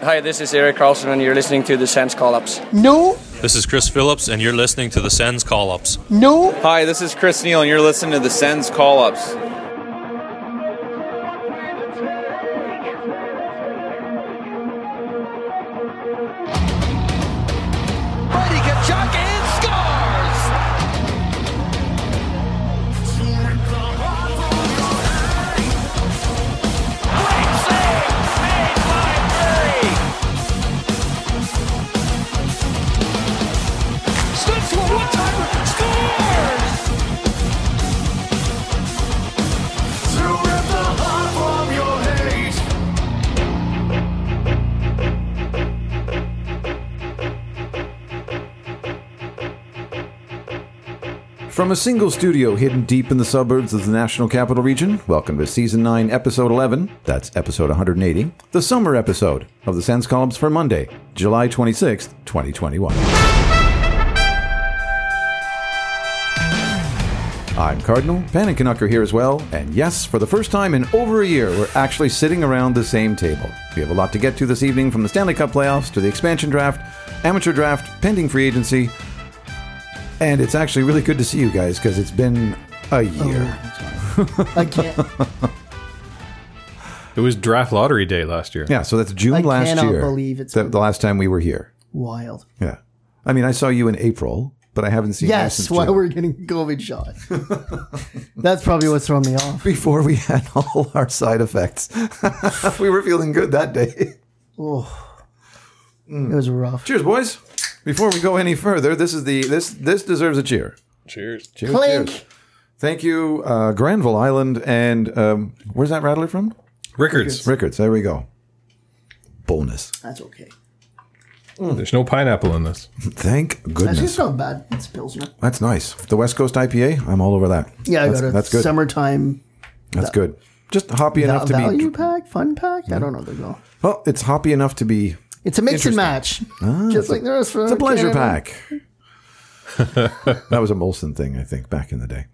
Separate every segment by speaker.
Speaker 1: Hi, this is Eric Carlson, and you're listening to the Sense Call Ups.
Speaker 2: No,
Speaker 3: This is Chris Phillips, and you're listening to the Sens Call Ups.
Speaker 2: no.
Speaker 4: Hi, this is Chris Neal, and you're listening to the Sens Call Ups.
Speaker 5: Brady Kachuk and scores! Great save made by Murray! Slips for one timer, scores! To rip the heart from your hate.
Speaker 6: From a single studio hidden deep in the suburbs of the National Capital Region, welcome to Season 9, Episode 11. That's episode 180, the summer episode of the Sense Columns for Monday, July 26th, 2021. I'm Cardinal, Panickinucker here as well, and yes, for the first time in over a year, we're actually sitting around the same table. We have a lot to get to this evening from the Stanley Cup playoffs to the expansion draft, amateur draft, pending free agency, and it's actually really good to see you guys because it's been a year.
Speaker 2: Again,
Speaker 7: It was draft lottery day last year.
Speaker 6: Yeah, so that's June
Speaker 2: I
Speaker 6: last
Speaker 2: cannot
Speaker 6: year.
Speaker 2: believe it's
Speaker 6: the,
Speaker 2: been-
Speaker 6: the last time we were here.
Speaker 2: wild.
Speaker 6: Yeah, I mean, I saw you in April, but I haven't seen you
Speaker 2: Yes,
Speaker 6: since
Speaker 2: why
Speaker 6: June.
Speaker 2: we're getting COVID shot. That's probably what's throwing me off.
Speaker 6: before we had all our side effects. we were feeling good that day.
Speaker 2: It was rough.
Speaker 6: Cheers, boys! Before we go any further, this is the this this deserves a cheer.
Speaker 7: Cheers.
Speaker 6: Cheers!
Speaker 2: Clink.
Speaker 6: cheers. Thank you, uh, Granville Island, and um, where's that rattler from?
Speaker 7: Rickards.
Speaker 6: Rickards. There we go. Bonus.
Speaker 2: That's okay.
Speaker 7: There's no pineapple in this.
Speaker 6: Thank
Speaker 2: Actually,
Speaker 6: goodness.
Speaker 2: it's not bad. It spills me.
Speaker 6: That's nice. The West Coast IPA, I'm all over that.
Speaker 2: Yeah, I
Speaker 6: that's,
Speaker 2: got a
Speaker 6: That's good.
Speaker 2: summertime
Speaker 6: that's good. Just hoppy enough to
Speaker 2: value
Speaker 6: be.
Speaker 2: pack, fun pack. I don't know the go.
Speaker 6: Well, it's hoppy enough to be.
Speaker 2: It's a mix and match, just like the rest.
Speaker 6: Ah, It's a pleasure pack. that was a Molson thing, I think, back in the day.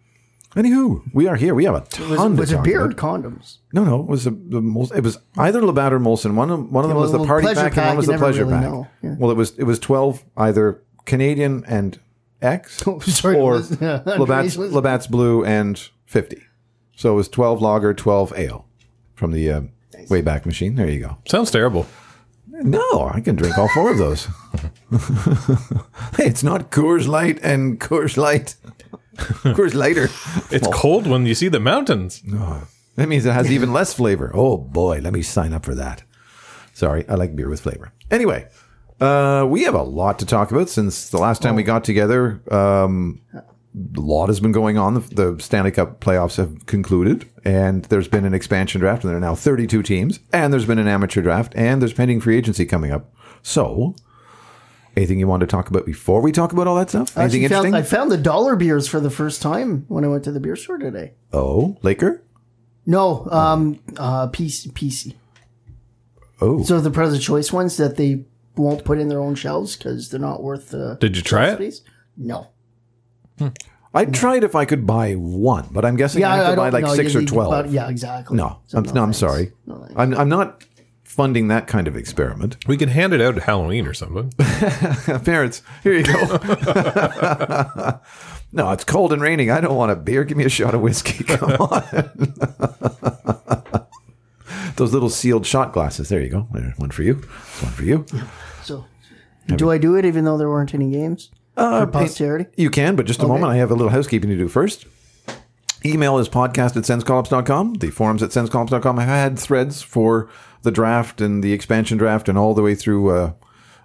Speaker 6: Anywho, we are here. We have a ton
Speaker 2: Was it,
Speaker 6: to
Speaker 2: was it
Speaker 6: talk
Speaker 2: beer or
Speaker 6: about.
Speaker 2: condoms?
Speaker 6: No, no, it was a, the Molson, it was either Labatt or Molson. One of, one of them was the
Speaker 2: well,
Speaker 6: party
Speaker 2: pleasure
Speaker 6: pack, and
Speaker 2: pack,
Speaker 6: one
Speaker 2: you
Speaker 6: was the
Speaker 2: never
Speaker 6: pleasure
Speaker 2: really
Speaker 6: pack.
Speaker 2: know. Yeah.
Speaker 6: Well, it was it was twelve either Canadian and X
Speaker 2: Oh, Sorry, it
Speaker 6: or
Speaker 2: was- yeah,
Speaker 6: Labatt's,
Speaker 2: it was-
Speaker 6: Labatt's Blue and 50. So it was 12 lager, 12 ale from the uh, Wayback Machine. There you go.
Speaker 7: Sounds terrible.
Speaker 6: No, I can drink all four of those. hey, it's not Coors Light and Coors Light. Coors Lighter.
Speaker 7: It's cold when you see the mountains.
Speaker 6: That means it has even less flavor. Oh boy, let me sign up for that. Sorry, I like beer with flavor. Anyway, uh, we have a lot to talk about since the last time we got together. Um, a lot has been going on. The, the Stanley Cup playoffs have concluded, and there's been an expansion draft, and there are now 32 teams, and there's been an amateur draft, and there's pending free agency coming up. So, anything you want to talk about before we talk about all that stuff?
Speaker 2: I actually
Speaker 6: Anything
Speaker 2: found-
Speaker 6: interesting?
Speaker 2: I found the dollar beers for the first time when I went to the beer store today.
Speaker 6: oh, Laker?
Speaker 2: No, um, uh, PC, PC.
Speaker 6: Oh.
Speaker 2: So the President's Choice ones that they won't put in their own shelves because they're not worth the
Speaker 7: Did you try it?
Speaker 2: space. No.
Speaker 6: I'd
Speaker 2: Mm.
Speaker 6: try it if I could buy one, but I'm guessing I have to buy like
Speaker 2: know.
Speaker 6: six
Speaker 2: You
Speaker 6: or
Speaker 2: need to
Speaker 6: 12.
Speaker 2: buy- yeah, exactly.
Speaker 6: No,
Speaker 2: So
Speaker 6: I'm, no, I'm
Speaker 2: thanks.
Speaker 6: sorry.
Speaker 2: No thanks.
Speaker 6: I'm, I'm not funding that kind of experiment.
Speaker 7: We could hand it out at Halloween or something.
Speaker 6: Parents, here you go. no, it's cold and raining. I don't want a beer. Give me a shot of whiskey. Come on. Those little sealed shot glasses. There you go. There, One for you. One for you.
Speaker 2: So, do I do it even though there weren't any games uh, for posterity?
Speaker 6: You can, but just a moment. I have a little housekeeping to do first. Email is podcast at sensecollops.com. The forums at sensecollops.com have had threads for the draft and the expansion draft and all the way through uh,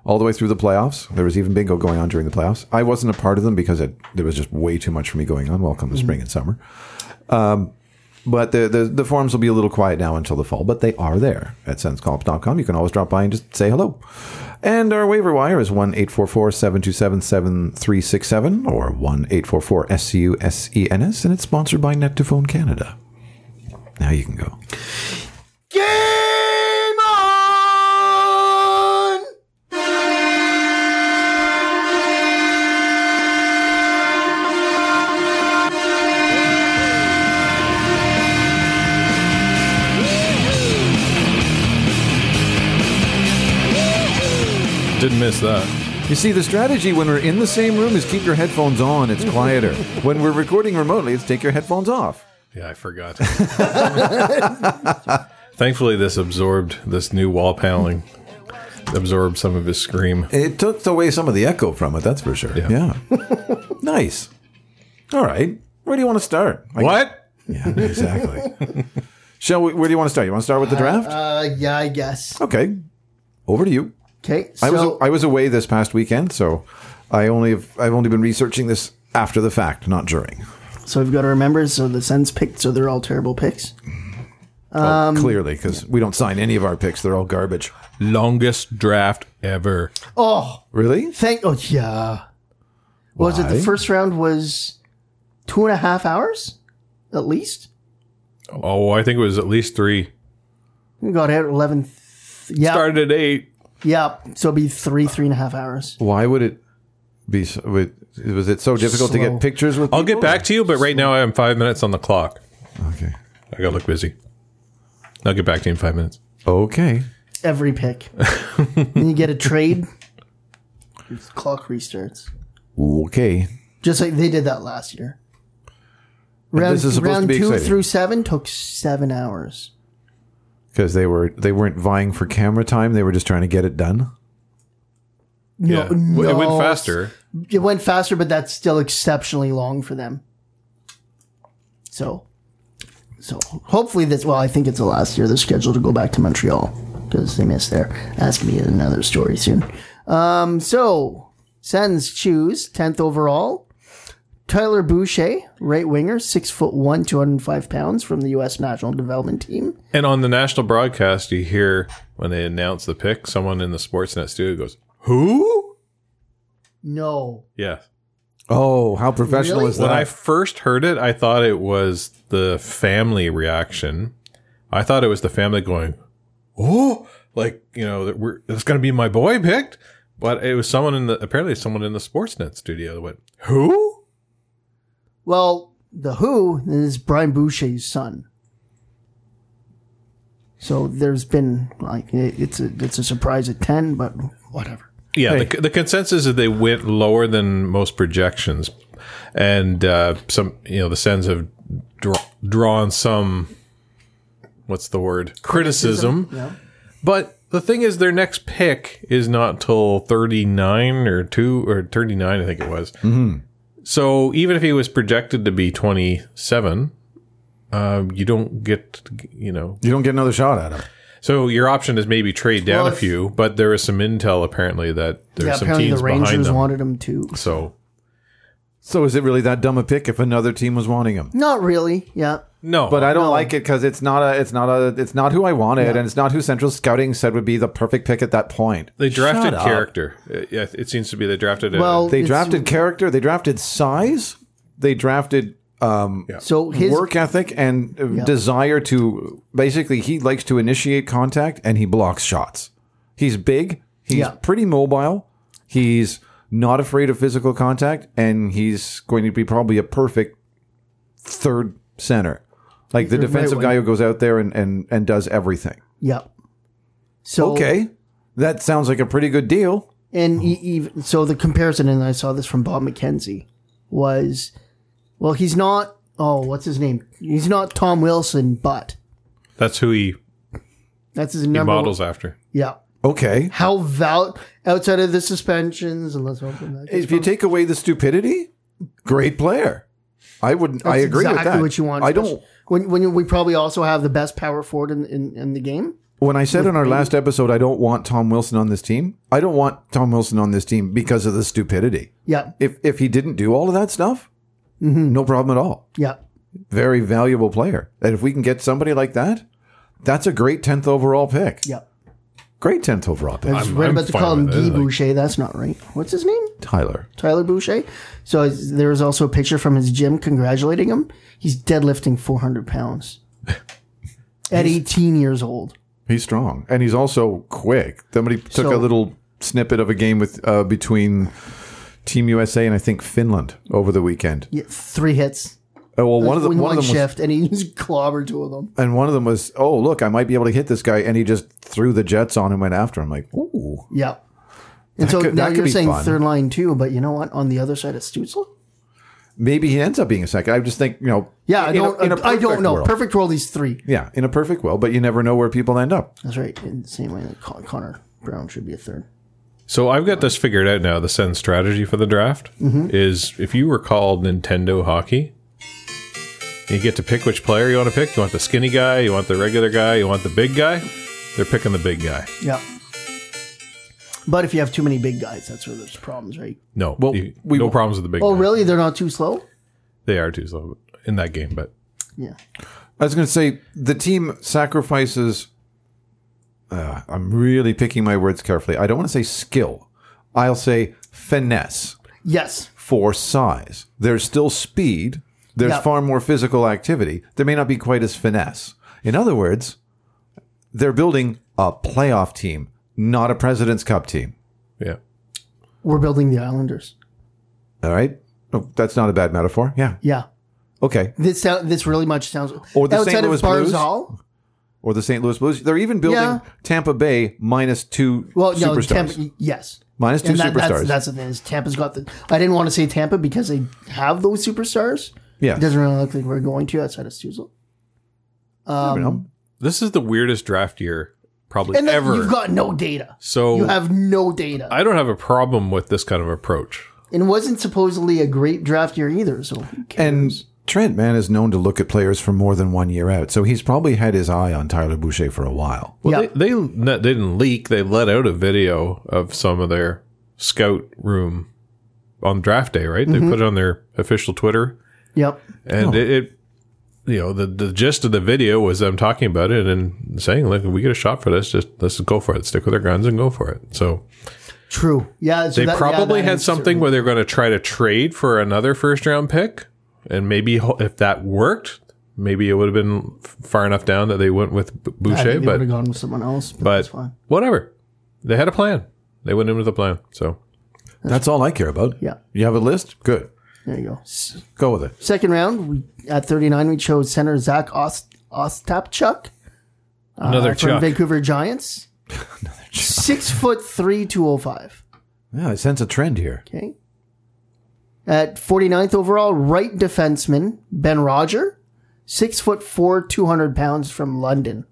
Speaker 6: all the way through the playoffs. There was even bingo going on during the playoffs. I wasn't a part of them because it, there was just way too much for me going on. Welcome to spring and summer. Um, But the, the the forums will be a little quiet now until the fall, but they are there at sensecollops.com. You can always drop by and just say hello. And our waiver wire is 1 844 727 7367 or 1 844 SCU SENS, E and it's sponsored by Net to Phone Canada. Now you can go.
Speaker 5: Woo!
Speaker 7: Didn't miss that.
Speaker 6: You see, the strategy when we're in the same room is keep your headphones on. It's quieter. when we're recording remotely, it's take your headphones off.
Speaker 7: Yeah, I forgot. Thankfully, this absorbed this new wall paneling, absorbed some of his scream.
Speaker 6: It took away some of the echo from it, that's for sure. Yeah.
Speaker 7: Yeah.
Speaker 6: nice. All right. Where do you want to start? I
Speaker 7: What?
Speaker 6: guess- Yeah, exactly. Shall we, where do you want to start? You want to start with the draft?
Speaker 2: Uh, yeah, I guess.
Speaker 6: okay. Over to you.
Speaker 2: Okay,
Speaker 6: I was
Speaker 2: so
Speaker 6: I was away this past weekend, so I only have, I've only been researching this after the fact, not during.
Speaker 2: so we've got to remember. So the Sens picked. So they're all terrible picks.
Speaker 6: Well, clearly, because we don't sign any of our picks; they're all garbage.
Speaker 7: Longest draft ever.
Speaker 2: Oh,
Speaker 6: Really?
Speaker 2: thank. Oh yeah. Was it the
Speaker 6: Why?
Speaker 2: first round was two and a half hours, at least?
Speaker 7: Oh, I think it was at least three.
Speaker 2: We got out at eleven. Th- yeah,
Speaker 7: Started at eight.
Speaker 2: yeah. So it'd be three, three and a half hours.
Speaker 6: Why would it be? so- would- Was it so difficult to
Speaker 2: Slow.
Speaker 6: get pictures with?
Speaker 7: I'll get
Speaker 6: people?
Speaker 7: back to you, but right now I am five minutes on the clock.
Speaker 6: Okay.
Speaker 7: I gotta look busy. I'll get back to you in five minutes.
Speaker 6: Okay.
Speaker 2: Every pick. then you get a trade. Your clock restarts.
Speaker 6: Okay.
Speaker 2: Just like they did that last year. Round,
Speaker 6: this is supposed
Speaker 2: round
Speaker 6: to be
Speaker 2: two
Speaker 6: exciting.
Speaker 2: through seven took seven hours.
Speaker 6: Because they were they weren't vying for camera time; they were just trying to get it done.
Speaker 2: No,
Speaker 7: Yeah. Well, It went
Speaker 2: no.
Speaker 7: faster.
Speaker 2: It went faster, but that's still exceptionally long for them. So, so hopefully this. Well, I think it's the last year they're scheduled to go back to Montreal because they missed there. That's gonna be another story soon. Um, so Sens choose tenth overall. Tyler Boucher, right winger, six foot one, two hundred five pounds, from the U.S. national development team.
Speaker 7: And on the national broadcast, you hear when they announce the pick, someone in the Sportsnet studio goes, Who?
Speaker 2: No,
Speaker 7: Yeah.
Speaker 6: Oh, how professional
Speaker 2: Really?
Speaker 6: is that?
Speaker 7: When I first heard it, I thought it was the family reaction. I thought it was the family going, "Oh, like you know, that we're it's going to be my boy picked." But it was someone in the apparently someone in the Sportsnet studio that went, "Who?"
Speaker 2: Well, the Who is Brian Boucher's son. So there's been like it- it's a it's a surprise at ten, but whatever.
Speaker 7: Yeah, the, the consensus is they went lower than most projections, and uh, some you know the Sens have dra- drawn some what's the word criticism.
Speaker 2: Yeah.
Speaker 7: But the thing is, their next pick is not till 39 or 2 or 39, I think it was. Mm-hmm. So even if he was projected to be 27, uh, you don't get, you know.
Speaker 6: you don't get another shot at him.
Speaker 7: So your option is maybe trade down
Speaker 2: Well,
Speaker 7: a
Speaker 2: if-
Speaker 7: few, but there is some intel apparently that there's
Speaker 2: Yeah,
Speaker 7: some
Speaker 2: apparently
Speaker 7: teams
Speaker 2: the
Speaker 7: behind
Speaker 2: Rangers
Speaker 7: them.
Speaker 2: wanted him too.
Speaker 7: so
Speaker 6: So is it really that dumb a pick if another team was wanting him?
Speaker 2: Not really. Yeah.
Speaker 7: no,
Speaker 6: But I don't like it because it's not a, it's not a, it's not who I wanted, and it's not who Central Scouting said would be the perfect pick at that point.
Speaker 7: they drafted
Speaker 6: Shut up.
Speaker 7: character. Uh, yeah, it seems to be they drafted. A,
Speaker 2: Well,
Speaker 6: They
Speaker 2: it's-
Speaker 6: drafted character. They drafted size. They drafted um,
Speaker 2: So his
Speaker 6: work ethic and uh, desire to. Basically, he likes to initiate contact and he blocks shots. He's big. He's
Speaker 2: Yeah.
Speaker 6: pretty mobile. He's not afraid of physical contact, and he's going to be probably a perfect third center, like the
Speaker 2: Third right
Speaker 6: defensive guy
Speaker 2: winger.
Speaker 6: who goes out there and and, and does everything.
Speaker 2: yeah. So
Speaker 6: Okay, that sounds like a pretty good deal.
Speaker 2: And e even so, the comparison, and I saw this from Bob McKenzie, was, well, he's not. Oh, what's his name? He's not Tom Wilson, but
Speaker 7: that's who he,
Speaker 2: that's his
Speaker 7: he
Speaker 2: number.
Speaker 7: models after.
Speaker 2: Yeah.
Speaker 6: Okay,
Speaker 2: how val outside of the suspensions and let's open that.
Speaker 6: if you take away the stupidity, great player. I wouldn't. I
Speaker 2: That's
Speaker 6: agree
Speaker 2: exactly
Speaker 6: with that.
Speaker 2: what you want.
Speaker 6: I don't.
Speaker 2: When when you, we probably also have the best power forward in in, in the game.
Speaker 6: When I said in our last episode, I don't want Tom Wilson on this team. I don't want Tom Wilson on this team because of the stupidity.
Speaker 2: Yeah,
Speaker 6: If if he didn't do all of that stuff,
Speaker 2: Mm-hmm.
Speaker 6: no problem at all.
Speaker 2: yeah,
Speaker 6: Very valuable player. And if we can get somebody like that, that's a great tenth overall pick.
Speaker 2: yeah.
Speaker 6: Great tenth overall pick.
Speaker 2: I just read
Speaker 7: I'm
Speaker 2: about the
Speaker 7: fine
Speaker 2: call him
Speaker 7: with it,
Speaker 2: Guy
Speaker 7: like-
Speaker 2: Boucher. That's not right. What's his name?
Speaker 6: Tyler.
Speaker 2: Tyler Boucher. So is- there was also a picture from his gym congratulating him. He's deadlifting 400 pounds at 18 years old.
Speaker 6: He's strong, and he's also quick. Somebody took
Speaker 2: So-
Speaker 6: a little snippet of a game with uh, between Team USA and I think Finland over the weekend.
Speaker 2: Yeah, three hits.
Speaker 6: Oh, well, one of the
Speaker 2: in
Speaker 6: one,
Speaker 2: one
Speaker 6: of them was,
Speaker 2: shift, and he just clobbered two of them.
Speaker 6: and one of them was, oh look, I might be able to hit this guy, and he just threw the Jets on and went after him. Like, ooh,
Speaker 2: Yeah. And so
Speaker 6: could-
Speaker 2: now
Speaker 6: that could
Speaker 2: you're
Speaker 6: be
Speaker 2: saying
Speaker 6: fun.
Speaker 2: third line too, but you know what? On the other side of Stutzel?
Speaker 6: Maybe he ends up being a second. I just think you know.
Speaker 2: Yeah, I
Speaker 6: in a-
Speaker 2: don't,
Speaker 6: in a
Speaker 2: I don't know.
Speaker 6: world.
Speaker 2: Perfect world, he's three.
Speaker 6: Yeah, in a perfect world, but you never know where people end up.
Speaker 2: That's right. In the same way that Con- Connor Brown should be a third.
Speaker 7: So I've got this figured out now. The Sens strategy for the draft
Speaker 2: Mm-hmm.
Speaker 7: is if you recall Nintendo hockey, you get to pick which player you want to pick. You want the skinny guy, you want the regular guy, you want the big guy. They're picking the big guy.
Speaker 2: Yeah. But if you have too many big guys, that's where there's problems, right?
Speaker 7: No,
Speaker 6: Well,
Speaker 7: you-
Speaker 6: we-
Speaker 7: no problems with the big.
Speaker 2: Oh,
Speaker 7: guy.
Speaker 2: really? They're not too slow?
Speaker 7: They are too slow in that game, but
Speaker 2: Yeah.
Speaker 6: I was going to say the team sacrifices. Uh, I'm really picking my words carefully. I don't want to say skill. I'll say finesse
Speaker 2: Yes.
Speaker 6: for size. There's still speed. There's
Speaker 2: Yeah.
Speaker 6: far more physical activity. There may not be quite as finesse. In other words, they're building a playoff team, not a President's Cup team.
Speaker 7: yeah.
Speaker 2: We're building the Islanders.
Speaker 6: All right. Oh, that's not a bad metaphor. Yeah.
Speaker 2: Yeah.
Speaker 6: Okay.
Speaker 2: This sou- this really much sounds
Speaker 6: Or the
Speaker 2: outside
Speaker 6: St.
Speaker 2: of
Speaker 6: Louis Blues?
Speaker 2: Barzal.
Speaker 6: Or the St. Louis Blues. They're even building
Speaker 2: Yeah.
Speaker 6: Tampa Bay minus two
Speaker 2: Well, no,
Speaker 6: superstars.
Speaker 2: Tampa. Yes.
Speaker 6: Minus two
Speaker 2: And that,
Speaker 6: superstars.
Speaker 2: that's, that's the thing is Tampa's got the. I didn't want to say Tampa because they have those superstars.
Speaker 6: yeah.
Speaker 2: It doesn't really look like we're going to outside of Stuzel.
Speaker 6: Never know.
Speaker 7: This is the weirdest draft year probably
Speaker 2: And then
Speaker 7: ever.
Speaker 2: you've got no data.
Speaker 7: so
Speaker 2: You have no data.
Speaker 7: I don't have a problem with this kind of approach.
Speaker 2: and it wasn't supposedly a great draft year either. So who cares?
Speaker 6: And Trent Man is known to look at players for more than one year out, so he's probably had his eye on Tyler Boucher for a while.
Speaker 2: yeah,
Speaker 7: Well, they, they ne- didn't leak. They let out a video of some of their scout room on draft day, right?
Speaker 2: Mm-hmm.
Speaker 7: They put it on their official Twitter,
Speaker 2: yep.
Speaker 7: and it, it, you know, the the gist of the video was them talking about it and saying, "Look, we get a shot for this. Just let's go for it. Stick with our guns and go for it." So
Speaker 2: True. Yeah. so
Speaker 7: they
Speaker 2: that- yeah,
Speaker 7: probably
Speaker 2: that
Speaker 7: had
Speaker 2: is
Speaker 7: something
Speaker 2: certain.
Speaker 7: where they're going to try to trade for another first round pick, and maybe ho- if that worked, maybe it would have been f- far enough down that they went with B-
Speaker 2: I
Speaker 7: Boucher.
Speaker 2: think they
Speaker 7: But
Speaker 2: would have gone with someone else, but, that's
Speaker 7: but
Speaker 2: fine.
Speaker 7: whatever. They had a plan. They went in with a plan. So
Speaker 6: That's all I care about.
Speaker 2: Yeah.
Speaker 6: You have a list? Good.
Speaker 2: There you go. S-
Speaker 6: Go with it.
Speaker 2: Second round, we at 39, we chose center Zach Ost- Ostapchuk uh,
Speaker 7: another
Speaker 2: from
Speaker 7: Chuck.
Speaker 2: Vancouver Giants. Six foot three, 205.
Speaker 6: Yeah, I sense a trend here.
Speaker 2: Okay. At 49th overall, right defenseman Ben Roger, six foot four, 200 pounds from London.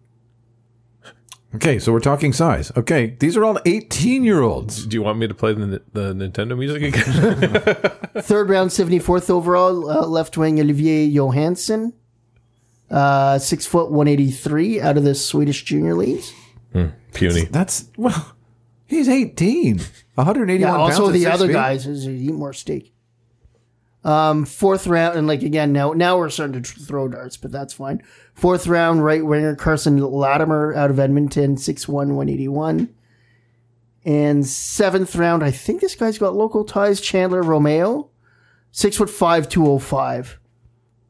Speaker 6: Okay, so we're talking size. Okay, these are all 18 year olds.
Speaker 7: Do you want me to play the, the Nintendo music again?
Speaker 2: Third round, 74th overall, uh, left wing Olivier Johansson, uh, six foot 183 out of the Swedish junior leagues.
Speaker 7: Puny.
Speaker 6: That's, well, he's 18. 181
Speaker 2: Yeah,
Speaker 6: pounds.
Speaker 2: also
Speaker 6: at
Speaker 2: the
Speaker 6: six
Speaker 2: other
Speaker 6: feet.
Speaker 2: guys is you eat more steak. Um, fourth round, and like again, now now we're starting to tr- throw darts, but that's fine. Fourth round, right winger Carson Latimer out of Edmonton, 6'1", 181. And seventh round, I think this guy's got local ties. Chandler Romeo, six foot five, two oh five,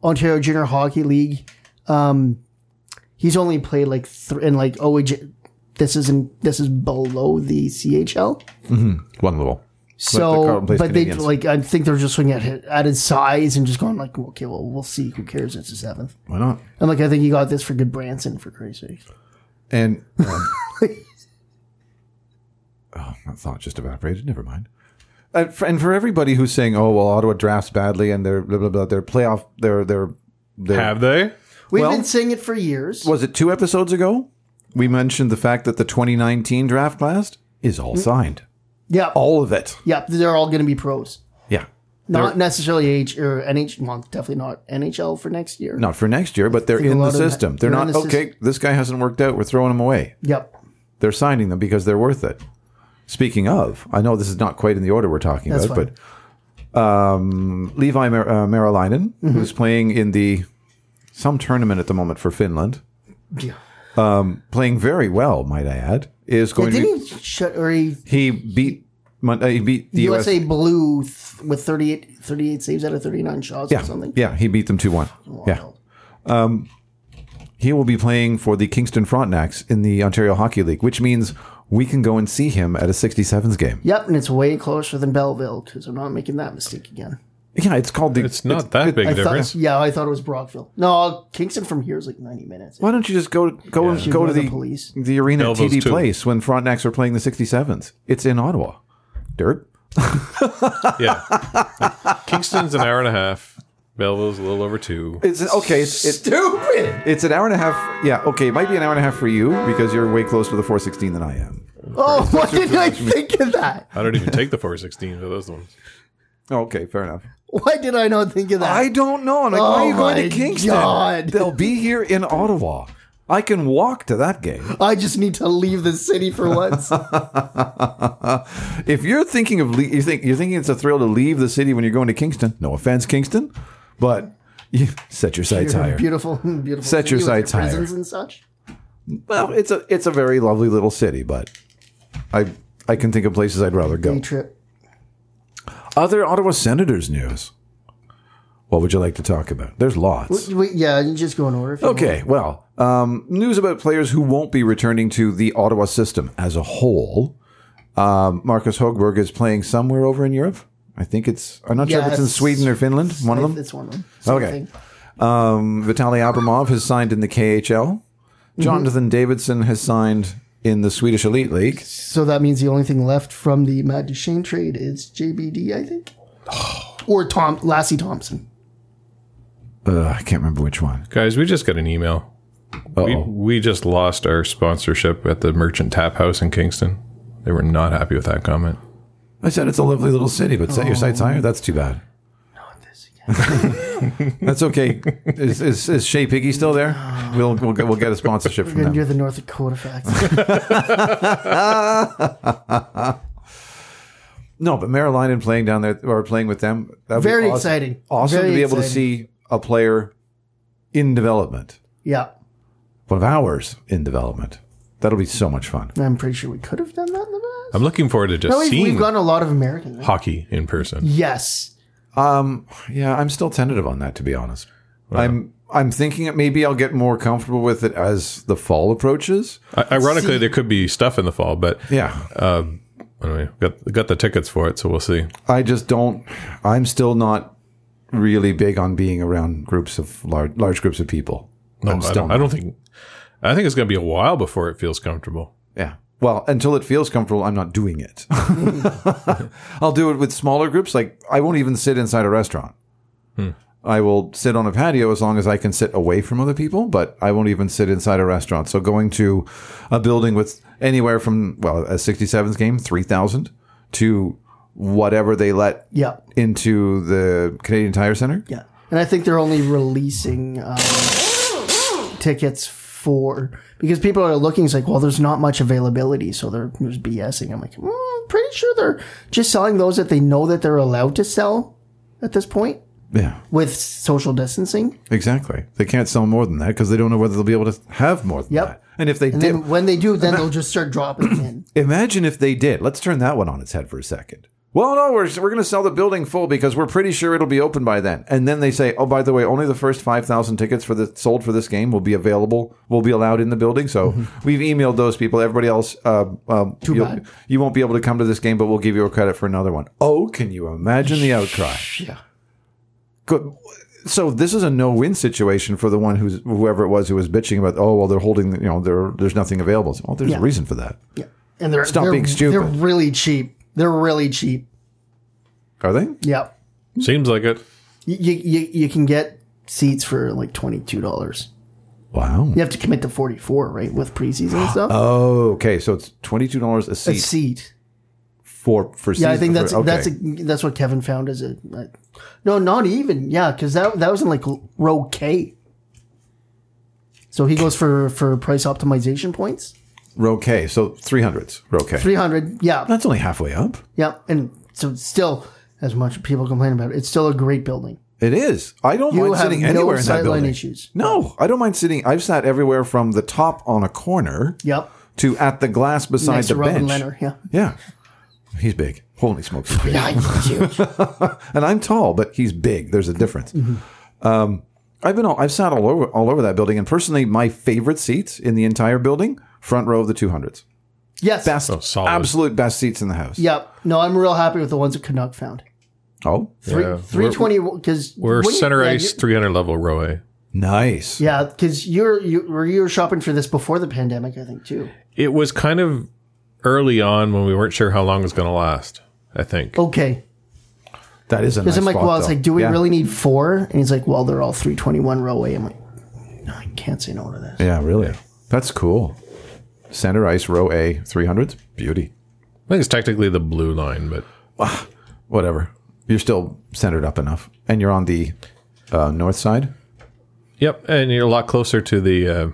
Speaker 2: Ontario Junior Hockey League. Um, he's only played like three in like OHL. This isn't this is below the CHL.
Speaker 6: One level. the
Speaker 2: So,
Speaker 6: Carlton Place
Speaker 2: but they
Speaker 6: Canadiens.
Speaker 2: like I think they're just looking at his, at his size and just going like, okay, well, we'll see. Who cares? It's the seventh.
Speaker 6: Why not?
Speaker 2: I'm like, I think you got this for good Branson for Christ's sake.
Speaker 6: And um, oh, my thought just evaporated. Never mind. Uh, for, and for everybody who's saying, "Oh well, Ottawa drafts badly," and they're blah blah blah, their playoff, their their, their
Speaker 7: Have they?
Speaker 2: We've
Speaker 6: Well-
Speaker 2: been saying it for years.
Speaker 6: was it two episodes ago? We mentioned the fact that the 2019 draft class is
Speaker 2: Mm.
Speaker 6: all signed,
Speaker 2: yep,
Speaker 6: all of it.
Speaker 2: yep. They're all going to be pros,
Speaker 6: Yeah,
Speaker 2: not necessarily H or NH. Well, definitely not NHL for next year.
Speaker 6: not for next year, but they're
Speaker 2: think a
Speaker 6: in the
Speaker 2: lot of them-
Speaker 6: system. They're
Speaker 2: they're in
Speaker 6: not
Speaker 2: the sys-
Speaker 6: okay. This guy hasn't worked out. We're throwing him away.
Speaker 2: Yep.
Speaker 6: they're signing them because they're worth it. Speaking of, I know this is not quite in the order we're talking
Speaker 2: That's
Speaker 6: about, but um, Levi Mer- uh, Marilainen,
Speaker 2: Mm-hmm.
Speaker 6: who's playing in the some tournament at the moment for Finland, Um,
Speaker 2: Yeah.
Speaker 6: playing very well, might I add, is
Speaker 2: But
Speaker 6: going to
Speaker 2: didn't he shut or he
Speaker 6: he beat Mon- uh, he beat the
Speaker 2: USA
Speaker 6: USA.
Speaker 2: blew th- with 38, 38 saves out of 39 shots or
Speaker 6: Yeah,
Speaker 2: something?
Speaker 6: yeah, he beat them two one. Yeah, um, he will be playing for the Kingston Frontenacs in the Ontario Hockey League, which means we can go and see him at a 67s game.
Speaker 2: Yep, and it's way closer than Belleville because I'm not making that mistake again.
Speaker 6: Yeah, it's called the.
Speaker 7: It's not that big a
Speaker 2: I thought,
Speaker 7: difference.
Speaker 2: yeah, I thought it was Brockville. No, Kingston from here is like 90 minutes.
Speaker 6: Why don't you just go go and
Speaker 2: Should
Speaker 6: go to
Speaker 2: go to
Speaker 6: the
Speaker 2: the police.
Speaker 6: the arena at
Speaker 7: Melville's
Speaker 6: TD
Speaker 7: too.
Speaker 6: Place when Frontenacs are playing the 67s? It's in Ottawa. Derek.
Speaker 7: Yeah. Kingston's an hour and a half. Belleville's a little over two.
Speaker 6: It's okay. It's, it's
Speaker 2: Stupid.
Speaker 6: It's an hour and a half. Yeah, okay. It might be an hour and a half for you because you're way closer to the 416 than I am.
Speaker 2: Oh, why didn't I think of that?
Speaker 7: I don't even take the 416 for those ones.
Speaker 6: Oh, okay, fair enough.
Speaker 2: Why did I not think of that?
Speaker 6: I don't know. I'm like, why are you
Speaker 2: Oh
Speaker 6: going
Speaker 2: my
Speaker 6: to Kingston?
Speaker 2: God.
Speaker 6: They'll be here in Ottawa. I can walk to that game.
Speaker 2: I just need to leave the city for once.
Speaker 6: If you're thinking of le- you think you're thinking it's a thrill to leave the city when you're going to Kingston. No offense, Kingston, but you set your sights higher.
Speaker 2: Beautiful, beautiful.
Speaker 6: Set your
Speaker 2: city with
Speaker 6: sights higher.
Speaker 2: prisons and such.
Speaker 6: Well, it's a it's a very lovely little city, but I I can think of places I'd rather
Speaker 2: Day
Speaker 6: go.
Speaker 2: trip.
Speaker 6: Other Ottawa senators news. What would you like to talk about? There's lots.
Speaker 2: Wait, yeah, you just go in order. if you
Speaker 6: Okay, well, um, news about players who won't be returning to the Ottawa system as a whole. Um, Marcus Hogberg is playing somewhere over in Europe. I think it's, I'm not sure if it's in
Speaker 2: Yes.
Speaker 6: Sweden or Finland, one of
Speaker 2: want.
Speaker 6: them.
Speaker 2: It's one of them.
Speaker 6: Okay. Um, Vitaly Abramov has signed in the KHL. Jonathan Davidson has signed in the Swedish Elite League.
Speaker 2: So that means the only thing left from the Matt Duchene trade is JBD, I think, or Tom Lassie Thompson.
Speaker 6: Uh, I can't remember which one.
Speaker 7: Guys, we just got an email. We,
Speaker 6: Uh-oh.
Speaker 7: we just lost our sponsorship at the Merchant Tap House in Kingston. They were not happy with that comment.
Speaker 6: I said it's a lovely little city, but set your sights higher. That's too bad. That's okay. Is, is, is Shea Piggy still there? We'll we'll get, we'll get a sponsorship from
Speaker 2: You're
Speaker 6: them.
Speaker 2: the North Dakota fact.
Speaker 6: No, but Marilyn playing down there or playing with them. That'd
Speaker 2: Very
Speaker 6: be awesome.
Speaker 2: exciting.
Speaker 6: Awesome
Speaker 2: Very
Speaker 6: to be able to
Speaker 2: exciting.
Speaker 6: see a player in development,
Speaker 2: yeah,
Speaker 6: one of ours in development. That'll be so much fun.
Speaker 2: I'm pretty sure we could have done that in the past.
Speaker 7: I'm looking forward to just
Speaker 2: No, we've,
Speaker 7: seeing
Speaker 2: we've gotten a lot of American.
Speaker 7: hockey in person.
Speaker 2: Yes,
Speaker 6: Um, yeah, I'm still tentative on that to be honest. I'm I'm thinking that maybe I'll get more comfortable with it as the fall approaches.
Speaker 7: I, ironically, there could be stuff in the fall, but
Speaker 6: Yeah,
Speaker 7: anyway, got got the tickets for it, so we'll see.
Speaker 6: I just don't. I'm still not really big on being around groups of large large groups of people.
Speaker 7: No,
Speaker 6: I'm
Speaker 7: I,
Speaker 6: still
Speaker 7: don't, I don't think. I think it's going to be a while before it feels comfortable.
Speaker 6: Yeah. Well, until it feels comfortable, I'm not doing it. I'll do it with smaller groups. Like I won't even sit inside a restaurant. I will sit on a patio as long as I can sit away from other people, but I won't even sit inside a restaurant. So going to a building with anywhere from well, a 67s game, 3000 to whatever they let
Speaker 2: yeah,
Speaker 6: into the Canadian Tire Center.
Speaker 2: yeah, and I think they're only releasing um, tickets for because people are looking. It's like, well, there's not much availability, so they're just BSing. I'm like, mm, pretty sure they're just selling those that they know that they're allowed to sell at this point
Speaker 6: Yeah.
Speaker 2: with social distancing.
Speaker 6: Exactly. They can't sell more than that because they don't know whether they'll be able to have more than
Speaker 2: Yep.
Speaker 6: that. And if they
Speaker 2: And
Speaker 6: did,
Speaker 2: then when they do, then they'll just start dropping in.
Speaker 6: imagine if they did. Let's turn that one on its head for a second. Well, no, we're, we're going to sell the building full because we're pretty sure it'll be open by then. And then they say, oh, by the way, only the first 5,000 tickets for the sold for this game will be available, will be allowed in the building. So we've emailed those people. Everybody else, uh, um, Too
Speaker 2: Mm-hmm. bad.
Speaker 6: you won't be able to come to this game, but we'll give you a credit for another one. Oh, can you imagine the outcry?
Speaker 2: Yeah.
Speaker 6: Good. So this is a no-win situation for the one who's whoever it was who was bitching about. Oh well, they're holding. You know, there there's nothing available. It's, Well, there's
Speaker 2: Yeah.
Speaker 6: a reason for that.
Speaker 2: Yeah. And they're
Speaker 6: Stop
Speaker 2: they're,
Speaker 6: being stupid.
Speaker 2: They're really cheap. They're really cheap.
Speaker 6: Are they?
Speaker 2: Yeah.
Speaker 7: Seems like it.
Speaker 2: You you, you can get seats for like twenty two dollars.
Speaker 6: Wow.
Speaker 2: You have to commit to forty four, right? With preseason and stuff.
Speaker 6: Oh, okay. So it's twenty-two dollars a
Speaker 2: a
Speaker 6: seat
Speaker 2: seat.
Speaker 6: for for.
Speaker 2: Yeah, I
Speaker 6: season-
Speaker 2: think that's
Speaker 6: for- okay.
Speaker 2: that's a, that's what Kevin found as a. Like, no, not even. Yeah, because that that was in like row K. So he goes for for price optimization points.
Speaker 6: row K. So three hundreds row K.
Speaker 2: Three hundred. Yeah.
Speaker 6: That's only halfway up.
Speaker 2: Yeah, and so it's still, as much people complain about it, it's still a great building.
Speaker 6: It is. I don't
Speaker 2: You
Speaker 6: mind
Speaker 2: have
Speaker 6: sitting
Speaker 2: no
Speaker 6: anywhere in that
Speaker 2: sideline
Speaker 6: building.
Speaker 2: issues.
Speaker 6: No, I don't mind sitting. I've sat everywhere from the top on a corner
Speaker 2: Yep.
Speaker 6: to at the glass beside
Speaker 2: Next
Speaker 6: the
Speaker 2: to Robin
Speaker 6: bench.
Speaker 2: Leonard. Yeah.
Speaker 6: Yeah. He's big. Holy smokes. He's big.
Speaker 2: Yeah, he's huge.
Speaker 6: and I'm tall, but he's big. There's a difference. Um,
Speaker 2: Mm-hmm.
Speaker 6: I've been all, I've sat all over all over that building, and personally, my favorite seats in the entire building, front row of the 200s,
Speaker 2: yes.
Speaker 6: best,
Speaker 7: Oh, solid.
Speaker 6: absolute best seats in the house.
Speaker 2: Yep. No, I'm real happy with the ones that Canuck found.
Speaker 6: Oh,
Speaker 2: Three,
Speaker 7: Yeah.
Speaker 2: 320 because
Speaker 7: We're center ice 300 level row A.
Speaker 6: nice.
Speaker 2: Yeah, because you're you were you were shopping for this before the pandemic, I think too.
Speaker 7: It was kind of early on when we weren't sure how long it was going to last. I think.
Speaker 2: Okay.
Speaker 6: That is a nice
Speaker 2: Because I'm like,
Speaker 6: spot,
Speaker 2: well, it's
Speaker 6: though.
Speaker 2: like, do we
Speaker 6: Yeah.
Speaker 2: really need four? And he's like, well, they're all 321 railway. I'm like, no, I can't say no to this.
Speaker 6: Yeah, really. That's cool. Center ice row A 300s. Beauty.
Speaker 7: I think it's technically the blue line, but
Speaker 6: Whatever. You're still centered up enough, and you're on the uh, north side.
Speaker 7: yep. And you're a lot closer to the uh,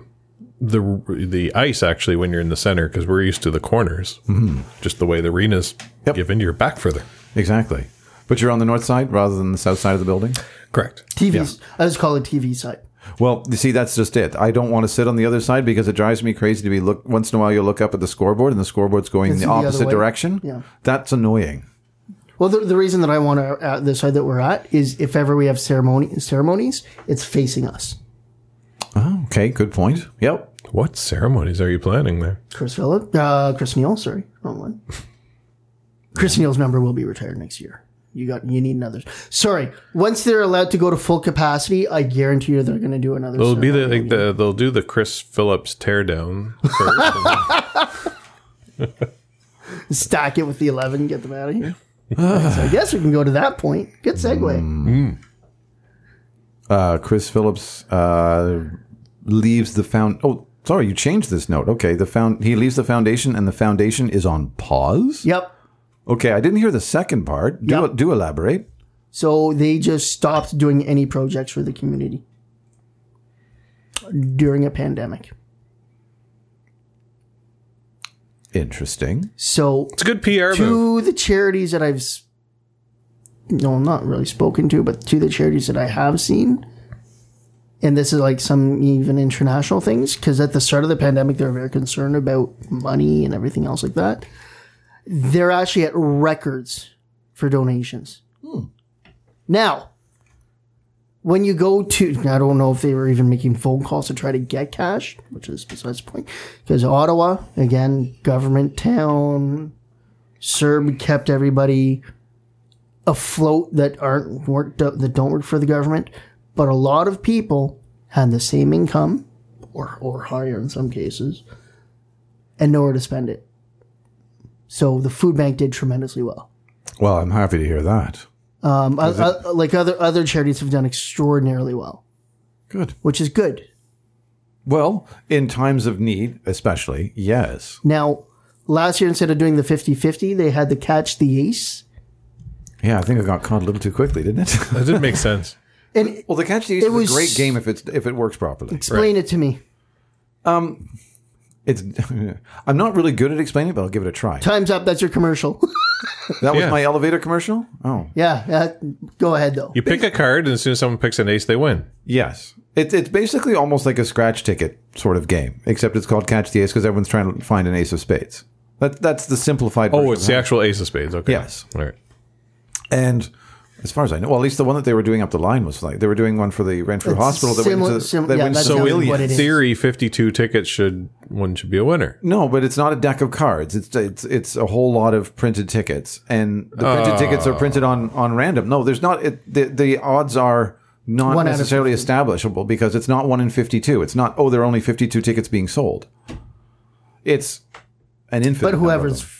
Speaker 7: the the ice actually when you're in the center because we're used to the corners, mm-hmm. just the way the arenas
Speaker 6: Yep.
Speaker 7: give into your back further.
Speaker 6: Exactly. But you're on the north side rather than the south side of the building.
Speaker 7: Correct.
Speaker 2: TVs. I just call it TV side.
Speaker 6: Well, you see, that's just it. I don't want to sit on the other side because it drives me crazy to be look. Once in a while, you look up at the scoreboard and the scoreboard's going
Speaker 2: It's
Speaker 6: the
Speaker 2: the other
Speaker 6: opposite
Speaker 2: way.
Speaker 6: direction.
Speaker 2: Yeah.
Speaker 6: That's annoying.
Speaker 2: Well, the, the reason that I want to uh, the side that we're at is if ever we have ceremony ceremonies, it's facing us.
Speaker 6: Okay, good point. Yep.
Speaker 7: What ceremonies are you planning there?
Speaker 2: Chris Phillip, uh, Chris Neal, sorry, wrong one. Chris Neal's member will be retired next year. You got, you need another. Sorry, once they're allowed to go to full capacity, I guarantee you they're going to do another.
Speaker 7: It'll be the,
Speaker 2: ceremony.
Speaker 7: like the they'll do the Chris Phillips teardown first. and-
Speaker 2: stack it with the eleven, get them out of here. so I guess we can go to that point. Good segue.
Speaker 7: Mm.
Speaker 6: Uh, Chris Phillips uh, leaves the found. Oh, sorry, you changed this note. Okay, the found. He leaves the foundation, and the foundation is on pause.
Speaker 2: Yep.
Speaker 6: Okay, I didn't hear the second part. Do,
Speaker 2: Yep.
Speaker 6: do elaborate.
Speaker 2: So they just stopped doing any projects for the community during a pandemic.
Speaker 6: Interesting.
Speaker 2: So
Speaker 7: it's a good PR
Speaker 2: to
Speaker 7: move.
Speaker 2: the charities that I've s- no, not really spoken to, but to the charities that I have seen, and this is like some even international things, because at the start of the pandemic they were very concerned about money and everything else like that. They're actually at records for donations.
Speaker 7: Hmm.
Speaker 2: Now, when you go to, I don't know if they were even making phone calls to try to get cash, which is besides the point, because Ottawa, again, government town, Serb kept everybody afloat that aren't worked up, that don't work for the government, but a lot of people had the same income or or higher in some cases, and nowhere to spend it. So the food bank did tremendously well.
Speaker 6: Well, I'm happy to hear that.
Speaker 2: Um, o- o- like other other charities have done extraordinarily well,
Speaker 6: Good.
Speaker 2: which is good.
Speaker 6: Well, in times of need, especially, yes.
Speaker 2: Now, last year instead of doing the 50-50, they had to catch the ace.
Speaker 6: Yeah, I think I got caught a little too quickly, didn't it?
Speaker 7: That didn't make sense.
Speaker 2: And
Speaker 6: well, the catch the ace
Speaker 2: It
Speaker 6: is
Speaker 2: was-
Speaker 6: a great game if it's if it works properly.
Speaker 2: explain it to me.
Speaker 6: It's I'm not really good at explaining it, but I'll give it a try.
Speaker 2: Time's up. That's your commercial.
Speaker 6: That was
Speaker 7: Yeah.
Speaker 6: my elevator commercial. Oh,
Speaker 2: yeah, uh, go ahead though.
Speaker 7: You pick a card, and as soon as someone picks an ace, they win.
Speaker 6: yes. It, it's basically almost like a scratch ticket sort of game, except it's called catch the ace because everyone's trying to find an ace of spades. That that's the simplified. version
Speaker 7: Oh,
Speaker 6: of
Speaker 7: it's the
Speaker 6: that.
Speaker 7: actual ace of spades. Okay.
Speaker 6: Yes.
Speaker 7: All right.
Speaker 6: And as far as I know, well, at least the one that they were doing up the line was like they were doing one for the Renfrew
Speaker 2: It's
Speaker 6: Hospital that
Speaker 2: similar-
Speaker 6: went to
Speaker 2: sim-
Speaker 6: that
Speaker 2: yeah,
Speaker 6: went
Speaker 2: that's
Speaker 6: to
Speaker 2: So
Speaker 7: So
Speaker 2: Tell
Speaker 7: in
Speaker 2: me what it is.
Speaker 7: theory, fifty-two tickets should one should be a winner.
Speaker 6: No, but it's not a deck of cards. It's it's it's a whole lot of printed tickets, and the printed tickets are printed on on random. No, there's not. It, the the odds are not
Speaker 2: One out of
Speaker 6: necessarily establishable because it's not one in fifty two. It's not oh there are only fifty two tickets being sold. It's an infinite.
Speaker 2: But
Speaker 6: number of
Speaker 2: whoever's
Speaker 6: them.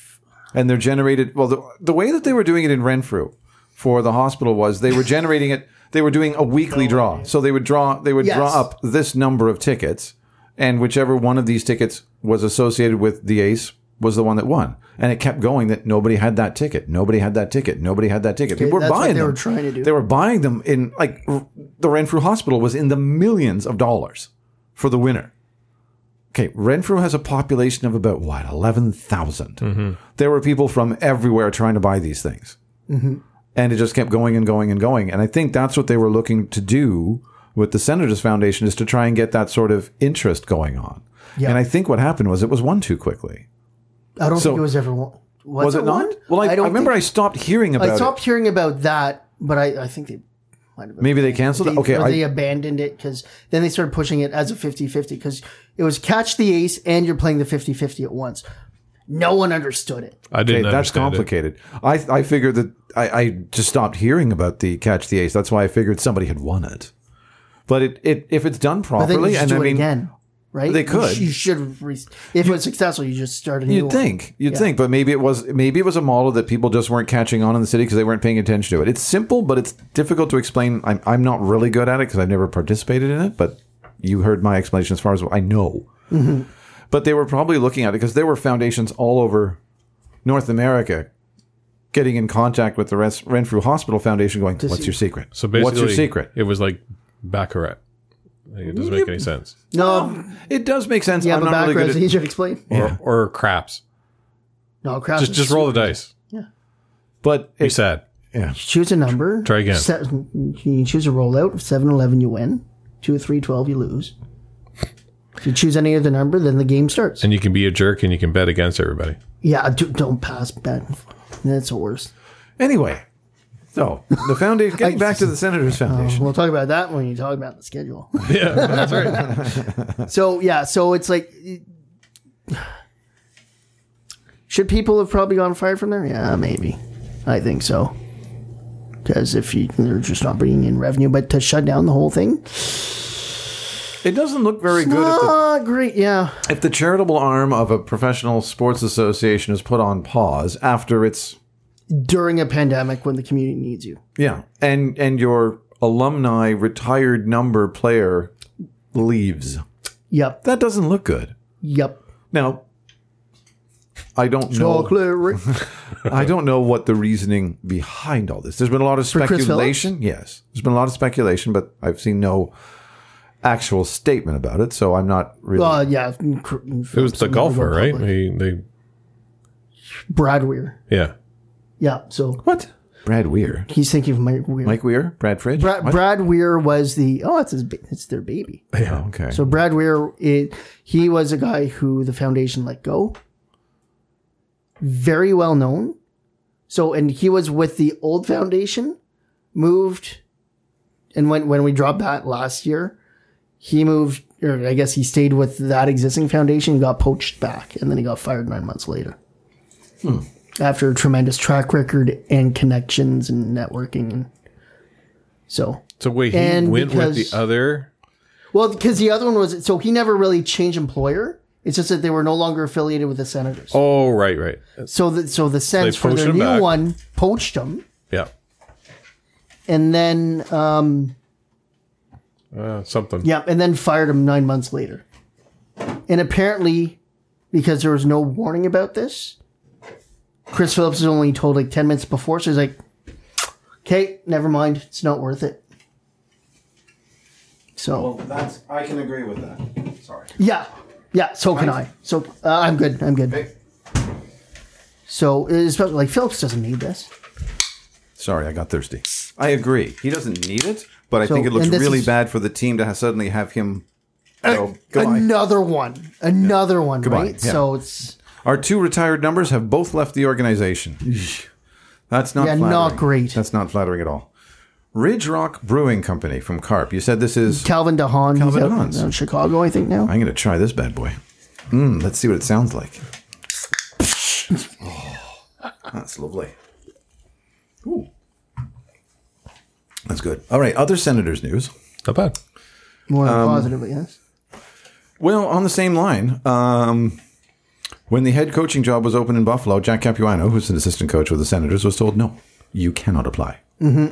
Speaker 6: and they're generated. Well, the the way that they were doing it in Renfrew for the hospital was they were generating it. They were doing a weekly draw, so they would draw. They would draw
Speaker 2: Yes.
Speaker 6: up this number of tickets, and whichever one of these tickets was associated with the ace was the one that won. And it kept going that nobody had that ticket. Nobody had that ticket. Nobody had that ticket. People were
Speaker 2: that's what
Speaker 6: buying
Speaker 2: they
Speaker 6: them.
Speaker 2: were trying to do.
Speaker 6: They were buying them in like r- the Renfrew Hospital was in the millions of dollars for the winner. Okay, Renfrew has a population of about what eleven There were people from everywhere trying to buy these things, and it just kept going and going and going. And I think that's what they were looking to do with the Senators Foundation is to try and get that sort of interest going on. And I think what happened was it was won too quickly.
Speaker 2: I don't
Speaker 6: So-
Speaker 2: think it was ever one. Was,
Speaker 6: Was it not?
Speaker 2: one?
Speaker 6: Well, I, I,
Speaker 2: don't
Speaker 6: remember I
Speaker 2: think-
Speaker 6: stopped hearing about
Speaker 2: I stopped
Speaker 6: it.
Speaker 2: hearing about that, but I, I think they might have.
Speaker 6: Maybe they canceled it.
Speaker 2: They,
Speaker 6: Okay,
Speaker 2: or uh,
Speaker 6: I-
Speaker 2: they abandoned it because then they started pushing it as a 50-50 because it was catch the ace and you're playing the 50-50 at once. No one understood it.
Speaker 7: I
Speaker 6: Okay,
Speaker 7: didn't.
Speaker 6: that's
Speaker 7: understand it.
Speaker 6: complicated. I I figured that I, I just stopped hearing about the catch the ace. That's why I figured somebody had won it. But it, it if it's done
Speaker 2: But then you
Speaker 6: properly,
Speaker 2: just
Speaker 6: and
Speaker 2: do
Speaker 6: I
Speaker 2: it
Speaker 6: mean,
Speaker 2: again. right?
Speaker 6: They
Speaker 2: You
Speaker 6: could.
Speaker 2: sh- You, should. Re- if it was successful, you just start a new.
Speaker 6: You'd
Speaker 2: one.
Speaker 6: think, you'd think, but maybe it was maybe it was a model that people just weren't catching on in the city because they weren't paying attention to it. It's simple, but it's difficult to explain. I'm I'm not really good at it because I've never participated in it, but you heard my explanation as far as what I know.
Speaker 2: Mm-hmm.
Speaker 6: But they were probably looking at it because there were foundations all over North America getting in contact with the Ren- Renfrew Hospital Foundation, going, "What's your secret?
Speaker 7: So basically,
Speaker 6: what's your secret?"
Speaker 7: It was like Baccarat. Like, it doesn't make any sense.
Speaker 2: No,
Speaker 6: It does make sense.
Speaker 2: yeah,
Speaker 6: I'm
Speaker 2: but
Speaker 6: not really
Speaker 2: backgrounds
Speaker 6: good
Speaker 2: really
Speaker 6: at.
Speaker 2: should explain.
Speaker 7: Or, or craps.
Speaker 2: No, crap.
Speaker 7: Just just roll the dice.
Speaker 6: But
Speaker 7: Be
Speaker 6: it,
Speaker 7: sad.
Speaker 2: Choose a number.
Speaker 7: Try again.
Speaker 2: Se- you choose a rollout. 7 11, you win. 2 3 12, you lose. If you choose any other number, then the game starts.
Speaker 7: And you can be a jerk and you can bet against everybody.
Speaker 2: yeah, do, don't pass back. That's the worst.
Speaker 6: anyway, so the foundation. Getting back to the Senators
Speaker 2: Oh.
Speaker 6: Foundation.
Speaker 2: We'll talk about that when you talk about the schedule. Yeah, that's right. so yeah, so it's like, should people have probably gone fired from there? Yeah, maybe. I think so. Because if you, they're just not bringing in revenue, but to shut down the whole thing,
Speaker 6: It doesn't look very good. If the,
Speaker 2: ah, great. Yeah,
Speaker 6: if the charitable arm of a professional sports association is put on pause after it's
Speaker 2: during a pandemic when the community needs you.
Speaker 6: yeah, and and your alumni retired number player leaves,
Speaker 2: Yep.
Speaker 6: that doesn't look good.
Speaker 2: Yep.
Speaker 6: Now, I don't know.
Speaker 2: Chocolate.
Speaker 6: I don't know what the reasoning behind all this. There's been a lot of
Speaker 2: Chris Phillips?
Speaker 6: speculation. Yes, there's been a lot of speculation, but I've seen no actual statement about it, so I'm not really.
Speaker 2: Well, uh, yeah.
Speaker 7: It was the golfer, right? He, they,
Speaker 2: Brad Weir.
Speaker 7: yeah.
Speaker 2: Yeah. So
Speaker 6: what? Brad Weir,
Speaker 2: he's thinking of Mike Weir.
Speaker 6: Mike Weir, Brad Fridge,
Speaker 2: Brad,
Speaker 6: What?
Speaker 2: Brad Weir was the oh, it's his, ba- it's their baby.
Speaker 6: Yeah, Oh, okay.
Speaker 2: So Brad Weir, it, he was a guy who the foundation let go. Very well known. So and he was with the old foundation, moved, and when when we dropped that last year, he moved or I guess he stayed with that existing foundation, got poached back, and then he got fired nine months later. After a tremendous track record and connections and networking, and so
Speaker 7: So wait, he
Speaker 2: And
Speaker 7: went with
Speaker 2: because-
Speaker 7: the other.
Speaker 2: well, because the other one was so he never really changed employer. It's just that they were no longer affiliated with the Senators.
Speaker 7: Oh, right, right.
Speaker 2: So the so the Sens for
Speaker 7: poached
Speaker 2: their
Speaker 7: him
Speaker 2: new
Speaker 7: back.
Speaker 2: one poached him,
Speaker 7: Yeah.
Speaker 2: and then um
Speaker 7: Uh, something.
Speaker 2: yeah, and then fired him nine months later. And apparently, because there was no warning about this, Chris Phillips was only told like ten minutes before, so he's like, "Okay, never mind, it's not worth it." So
Speaker 6: that's I can agree with that. Sorry.
Speaker 2: Yeah, yeah. So can I. So uh, I'm good. I'm good. So especially like Phillips doesn't need this.
Speaker 6: Sorry, I got thirsty. I agree. He doesn't need it, but I
Speaker 2: So-
Speaker 6: think it looks
Speaker 2: and this
Speaker 6: really
Speaker 2: is- Uh,
Speaker 6: bad for the team to ha- suddenly have him. go, goodbye.
Speaker 2: Another one. Another one.
Speaker 6: Goodbye,
Speaker 2: Right.
Speaker 6: yeah.
Speaker 2: So it's
Speaker 6: Our two retired numbers have both left the organization. That's not
Speaker 2: Yeah,
Speaker 6: flattering.
Speaker 2: not great.
Speaker 6: That's not flattering at all. Ridge Rock Brewing Company from Carp. You said this is.
Speaker 2: Calvin DeHaan. he's
Speaker 6: Calvin
Speaker 2: out
Speaker 6: DeHaan's.
Speaker 2: in uh, Chicago, I think now.
Speaker 6: I'm going to try this bad boy. Mm, let's see what it sounds like. Oh, that's lovely. Ooh. That's good. All right, other senators' news.
Speaker 7: Not bad.
Speaker 2: More
Speaker 6: Um,
Speaker 2: than positively, yes.
Speaker 6: Well, on the same line, um, when the head coaching job was open in Buffalo, Jack Capuano, who's an assistant coach with the Senators, was told, no, you cannot apply. Mm-hmm.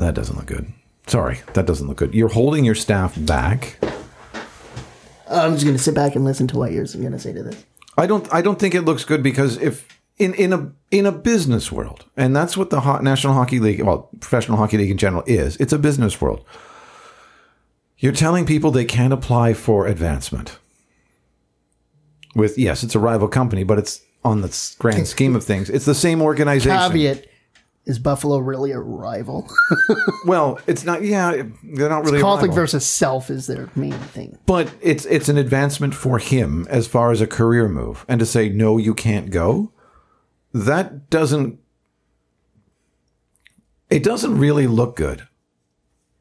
Speaker 6: That doesn't look good. Sorry, that doesn't look good. You're holding your staff back.
Speaker 2: I'm just gonna sit back and listen to what you're gonna say to this.
Speaker 6: I don't. I don't think it looks good because if in in a in a business world, and that's what the ho- National Hockey League, well, professional hockey league in general is. It's a business world. You're telling people they can't apply for advancement. With yes, it's a rival company, but it's on the s- grand scheme of things, it's the same organization.
Speaker 2: Caveat: Is Buffalo really a rival?
Speaker 6: Well, it's not. Yeah, it- they're not really a
Speaker 2: Conflict
Speaker 6: rival.
Speaker 2: versus self is their main thing.
Speaker 6: But it's it's an advancement for him as far as a career move, and to say no, you can't go. That doesn't. It doesn't really look good,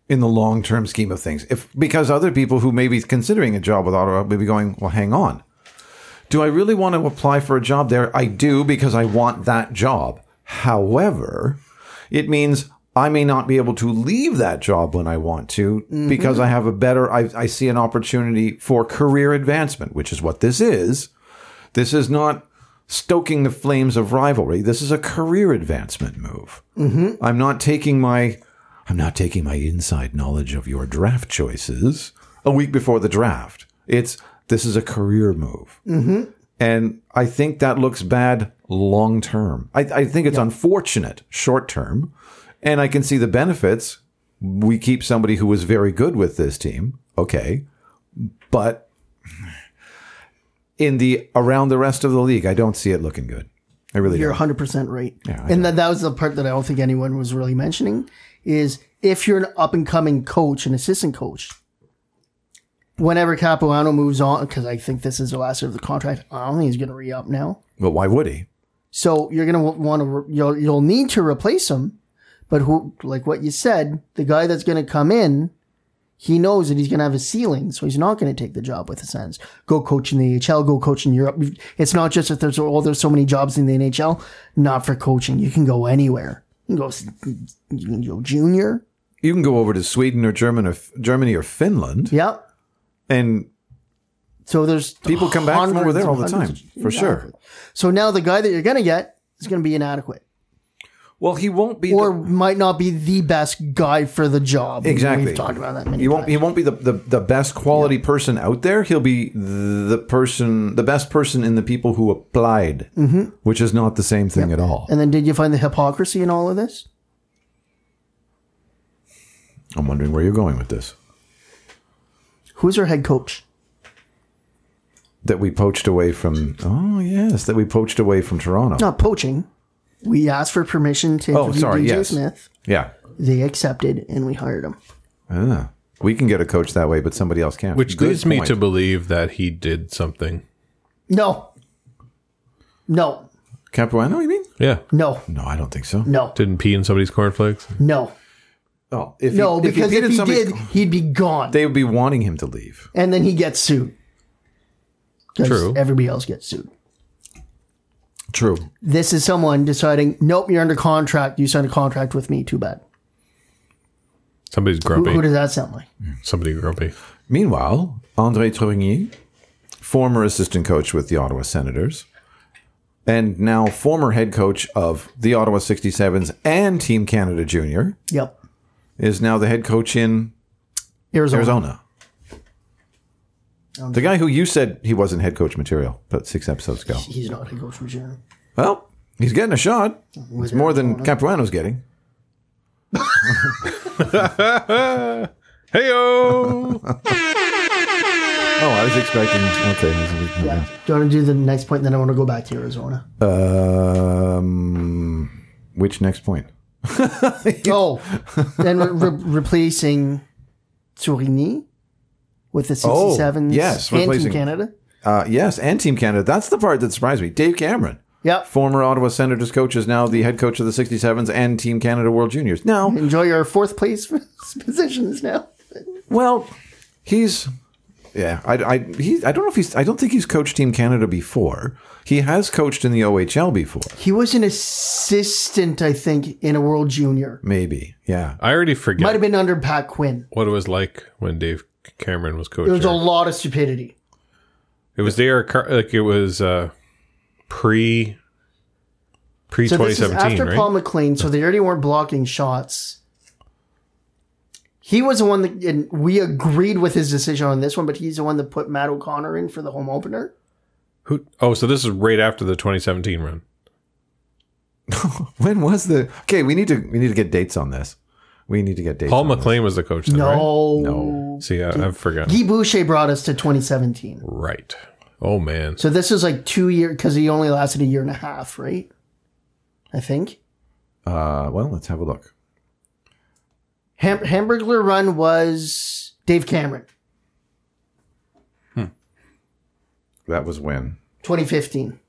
Speaker 6: in the long term scheme of things. If because other people who may be considering a job with Ottawa may be going, well, hang on. Do I really want to apply for a job there? I do because I want that job. However, it means I may not be able to leave that job when I want to because I have a better, I, I see an opportunity for career advancement, which is what this is. This is not stoking the flames of rivalry. This is a career advancement move. Mm-hmm. I'm not taking my, I'm not taking my inside knowledge of your draft choices a week before the draft. It's, this is a career move. And I think that looks bad long term. I, I think it's unfortunate short term. And I can see the benefits. We keep somebody who was very good with this team. Okay. But in the around the rest of the league, I don't see it looking good. I really
Speaker 2: You're
Speaker 6: don't.
Speaker 2: 100% right. and that, that was the part that I don't think anyone was really mentioning is if you're an up and coming coach, an assistant coach, whenever Capuano moves on, because I think this is the last year of the contract, I don't think he's going to re up now.
Speaker 6: But why would he?
Speaker 2: So you're going to want to, you'll, you'll need to replace him. But who, like what you said, the guy that's going to come in, he knows that he's going to have a ceiling. So he's not going to take the job with the Sens. Go coach in the AHL, go coach in Europe. It's not just that there's, oh, there's so many jobs in the NHL. Not for coaching. You can go anywhere. You can go, s- you can go junior.
Speaker 6: You can go over to Sweden or German or Germany or Finland,
Speaker 2: Yep.
Speaker 6: and
Speaker 2: So there's
Speaker 6: people come back from over
Speaker 2: hundreds
Speaker 6: there
Speaker 2: and
Speaker 6: all the time
Speaker 2: hundreds of-
Speaker 6: for sure.
Speaker 2: So now the guy that you're going to get is going to be inadequate.
Speaker 6: Well, he won't be
Speaker 2: or
Speaker 6: the-
Speaker 2: might not be the best guy for the job.
Speaker 6: Exactly.
Speaker 2: We've talked about that many
Speaker 6: He won't.
Speaker 2: times.
Speaker 6: He won't be the, the, the best quality person out there. He'll be the person, the best person in the people who applied, which is not the same thing at all.
Speaker 2: Mm-hmm. and then did you find the hypocrisy in all of this?
Speaker 6: I'm wondering where you're going with this.
Speaker 2: Who's our head coach?
Speaker 6: That we poached away from. Oh yes, that we poached away from Toronto.
Speaker 2: Not poaching. We asked for permission to
Speaker 6: Oh,
Speaker 2: interview
Speaker 6: sorry,
Speaker 2: DJ
Speaker 6: yes.
Speaker 2: Smith.
Speaker 6: Yeah,
Speaker 2: They accepted and we hired him.
Speaker 6: Ah. we can get a coach that way, but somebody else can't.
Speaker 7: Which
Speaker 6: Good
Speaker 7: leads me
Speaker 6: point.
Speaker 7: to believe that he did something.
Speaker 2: No. No.
Speaker 6: Capuano. You mean?
Speaker 7: Yeah.
Speaker 2: No.
Speaker 6: No, I don't think so.
Speaker 2: No.
Speaker 7: Didn't pee in somebody's cornflakes.
Speaker 2: No.
Speaker 6: Oh, if
Speaker 2: No,
Speaker 6: he,
Speaker 2: because
Speaker 6: if he,
Speaker 2: if
Speaker 6: did
Speaker 2: he
Speaker 6: somebody's-
Speaker 2: did, he'd be gone.
Speaker 6: they would be wanting him to leave.
Speaker 2: and then he gets sued. 'Cause
Speaker 7: True.
Speaker 2: Everybody else gets sued.
Speaker 6: True.
Speaker 2: This is someone deciding, nope, you're under contract. You signed a contract with me. Too bad.
Speaker 7: Somebody's
Speaker 2: Who,
Speaker 7: grumpy.
Speaker 2: who does that sound like?
Speaker 7: Somebody grumpy.
Speaker 6: Meanwhile, Andre Tourigny, former assistant coach with the Ottawa Senators, and now former head coach of the Ottawa 67s and Team Canada Junior,
Speaker 2: Yep.
Speaker 6: is now the head coach in
Speaker 2: Arizona.
Speaker 6: Arizona. The guy who you said he wasn't head coach material, but six episodes ago.
Speaker 2: He's not a coach from Sharon.
Speaker 6: Well, he's getting a shot. It's more than Capuano's getting.
Speaker 7: Hey
Speaker 6: Oh, I was expecting. Okay.
Speaker 2: Yeah. Do you want to do the next point? Then I want to go back to Arizona.
Speaker 6: Um, which next point?
Speaker 2: oh, then re- re- replacing Tourigny with the 67s
Speaker 6: Oh, yes,
Speaker 2: and Team
Speaker 6: replacing-
Speaker 2: Canada.
Speaker 6: Uh, yes, and Team Canada. That's the part that surprised me. Dave Cameron,
Speaker 2: Yep.
Speaker 6: former Ottawa Senators coach, is now the head coach of the 67s and Team Canada World Juniors. Now,
Speaker 2: Enjoy your fourth place positions now.
Speaker 6: well, he's yeah. I, I he I don't know if he's I don't think he's coached Team Canada before. He has coached in the OHL before,
Speaker 2: He was an assistant, I think, in a World Junior.
Speaker 6: maybe. Yeah,
Speaker 7: I already forget
Speaker 2: Might have been under Pat Quinn.
Speaker 7: what it was like when Dave Cameron was coach.
Speaker 2: There was a
Speaker 7: here.
Speaker 2: lot of stupidity.
Speaker 7: It was the era car- like it was uh, pre pre
Speaker 2: So
Speaker 7: twenty
Speaker 2: this is
Speaker 7: seventeen,
Speaker 2: after
Speaker 7: right?
Speaker 2: Paul McLean, so they already weren't blocking shots. He was the one that and we agreed with his decision on this one, but he's the one that put Matt O'Connor in for the home opener.
Speaker 7: Who? Oh, so this is right after the twenty seventeen run.
Speaker 6: when was the? Okay, we need to we need to get dates on this. We need to get dates.
Speaker 7: Paul
Speaker 6: on this.
Speaker 7: McLean was the coach. Then,
Speaker 2: No.
Speaker 7: right? see, I, I've forgotten.
Speaker 2: Guy Boucher brought us to 2017.
Speaker 7: Right. Oh man.
Speaker 2: So this is like two year because he only lasted a year and a half, right? I think.
Speaker 6: Uh, well, let's have a look.
Speaker 2: Ham- Hamburglar run was Dave Cameron,
Speaker 6: That was when
Speaker 2: 2015.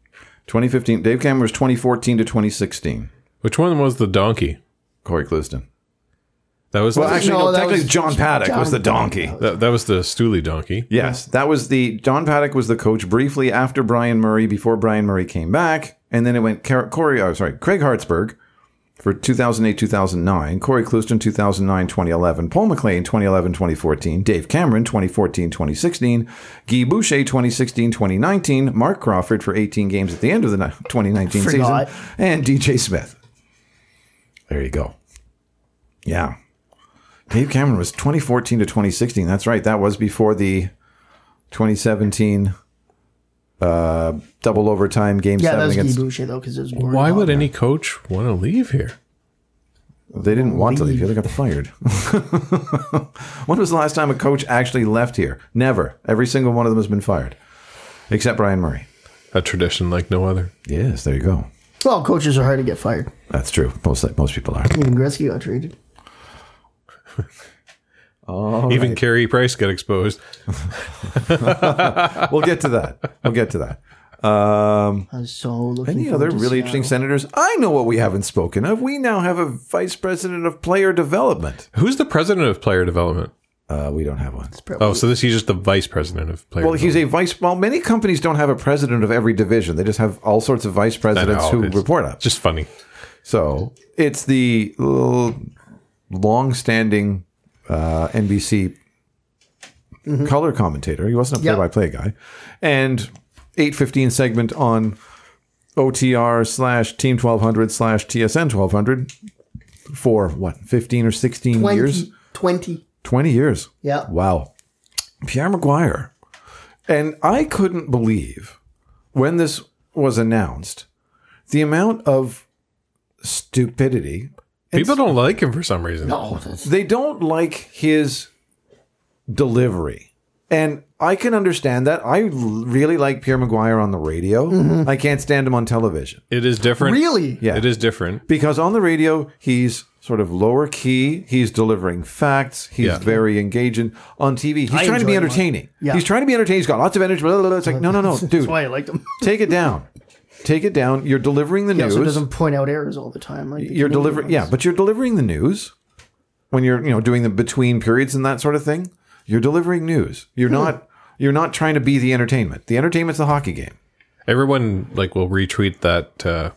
Speaker 6: 2015. Dave Cameron was 2014 to 2016.
Speaker 7: Which one was the donkey?
Speaker 6: Corey Cliston.
Speaker 7: That was
Speaker 6: Well,
Speaker 7: the,
Speaker 6: actually,
Speaker 2: No,
Speaker 6: no,
Speaker 2: that
Speaker 6: technically,
Speaker 2: was
Speaker 6: John Paddock
Speaker 2: John
Speaker 6: was the
Speaker 2: Paddock.
Speaker 6: donkey.
Speaker 7: that, that was the Stooley donkey.
Speaker 6: Yes, that was the John Paddock was the coach briefly after Brian Murray, before Brian Murray came back, and then it went Car- Corey. Oh, sorry, Craig Hartsburg for for 2008 2009, Corey Clouston 2009 2011, Paul McLean 2011 2014, Dave Cameron 2014 2016, Guy Boucher 2016 2019, Mark Crawford for 18 games at the end of the ni- 2019
Speaker 2: Forgot.
Speaker 6: season, and DJ Smith. There you go. Yeah. Dave Cameron was 2014 to 2016. That's right. That was before the 2017 uh, double overtime game
Speaker 2: Yeah, that
Speaker 6: seven
Speaker 2: was Guy
Speaker 6: against.
Speaker 2: Boucher though, because it was boring.
Speaker 7: Why would any coach want to leave here?
Speaker 6: They didn't want to leave here. They got fired. when was the last time a coach actually left here? Never. Every single one of them has been fired, except Brian Murray.
Speaker 7: A tradition like no other.
Speaker 6: Yes, there you go.
Speaker 2: Well, coaches are hard to get fired.
Speaker 6: That's true. Most most people are.
Speaker 2: Even Gretzky got traded.
Speaker 7: Even Carey Price got exposed.
Speaker 6: We'll get to that. We'll get to that. Um,
Speaker 2: I was so looking.
Speaker 6: Any
Speaker 2: forward
Speaker 6: other
Speaker 2: to
Speaker 6: really interesting
Speaker 2: Seattle.
Speaker 6: senators? I know what we haven't spoken of. We now have a vice president of player development.
Speaker 7: Who's the president of player development?
Speaker 6: Uh, we don't have one.
Speaker 7: Oh, so this he's just the vice president of player.
Speaker 6: Well, he's a vice. Well, many companies don't have a president of every division. They just have all sorts of vice
Speaker 7: development.
Speaker 6: presidents
Speaker 7: I know,
Speaker 6: who
Speaker 7: it's
Speaker 6: report up.
Speaker 7: Just funny.
Speaker 6: So it's the uh, long-standing uh, NBC color commentator. He wasn't a
Speaker 2: Yep.
Speaker 6: play-by-play guy, and eight fifteen segment on OTR slash Team twelve hundred slash TSN twelve hundred for what fifteen or sixteen
Speaker 2: 20,
Speaker 6: years,
Speaker 2: 20.
Speaker 6: twenty years.
Speaker 2: Yeah.
Speaker 6: Wow. Pierre Maguire. And I couldn't believe when this was announced the amount of stupidity.
Speaker 7: People don't like him for some reason.
Speaker 2: Oh, that's
Speaker 6: They don't like his delivery. And I can understand that. I l- really like Pierre Maguire on the radio. I can't stand him on television
Speaker 7: It is different.
Speaker 2: really.
Speaker 6: Yeah.
Speaker 7: It is different.
Speaker 6: because on the radio he's sort of lower key. He's delivering facts. He's
Speaker 7: Yeah.
Speaker 6: very engaging. On TV, he's trying to
Speaker 2: enjoy
Speaker 6: be
Speaker 2: him on-
Speaker 6: entertaining.
Speaker 2: Yeah.
Speaker 6: He's trying to be entertaining. He's got lots of energy. Blah, blah, blah. It's like no, no, no, dude,
Speaker 2: That's why I liked him.
Speaker 6: take it down, take it down. You're delivering the
Speaker 2: He also
Speaker 6: news.
Speaker 2: doesn't point out errors all the time. Like the
Speaker 6: You're
Speaker 2: Canadian
Speaker 6: delivering,
Speaker 2: ones.
Speaker 6: yeah, but you're delivering the news when you're you know doing the between periods and that sort of thing. You're delivering news.
Speaker 2: Hmm.
Speaker 6: You're not you're not trying to be the entertainment. The entertainment's the hockey game.
Speaker 7: Everyone like will retweet that. Uh,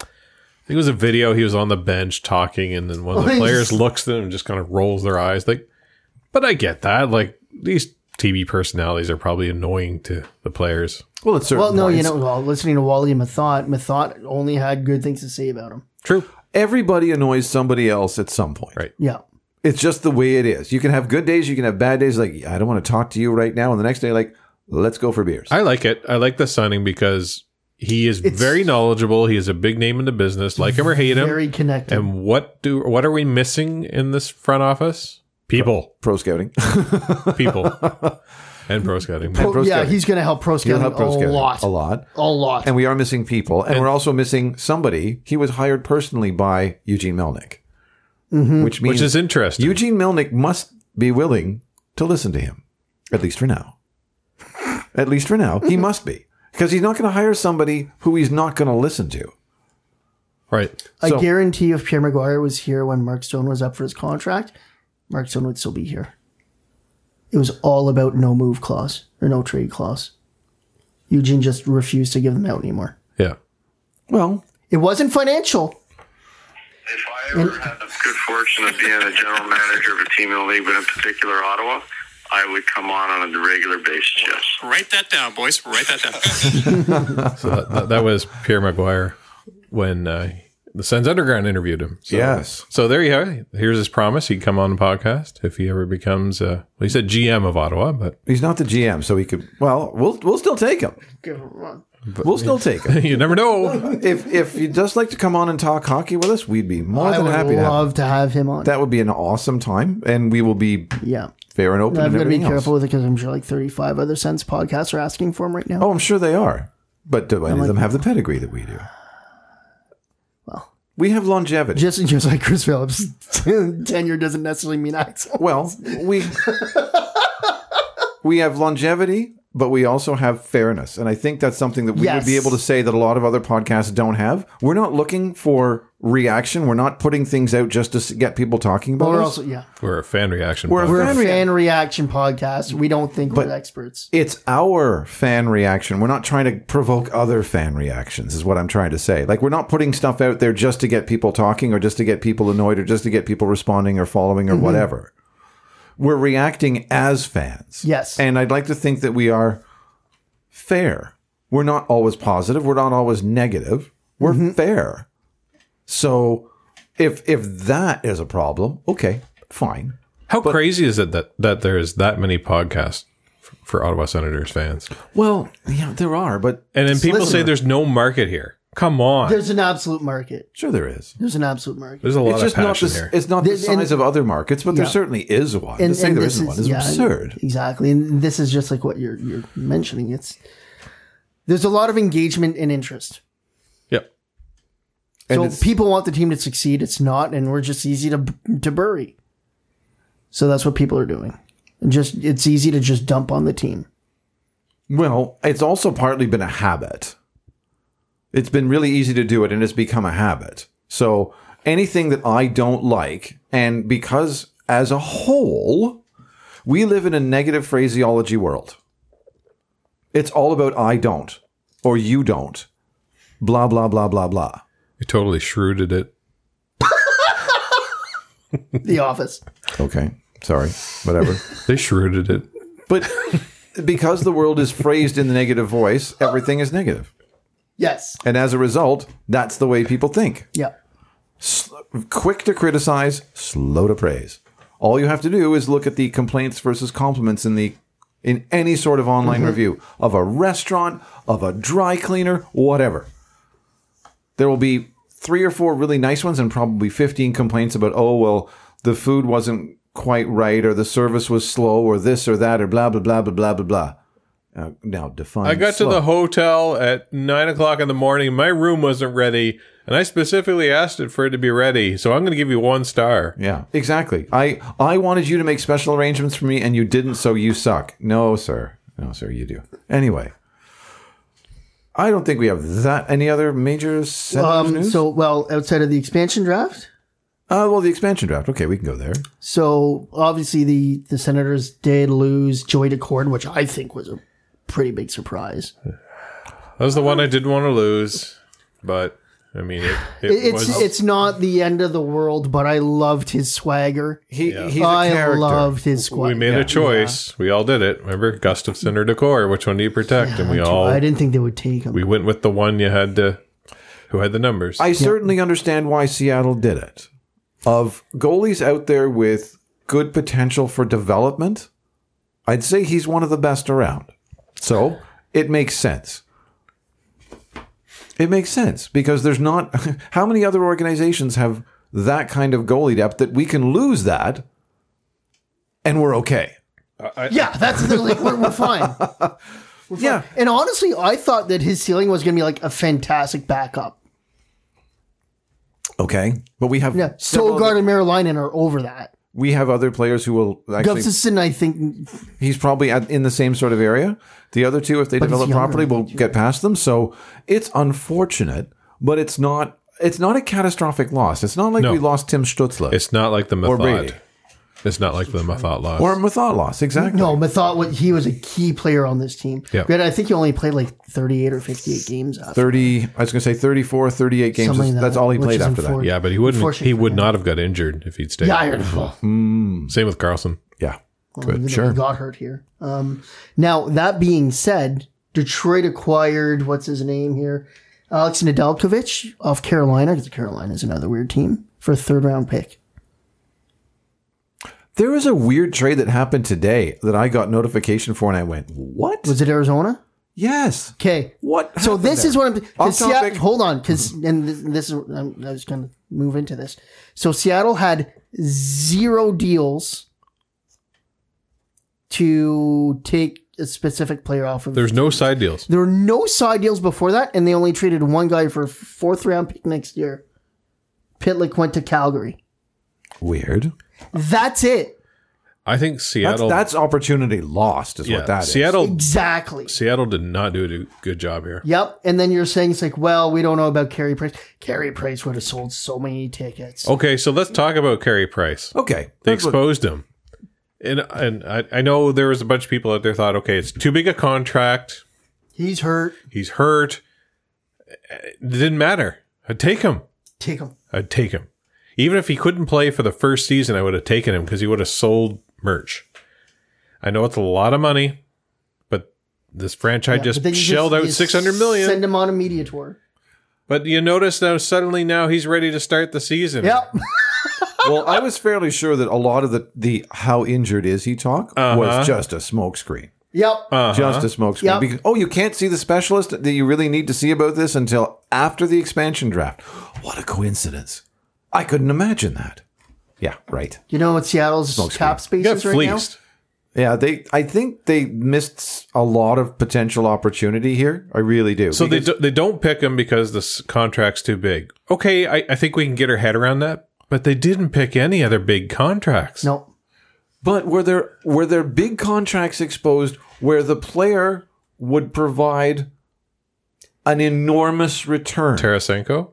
Speaker 7: I think it was a video. He was on the bench talking, and then one of
Speaker 2: Oh,
Speaker 7: the
Speaker 2: he's-
Speaker 7: players looks at him and just kind of rolls their eyes. Like, but I get that. Like these TV personalities are probably annoying to the players.
Speaker 6: Well, it's certain
Speaker 2: Well, no, you
Speaker 6: points.
Speaker 2: know, well, listening to Wally Mathot, Mathot only had good things to say about him.
Speaker 7: True.
Speaker 6: everybody annoys somebody else at some point.
Speaker 7: Right.
Speaker 2: Yeah.
Speaker 6: it's just the way it is. You can have good days, you can have bad days. Like I don't want to talk to you right now, and the next day, like let's go for beers.
Speaker 7: I like it. I like the signing because he is very knowledgeable. He is a big name in the business. Like him or hate him.
Speaker 2: Very connected.
Speaker 7: and what do what are we missing in this front office? People,
Speaker 6: Pro scouting,
Speaker 7: people, and pro scouting.
Speaker 2: Pro-
Speaker 6: pro
Speaker 2: yeah,
Speaker 6: scouting.
Speaker 2: he's going to help pro
Speaker 6: You'll
Speaker 2: scouting,
Speaker 6: have pro
Speaker 2: a,
Speaker 6: scouting.
Speaker 2: lot,
Speaker 6: a lot,
Speaker 2: A lot.
Speaker 6: and we are missing people, and, we're also missing somebody. He was hired personally by Eugene Melnick, which means
Speaker 7: Mm-hmm. Which is interesting.
Speaker 6: Eugene Melnick must be willing to listen to him, at least for now. at least for now, he must be because he's not going to hire somebody who he's not going to listen to.
Speaker 7: right.
Speaker 6: so-
Speaker 2: I guarantee if Pierre Maguire was here when Mark Stone was up for his contract, Mark Stone would still be here. It was all about no move clause or no trade clause. Eugene just refused to give them out anymore.
Speaker 7: Yeah.
Speaker 6: Well,
Speaker 2: It wasn't financial.
Speaker 8: If I ever had the good fortune of being a general manager of a team in the league, but in particular Ottawa, I would come on on a regular basis, yes.
Speaker 9: Write that down, boys. Write that down.
Speaker 7: So that, that, that was Pierre Maguire when uh, the Sens Underground interviewed him. So,
Speaker 6: yes,
Speaker 7: So there you have it. Here's his promise. He'd come on the podcast if he ever becomes, uh, well, he said GM of Ottawa, but
Speaker 6: he's not the GM, so he could. Well, we'll we'll still take him. We'll still take him.
Speaker 7: you never know.
Speaker 6: If if you'd just like to come on and talk hockey with us, we'd be more
Speaker 2: I
Speaker 6: than
Speaker 2: would
Speaker 6: happy. to have
Speaker 2: love to have him on.
Speaker 6: that would be an awesome time, and we will be
Speaker 2: yeah.
Speaker 6: fair and open.
Speaker 2: I'm
Speaker 6: and
Speaker 2: going to be
Speaker 6: everything
Speaker 2: careful
Speaker 6: Else.
Speaker 2: with it because I'm sure like 35 other Sense podcasts are asking for him right now.
Speaker 6: Oh, I'm sure they are, but do any of them have the pedigree that we do?
Speaker 2: Well.
Speaker 6: we have longevity.
Speaker 2: Just, just like Chris Phillips, tenure doesn't necessarily mean access.
Speaker 6: well, we we have longevity, but we also have fairness. And I think that's something that we would be
Speaker 2: Yes.
Speaker 6: able to say that a lot of other podcasts don't have. We're not looking for reaction. We're not putting things out just to s- get people talking about
Speaker 2: Or
Speaker 6: us.
Speaker 2: also, yeah,
Speaker 7: We're a fan reaction.
Speaker 6: We're a
Speaker 2: we're
Speaker 7: podcast.
Speaker 2: a
Speaker 6: Fan rea-
Speaker 2: fan reaction podcast. We don't think
Speaker 6: But-
Speaker 2: we're experts.
Speaker 6: it's our fan reaction. We're not trying to provoke other fan reactions, is what I'm trying to say. Like, we're not putting stuff out there just to get people talking or just to get people annoyed or just to get people responding or following or whatever. We're reacting as fans.
Speaker 2: Yes.
Speaker 6: And I'd like to think that we are fair. We're not always positive. We're not always negative. We're fair. So if if that is a problem, okay, fine.
Speaker 7: How crazy is it that that there is that many podcasts f- for Ottawa Senators fans?
Speaker 6: Well, yeah, there are, but
Speaker 7: And then people say
Speaker 6: listener.
Speaker 7: there's no market here. Come on. There's,
Speaker 2: There's an absolute market.
Speaker 6: sure there is.
Speaker 2: There's an absolute market.
Speaker 7: a lot
Speaker 6: it's
Speaker 7: of
Speaker 6: just not
Speaker 7: passion
Speaker 6: the,
Speaker 7: here.
Speaker 6: It's not the
Speaker 2: This- and-
Speaker 6: size of other markets, but there
Speaker 2: Yeah.
Speaker 6: certainly is one. to say there
Speaker 2: this
Speaker 6: isn't one is
Speaker 2: yeah,
Speaker 6: absurd.
Speaker 2: Exactly, and this is just like what you're you're mentioning. It's there's a lot of engagement and interest.
Speaker 7: Yep.
Speaker 6: And
Speaker 2: So
Speaker 6: it's-
Speaker 2: people want the team to succeed. It's not, and we're just easy to to bury. So that's what people are doing. And Just it's easy to just dump on the team.
Speaker 6: Well, it's also partly been a habit. It's been really easy to do it and it's become a habit. So anything that I don't like, and because as a whole, we live in a negative phraseology world, it's all about I don't or you don't, blah, blah, blah, blah, blah.
Speaker 7: You totally shrewded it.
Speaker 2: The office.
Speaker 6: Okay. Sorry. Whatever.
Speaker 7: They shrewded it.
Speaker 6: But because the world is phrased in the negative voice, everything is negative.
Speaker 2: Yes.
Speaker 6: And as a result, that's the way people think.
Speaker 2: Yeah.
Speaker 6: Quick to criticize, slow to praise. All you have to do is look at the complaints versus compliments in the in any sort of online
Speaker 7: Mm-hmm.
Speaker 6: review of a restaurant, of a dry cleaner, whatever. There will be three or four really nice ones and probably 15 complaints about, oh, well, the food wasn't quite right or the service was slow or this or that or blah, blah, blah, blah, blah, blah, blah. Uh, now, define
Speaker 7: I got
Speaker 6: slow.
Speaker 7: to the hotel at nine o'clock in the morning. My room wasn't ready, and I specifically asked it for it to be ready. So I'm going to give you one star.
Speaker 6: Yeah, exactly. I I wanted you to make special arrangements for me, and you didn't, so you suck. No, sir. No, sir, you do. Anyway, I don't think we have that. Any other major Senators
Speaker 2: Um.
Speaker 6: news?
Speaker 2: So well, outside of the expansion draft,
Speaker 6: uh, well, the expansion draft. Okay, we can go there.
Speaker 2: So obviously the the Senators did lose Joy Decord, which I think was a pretty big surprise.
Speaker 7: That was the one I didn't want to lose, but I mean, it, it,
Speaker 2: It- It's
Speaker 7: was.
Speaker 2: it's not the end of the world, but I loved his swagger.
Speaker 6: He, he's a
Speaker 2: I
Speaker 6: character.
Speaker 2: loved his
Speaker 7: we
Speaker 2: swagger.
Speaker 7: made a choice. We all did it. Remember, Gustafson or Decor? Which one do you protect? and we all
Speaker 2: I didn't think they would take him.
Speaker 7: we went with the one you had to, who had the numbers.
Speaker 6: I certainly understand why Seattle did it. Of goalies out there with good potential for development, I'd say he's one of the best around. So it makes sense. It makes sense because there's not how many other organizations have that kind of goalie depth that we can lose that and we're okay.
Speaker 2: yeah, that's they're like we're, we're fine.
Speaker 6: Yeah.
Speaker 2: And honestly, I thought that his ceiling was going to be like a fantastic backup.
Speaker 6: Okay. But we have
Speaker 2: Yeah,
Speaker 6: several
Speaker 2: Sogard
Speaker 6: other-
Speaker 2: and Marilinen are over that.
Speaker 6: we have other players who will actually
Speaker 2: Gustafsson, I think,
Speaker 6: he's probably at, in the same sort of area. The other two, if they
Speaker 2: he's
Speaker 6: develop
Speaker 2: younger,
Speaker 6: properly, will
Speaker 2: right?
Speaker 6: get past them. So it's unfortunate, but it's not it's not a catastrophic loss. It's not like
Speaker 7: No.
Speaker 6: we lost Tim Stutzla
Speaker 7: it's not like the
Speaker 6: or Brady
Speaker 7: Mathot. It's not like the Mathot loss.
Speaker 6: or Mathot loss. Exactly.
Speaker 2: no, Mathot, what- he was a key player on this team.
Speaker 7: Yeah.
Speaker 2: But I think he only played like 38 or 58 games after.
Speaker 6: 30 I was going to say 34 38 games.
Speaker 2: Something like
Speaker 6: that's
Speaker 2: that,
Speaker 6: all he
Speaker 2: which
Speaker 6: played
Speaker 2: is
Speaker 6: after that.
Speaker 2: unfortunate.
Speaker 7: yeah, but he wouldn't.
Speaker 2: Unfortunately
Speaker 7: He
Speaker 2: for
Speaker 7: would
Speaker 2: him.
Speaker 7: not have got injured if he'd stayed.
Speaker 2: Yeah, I heard. Well,
Speaker 7: Same with Carlson.
Speaker 6: Yeah.
Speaker 2: even though
Speaker 6: Good. Sure.
Speaker 2: He got hurt here. Um, now that being said, Detroit acquired what's his name here, Alex Nedeljkovic off Carolina because Carolina is another weird team for a third round pick.
Speaker 6: There was a weird trade that happened today that I got notification for and I went, "What?"
Speaker 2: Was it Arizona?
Speaker 6: yes.
Speaker 2: Okay.
Speaker 6: What
Speaker 2: So
Speaker 6: happened
Speaker 2: this
Speaker 6: there?
Speaker 2: is what I'm. 'cause
Speaker 6: Off
Speaker 2: Seattle-
Speaker 6: topic.
Speaker 2: hold on, because and this, this is I'm, I was going to move into this. So Seattle had zero deals to take a specific player off of.
Speaker 7: There's no side deals.
Speaker 2: There were no side deals before that, and they only traded one guy for a fourth round pick next year. Pitlick went to Calgary.
Speaker 6: Weird.
Speaker 2: That's it.
Speaker 7: I think
Speaker 6: That's,
Speaker 7: Seattle.
Speaker 6: that's opportunity lost, is
Speaker 7: yeah,
Speaker 6: what that is.
Speaker 7: Seattle.
Speaker 2: Exactly.
Speaker 7: Seattle did not do a do- good job here.
Speaker 2: Yep. And then you're saying it's like, well, we don't know about Carey Price. Carey Price would have sold so many
Speaker 6: Oh.
Speaker 2: tickets.
Speaker 7: Okay, so let's talk about Carey Price.
Speaker 6: Okay.
Speaker 7: They
Speaker 6: That's what-
Speaker 7: exposed him, and and I, I know there was a bunch of people out there thought, okay, it's too big a contract.
Speaker 2: He's hurt.
Speaker 7: He's hurt. It didn't matter. I'd take him.
Speaker 2: Take him.
Speaker 7: I'd take him. Even if he couldn't play for the first season, I would have taken him because he would have sold merch. I know it's a lot of money, but this franchise
Speaker 2: Yeah,
Speaker 7: just
Speaker 2: but then you
Speaker 7: shelled
Speaker 2: just-
Speaker 7: out
Speaker 2: you
Speaker 7: six hundred million.
Speaker 2: Send him on a media tour.
Speaker 7: but you notice now suddenly now he's ready to start the season.
Speaker 2: Yep.
Speaker 6: well, I was fairly sure that a lot of the, the how injured is he talk
Speaker 7: Uh-huh.
Speaker 6: was just a smokescreen.
Speaker 2: Yep.
Speaker 7: Oh.
Speaker 6: Just a smokescreen.
Speaker 2: Yep.
Speaker 6: Because, oh, you can't see the specialist that you really need to see about this until after the expansion draft. What a coincidence. I couldn't imagine that. Yeah, right.
Speaker 2: you know what Seattle's cap
Speaker 7: He
Speaker 2: space
Speaker 7: got
Speaker 2: is right
Speaker 7: fleeced.
Speaker 6: Yeah, they. I think they missed a lot of potential opportunity here. I really do.
Speaker 7: So
Speaker 6: Because-
Speaker 7: they do, they don't pick him because this contract's too big. Okay, I, I think we can get our head around that. But they didn't pick any other big contracts.
Speaker 2: now? No.
Speaker 6: But were there were there big contracts exposed where the player would provide an enormous return?
Speaker 7: Tarasenko.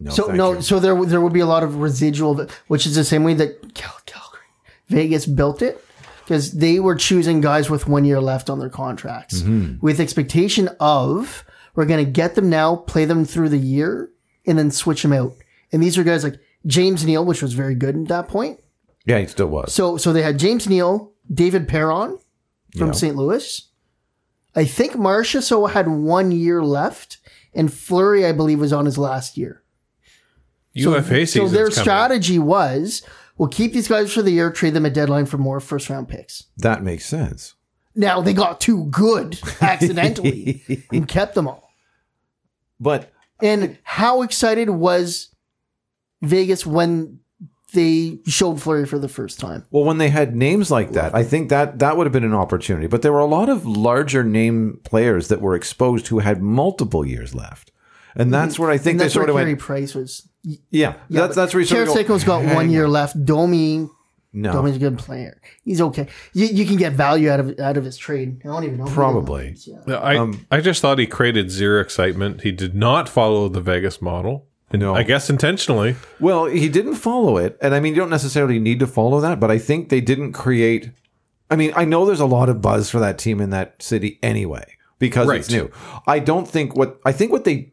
Speaker 6: No,
Speaker 2: So
Speaker 6: thank
Speaker 2: no,
Speaker 6: you.
Speaker 2: so there there would be a lot of residual, which is the same way that Cal- Calgary, Vegas built it, because they were choosing guys with one year left on their contracts,
Speaker 6: Mm-hmm.
Speaker 2: with expectation of we're going to get them now, play them through the year, and then switch them out. And these are guys like James Neal, which was very good at that point.
Speaker 6: yeah, he still was.
Speaker 2: So so they had James Neal, David Perron from St. Louis. I think Marcia so had one year left, and Flurry I believe was on his last year.
Speaker 7: UFA
Speaker 2: So
Speaker 7: season's
Speaker 2: their
Speaker 7: coming.
Speaker 2: strategy was we'll keep these guys for the year, trade them a deadline for more first round picks.
Speaker 6: That makes sense.
Speaker 2: Now they got too good accidentally and kept them all.
Speaker 6: But
Speaker 2: And how excited was Vegas when they showed Flurry for the first time?
Speaker 6: well, when they had names like that, I think that that would have been an opportunity. But there were a lot of larger name players that were exposed who had multiple years left, and that's where I think
Speaker 2: And
Speaker 6: they
Speaker 2: that's
Speaker 6: sort
Speaker 2: where
Speaker 6: of
Speaker 2: Carey
Speaker 6: went.
Speaker 2: Price was.
Speaker 6: Yeah, that's that's where you sort of go,
Speaker 2: Tarasenko's got one
Speaker 6: hang
Speaker 2: year
Speaker 6: on.
Speaker 2: left. Domi,
Speaker 6: No,
Speaker 2: Domi's a good player. He's okay. You, you can get value out of out of his trade. I don't even know. who the
Speaker 6: Probably.
Speaker 2: numbers, yeah.
Speaker 7: I
Speaker 2: Um,
Speaker 7: I just thought he created zero excitement. He did not follow the Vegas model.
Speaker 6: no.
Speaker 7: I guess intentionally.
Speaker 6: Well, he didn't follow it. And I mean, you don't necessarily need to follow that, but I think they didn't create. I mean, I know there's a lot of buzz for that team in that city anyway because it's
Speaker 7: Right.
Speaker 6: new. I don't think what I think what they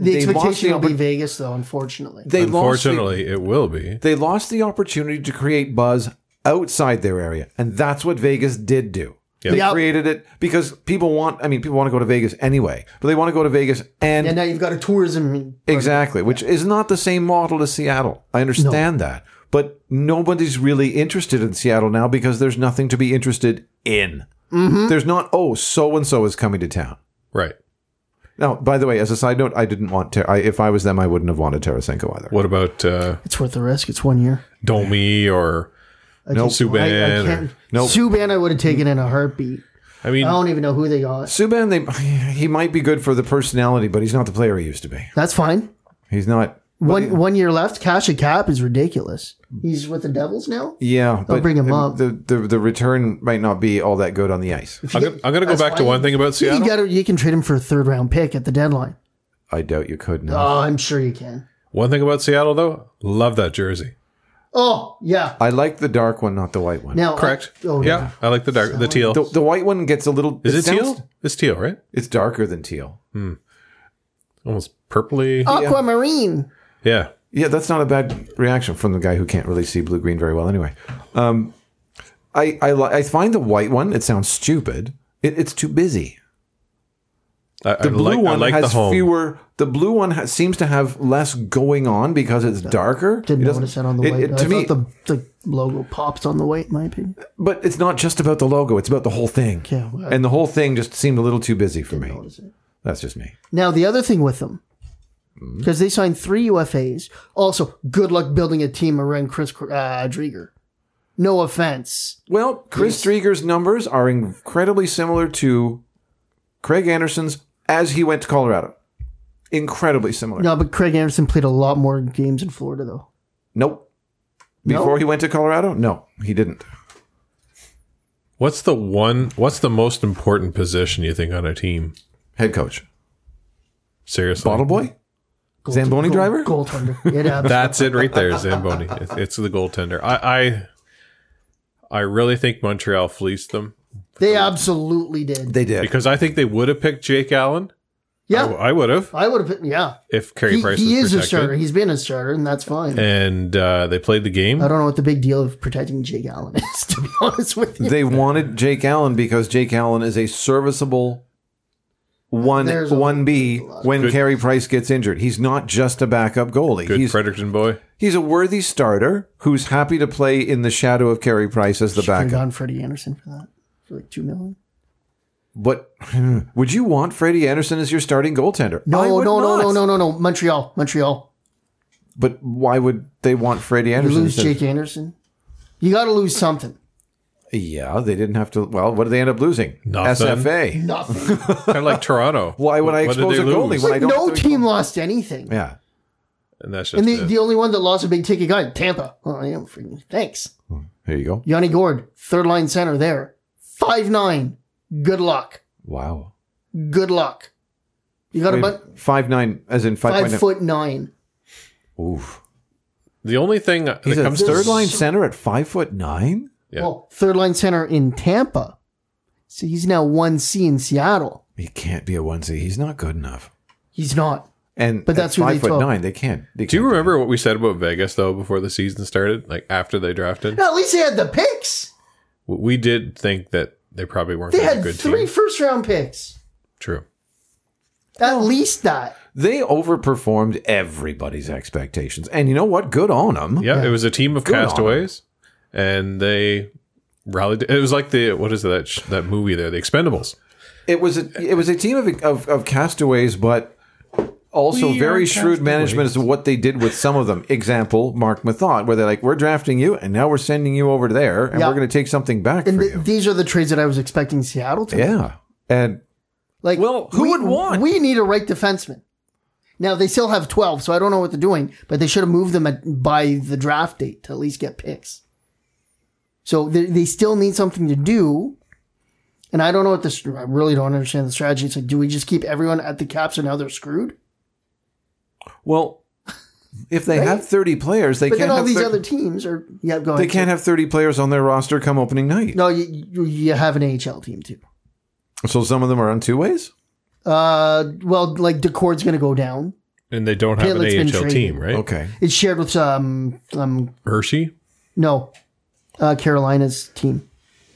Speaker 2: The
Speaker 6: they lost
Speaker 2: expectation
Speaker 6: the
Speaker 2: will be
Speaker 6: oppor-
Speaker 2: Vegas, though. Unfortunately,
Speaker 6: they lost
Speaker 7: Unfortunately, it will be.
Speaker 6: the, they lost the opportunity to create buzz outside their area, and that's what Vegas did do. They
Speaker 2: Yep.
Speaker 6: created it because people want. I mean, people want to go to Vegas anyway, but they want to go to Vegas and
Speaker 2: and now you've got a tourism.
Speaker 6: Exactly, which is not the same model as Seattle. I understand that. But nobody's really interested in Seattle now because there's nothing to be interested in. There's not, oh, so and so is coming to town.
Speaker 7: Right.
Speaker 6: Now, by the way, as a side note, I didn't want to. I, if I was them, I wouldn't have wanted Tarasenko either.
Speaker 7: What about uh,
Speaker 2: It's worth the risk. It's one year.
Speaker 7: Domi or
Speaker 6: Nope.
Speaker 7: Subban?
Speaker 2: I, I can't.
Speaker 7: or-
Speaker 6: Nope.
Speaker 2: Subban, I would have taken in a heartbeat.
Speaker 7: I mean,
Speaker 2: I don't even know who they got.
Speaker 6: Subban, they, he might be good for the personality, but he's not the player he used to be.
Speaker 2: That's fine.
Speaker 6: He's not.
Speaker 2: One one year left. Cash a cap is ridiculous. He's with the Devils now.
Speaker 6: Yeah, but
Speaker 2: bring him up.
Speaker 6: The, the the return might not be all that good on the ice.
Speaker 7: I'm, gonna, I'm gonna go back to one thing about
Speaker 2: You
Speaker 7: Seattle.
Speaker 2: got You can trade him for a third round pick at the deadline.
Speaker 6: I doubt you could. No.
Speaker 2: Oh, I'm sure you can.
Speaker 7: one thing about Seattle though, love that jersey.
Speaker 2: Oh yeah.
Speaker 6: I like the dark one, not the white one.
Speaker 2: Now
Speaker 7: Correct.
Speaker 2: I- oh
Speaker 7: yeah, I like the dark, the teal.
Speaker 6: The, the white one gets a little.
Speaker 7: Is it,
Speaker 6: sounds-
Speaker 7: teal? It's teal, right?
Speaker 6: It's darker than teal.
Speaker 7: Almost purpley.
Speaker 2: no. Aquamarine.
Speaker 7: yeah.
Speaker 6: Yeah, that's not a bad reaction from the guy who can't really see blue green very well. Anyway, um, I I, li- I find the white one. It sounds stupid. It, it's too busy.
Speaker 7: I,
Speaker 6: The
Speaker 7: I
Speaker 6: blue
Speaker 7: like, I
Speaker 6: one
Speaker 7: like the
Speaker 6: has
Speaker 7: home.
Speaker 6: fewer. The blue one ha- seems to have less going on because it's darker.
Speaker 2: Didn't
Speaker 6: It doesn't-
Speaker 2: notice that on the
Speaker 6: it-
Speaker 2: white.
Speaker 6: it-
Speaker 2: I
Speaker 6: to
Speaker 2: thought
Speaker 6: me,
Speaker 2: the the logo popped on the white. In my opinion.
Speaker 6: but it's not just about the logo. It's about the whole thing.
Speaker 2: Yeah, well, I-
Speaker 6: and the whole thing just seemed a little too busy for me. That's just me.
Speaker 2: Now the other thing with them,
Speaker 6: Mm.
Speaker 2: because they signed three UFAs. Also, good luck building a team around Chris uh, Drieger. No offense.
Speaker 6: Well, Chris Drieger's numbers are incredibly similar to Craig Anderson's as he went to Colorado. Incredibly similar.
Speaker 2: No, but Craig Anderson played a lot more games in Florida though.
Speaker 6: Nope. Before he went to Colorado? No, he didn't.
Speaker 7: What's the one? What's the most important position you think on a team?
Speaker 6: Head coach.
Speaker 7: Seriously,
Speaker 6: Bottle boy?
Speaker 2: Goal-
Speaker 6: Zamboni
Speaker 2: goal-
Speaker 6: driver?
Speaker 2: Goaltender. It happens.
Speaker 7: That's it right there, Zamboni. It's- It's the goaltender. I, I, I really think Montreal fleeced them
Speaker 2: they absolutely did.
Speaker 6: They did.
Speaker 7: because I think they would have picked Jake Allen. I,
Speaker 2: yeah.
Speaker 7: would have
Speaker 2: I would have, yeah.
Speaker 7: if Carey
Speaker 2: He,
Speaker 7: Price
Speaker 2: he
Speaker 7: was
Speaker 2: is a
Speaker 7: protected.
Speaker 2: starter. He's been a starter, and that's fine.
Speaker 7: and uh, they played the game.
Speaker 2: I don't know what the big deal of protecting Jake Allen is, to be honest with you.
Speaker 6: they wanted Jake Allen because Jake Allen is a serviceable one
Speaker 2: There's a
Speaker 6: one B when Carey Price gets injured. He's not just a backup goalie.
Speaker 7: Good
Speaker 6: he's
Speaker 7: Fredericton boy.
Speaker 6: he's a worthy starter who's happy to play in the shadow of Carey Price as the
Speaker 2: Could have
Speaker 6: backup.
Speaker 2: gone Freddie Anderson for that for like two million.
Speaker 6: But would you want Freddie Anderson as your starting goaltender?
Speaker 2: No,
Speaker 6: I
Speaker 2: no,
Speaker 6: would
Speaker 2: no,
Speaker 6: not.
Speaker 2: no, no, no, no. Montreal, Montreal.
Speaker 6: But why would they want Freddie
Speaker 2: You
Speaker 6: Anderson?
Speaker 2: lose
Speaker 6: instead-
Speaker 2: Jake Anderson. You got to lose something.
Speaker 6: Yeah, they didn't have to. Well, what did they end up losing?
Speaker 7: Nothing.
Speaker 6: SFA.
Speaker 2: Nothing.
Speaker 7: kind of like Toronto.
Speaker 6: Why would I
Speaker 7: What did
Speaker 6: expose
Speaker 7: they
Speaker 6: a goalie
Speaker 7: lose?
Speaker 6: when I
Speaker 2: Like
Speaker 6: don't?
Speaker 2: no
Speaker 6: have to-
Speaker 2: team lost anything.
Speaker 6: Yeah.
Speaker 7: And that's just
Speaker 2: And the,
Speaker 7: it.
Speaker 2: the only one that lost a big ticket guy, Tampa. Oh, I am freaking. Thanks.
Speaker 6: There you go.
Speaker 2: Yanni Gord, third line center there. 5 9. Good luck.
Speaker 6: Wow.
Speaker 2: Good luck. You got a bunch.
Speaker 6: five nine, as in five,
Speaker 2: Five
Speaker 6: point-
Speaker 2: foot nine.
Speaker 6: Oof.
Speaker 7: The only thing that
Speaker 6: He's a
Speaker 7: comes
Speaker 6: third
Speaker 7: to
Speaker 6: line center at five foot nine.
Speaker 7: Yeah.
Speaker 2: Well, third line center in Tampa. So he's now 1C in Seattle.
Speaker 6: He can't be a onesie. He's not good enough.
Speaker 2: He's not.
Speaker 6: And
Speaker 2: But
Speaker 6: at
Speaker 2: that's who they
Speaker 6: five foot
Speaker 2: took.
Speaker 6: nine. They can't. They
Speaker 7: Do you
Speaker 6: can't
Speaker 7: remember what we said about Vegas though before the season started? Like after they drafted,
Speaker 2: No, at least they had the picks.
Speaker 7: W- we did think that they probably weren't
Speaker 2: They
Speaker 7: gonna be
Speaker 2: had
Speaker 7: a good
Speaker 2: three
Speaker 7: team.
Speaker 2: first round picks.
Speaker 7: True.
Speaker 2: At least that.
Speaker 6: They overperformed everybody's expectations. And you know what? Good on them.
Speaker 7: Yeah, it was a team of
Speaker 6: Good on 'em.
Speaker 7: castaways, and they rallied. It was like the what is that sh- that movie there, The Expendables.
Speaker 6: It was a it was a team of of, of castaways, but also
Speaker 7: We
Speaker 6: very
Speaker 7: are
Speaker 6: shrewd management as to what they did with some of them. Example, Mark Mathot, where they're like, "We're drafting you, and now we're sending you over there, and
Speaker 2: Yeah.
Speaker 6: we're going to take something back
Speaker 2: And
Speaker 6: for
Speaker 2: th-
Speaker 6: you."
Speaker 2: these are the trades that I was expecting Seattle to. make.
Speaker 6: yeah, and
Speaker 2: Like,
Speaker 6: Well, who
Speaker 2: we-
Speaker 6: would want?
Speaker 2: We need a right defenseman. Now they still have twelve, so I don't know what they're doing, but they should have moved them at, by the draft date to at least get picks. So they, they still need something to do, and I don't know what this. I really don't understand the strategy. It's like, do we just keep everyone at the cap so now they're screwed?
Speaker 6: well, if they have thirty players, they
Speaker 2: But
Speaker 6: can't
Speaker 2: then all
Speaker 6: have
Speaker 2: these
Speaker 6: 30
Speaker 2: other teams are yeah. Go ahead.
Speaker 6: they can't have thirty players on their roster come opening night.
Speaker 2: No, you, you you have an AHL team too.
Speaker 6: So some of them are on two ways.
Speaker 2: Uh, well, like Decord's going to go down.
Speaker 7: And they don't have
Speaker 2: Pitlick's been
Speaker 7: an AHL
Speaker 2: traded.
Speaker 7: team, right?
Speaker 6: Okay,
Speaker 2: It's shared with um um
Speaker 7: Hershey,
Speaker 2: no, uh, Carolina's team.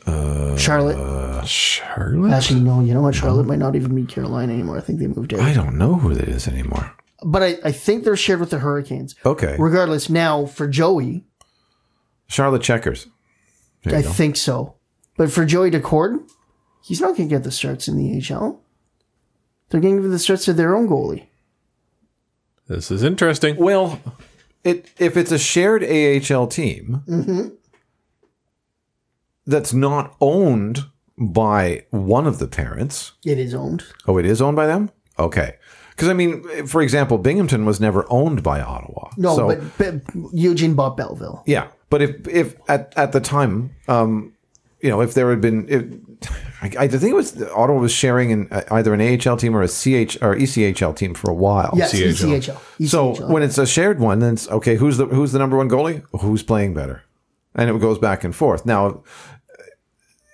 Speaker 6: Uh,
Speaker 2: Charlotte.
Speaker 7: Charlotte.
Speaker 2: Actually, no. You know what? Charlotte might not even be Carolina anymore. I think they moved
Speaker 6: I
Speaker 2: out.
Speaker 6: don't know who that is anymore.
Speaker 2: But I, I think they're shared with the Hurricanes.
Speaker 6: Okay,
Speaker 2: Regardless, now for Joey,
Speaker 6: Charlotte Checkers. There you
Speaker 2: I
Speaker 6: go.
Speaker 2: think so. But for Joey Decord, he's not going to get the starts in the AHL. They're going to give the starts to their own goalie.
Speaker 7: This is interesting.
Speaker 6: Well, it if it's a shared AHL team
Speaker 2: Mm-hmm.
Speaker 6: that's not owned by one of the parents.
Speaker 2: It is owned.
Speaker 6: Oh, it is owned by them. Okay, because I mean, for example, Binghamton was never owned by Ottawa.
Speaker 2: No,
Speaker 6: So-
Speaker 2: but, but Eugene bought Belleville.
Speaker 6: yeah, but if if at at the time, um, you know, if there had been, if, I, I think it was Ottawa was sharing an, uh, either an AHL team or a CH or E ECHL team for a while.
Speaker 2: Yes,
Speaker 7: ECHL.
Speaker 2: ECHL. ECHL.
Speaker 6: So when it's a shared one, then it's okay. Who's the who's the number one goalie? Who's playing better? And it goes back and forth. Now,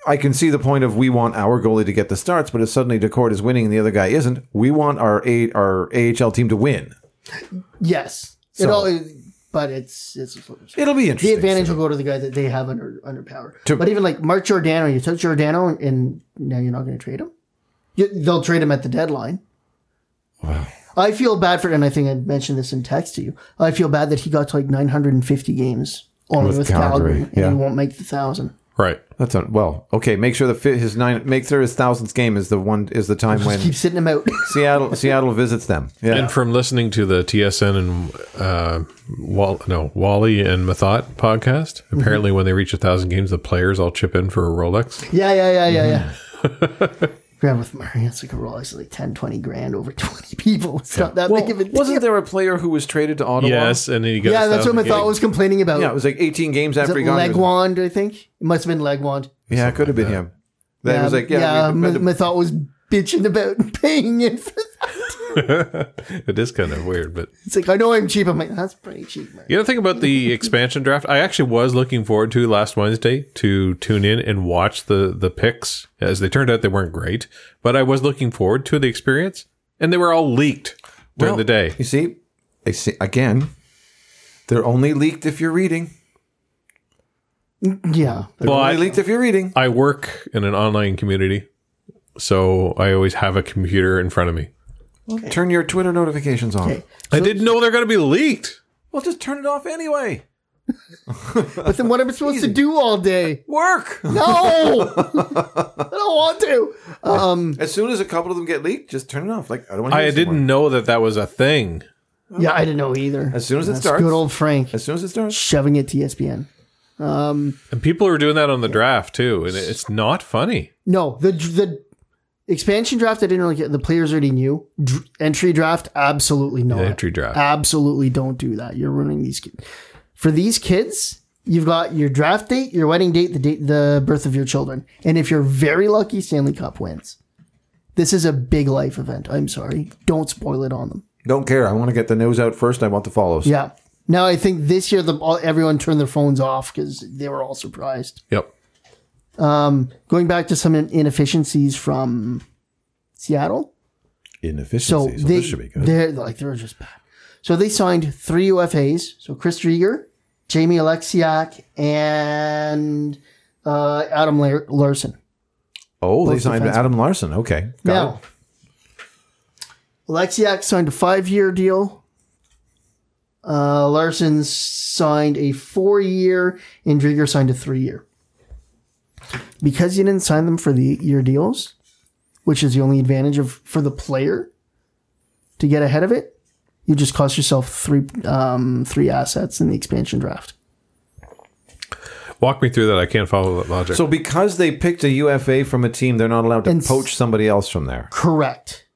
Speaker 6: I can see the point of we want our goalie to get the starts, but if suddenly Decord is winning and the other guy isn't, we want our a, our AHL team to win.
Speaker 2: yes, it
Speaker 6: So-
Speaker 2: all, but it's it's
Speaker 6: It'll be
Speaker 2: the
Speaker 6: interesting.
Speaker 2: advantage will go to the guy that they have under under power.
Speaker 6: To-
Speaker 2: but even like Mark Giordano, you took Giordano, and now you're not going to trade him. You, they'll trade him at the deadline. I feel bad for, and I think I mentioned this in text to you. I feel bad that he got to like 950 games only with,
Speaker 6: With
Speaker 2: Calgary,
Speaker 6: Calgary,
Speaker 2: and
Speaker 6: yeah.
Speaker 2: he won't make the thousand.
Speaker 7: Right.
Speaker 6: That's a, well, okay. Make sure the fit his nine, make sure his thousandth game is the one is the time when
Speaker 2: Keep sitting him out.
Speaker 6: Seattle Seattle visits them. Yeah,
Speaker 7: And from listening to the TSN and uh, Wall, no Wally and Mathot podcast, apparently when they reach a thousand games, the players all chip in for a Rolex.
Speaker 2: yeah, yeah, yeah, yeah, yeah. Grand with Murray, it's like a roll. It's like 10, 20 grand over 20 people. It's not that
Speaker 6: Well,
Speaker 2: big of a deal.
Speaker 6: wasn't there a player who was traded to Ottawa?
Speaker 7: Yes, and then you got
Speaker 2: Yeah,
Speaker 7: a
Speaker 2: that's what
Speaker 7: thousand
Speaker 2: Mathot
Speaker 7: games.
Speaker 2: was complaining about.
Speaker 6: Yeah, it was like 18 games
Speaker 2: Is
Speaker 6: after
Speaker 2: it
Speaker 6: he got. he was-
Speaker 2: Legwand, I think? It must have been Legwand.
Speaker 6: Yeah, it could have been him. That was like, yeah, we- we-
Speaker 2: my, my thought was bitching about paying it for that.
Speaker 7: it is kind of weird, but
Speaker 2: It's like I know I'm cheap. I'm like that's pretty cheap, man.
Speaker 7: the other thing about the expansion draft, I actually was looking forward to last Wednesday to tune in and watch the the picks. As they turned out, they weren't great, but I was looking forward to the experience, and they were all leaked during
Speaker 6: Well,
Speaker 7: the day.
Speaker 6: You see, I see again. They're only leaked if you're reading.
Speaker 2: Yeah,
Speaker 6: They're
Speaker 7: But-
Speaker 6: only leaked if you're reading.
Speaker 7: I work in an online community, so I always have a computer in front of me.
Speaker 6: Turn your Twitter notifications off.
Speaker 2: Okay.
Speaker 7: I didn't know they're going to be leaked.
Speaker 6: Well, just turn it off anyway.
Speaker 2: But then what am I supposed to do all day?
Speaker 6: Work.
Speaker 2: No, I don't want to.
Speaker 6: As soon as a couple of them get leaked, just turn it off. Like I don't want.
Speaker 7: I didn't know that that was a thing.
Speaker 2: Yeah, I didn't know either.
Speaker 6: As soon as it
Speaker 2: That's
Speaker 6: starts.
Speaker 2: good old Frank
Speaker 6: As soon as it starts,
Speaker 2: shoving it to E ESPN.
Speaker 7: And people are doing that on the draft too, and it- it's not funny.
Speaker 2: No, the the expansion draft. I didn't really get. The players already knew. Dr- entry draft, absolutely not.
Speaker 7: The entry draft.
Speaker 2: absolutely don't do that. You're ruining these kids. For these kids, you've got your draft date, your wedding date, the date, the birth of your children, and if you're very lucky, Stanley Cup wins. This is a big life event. I'm sorry, don't spoil it on them.
Speaker 6: don't care. I want to get the nose out first. I want the follows.
Speaker 2: Yeah. Now I think this year the all, everyone turned their phones off because they were all surprised.
Speaker 7: Yep.
Speaker 2: Going back to some in- inefficiencies from Seattle. So
Speaker 6: Inefficiencies.
Speaker 2: they,
Speaker 6: this should be good.
Speaker 2: they're like they're just bad. So they signed three UFAs. So Chris Drieger, Jamie Alexiak, and uh, Adam Lar- Larson.
Speaker 6: Oh, they
Speaker 2: both
Speaker 6: signed
Speaker 2: defensemen.
Speaker 6: Adam Larson. Okay, got
Speaker 2: now,
Speaker 6: it.
Speaker 2: Alexiak signed a five-year deal. Uh, Larson signed a four-year, and Drieger signed a three-year. Because you didn't sign them for the year deals, which is the only advantage of for the player to get ahead of it, you just cost yourself three um, three assets in the expansion draft.
Speaker 7: Walk me through that. I can't follow that logic.
Speaker 6: So because they picked a UFA from a team, they're not allowed to
Speaker 2: And s-
Speaker 6: poach somebody else from there.
Speaker 2: Correct.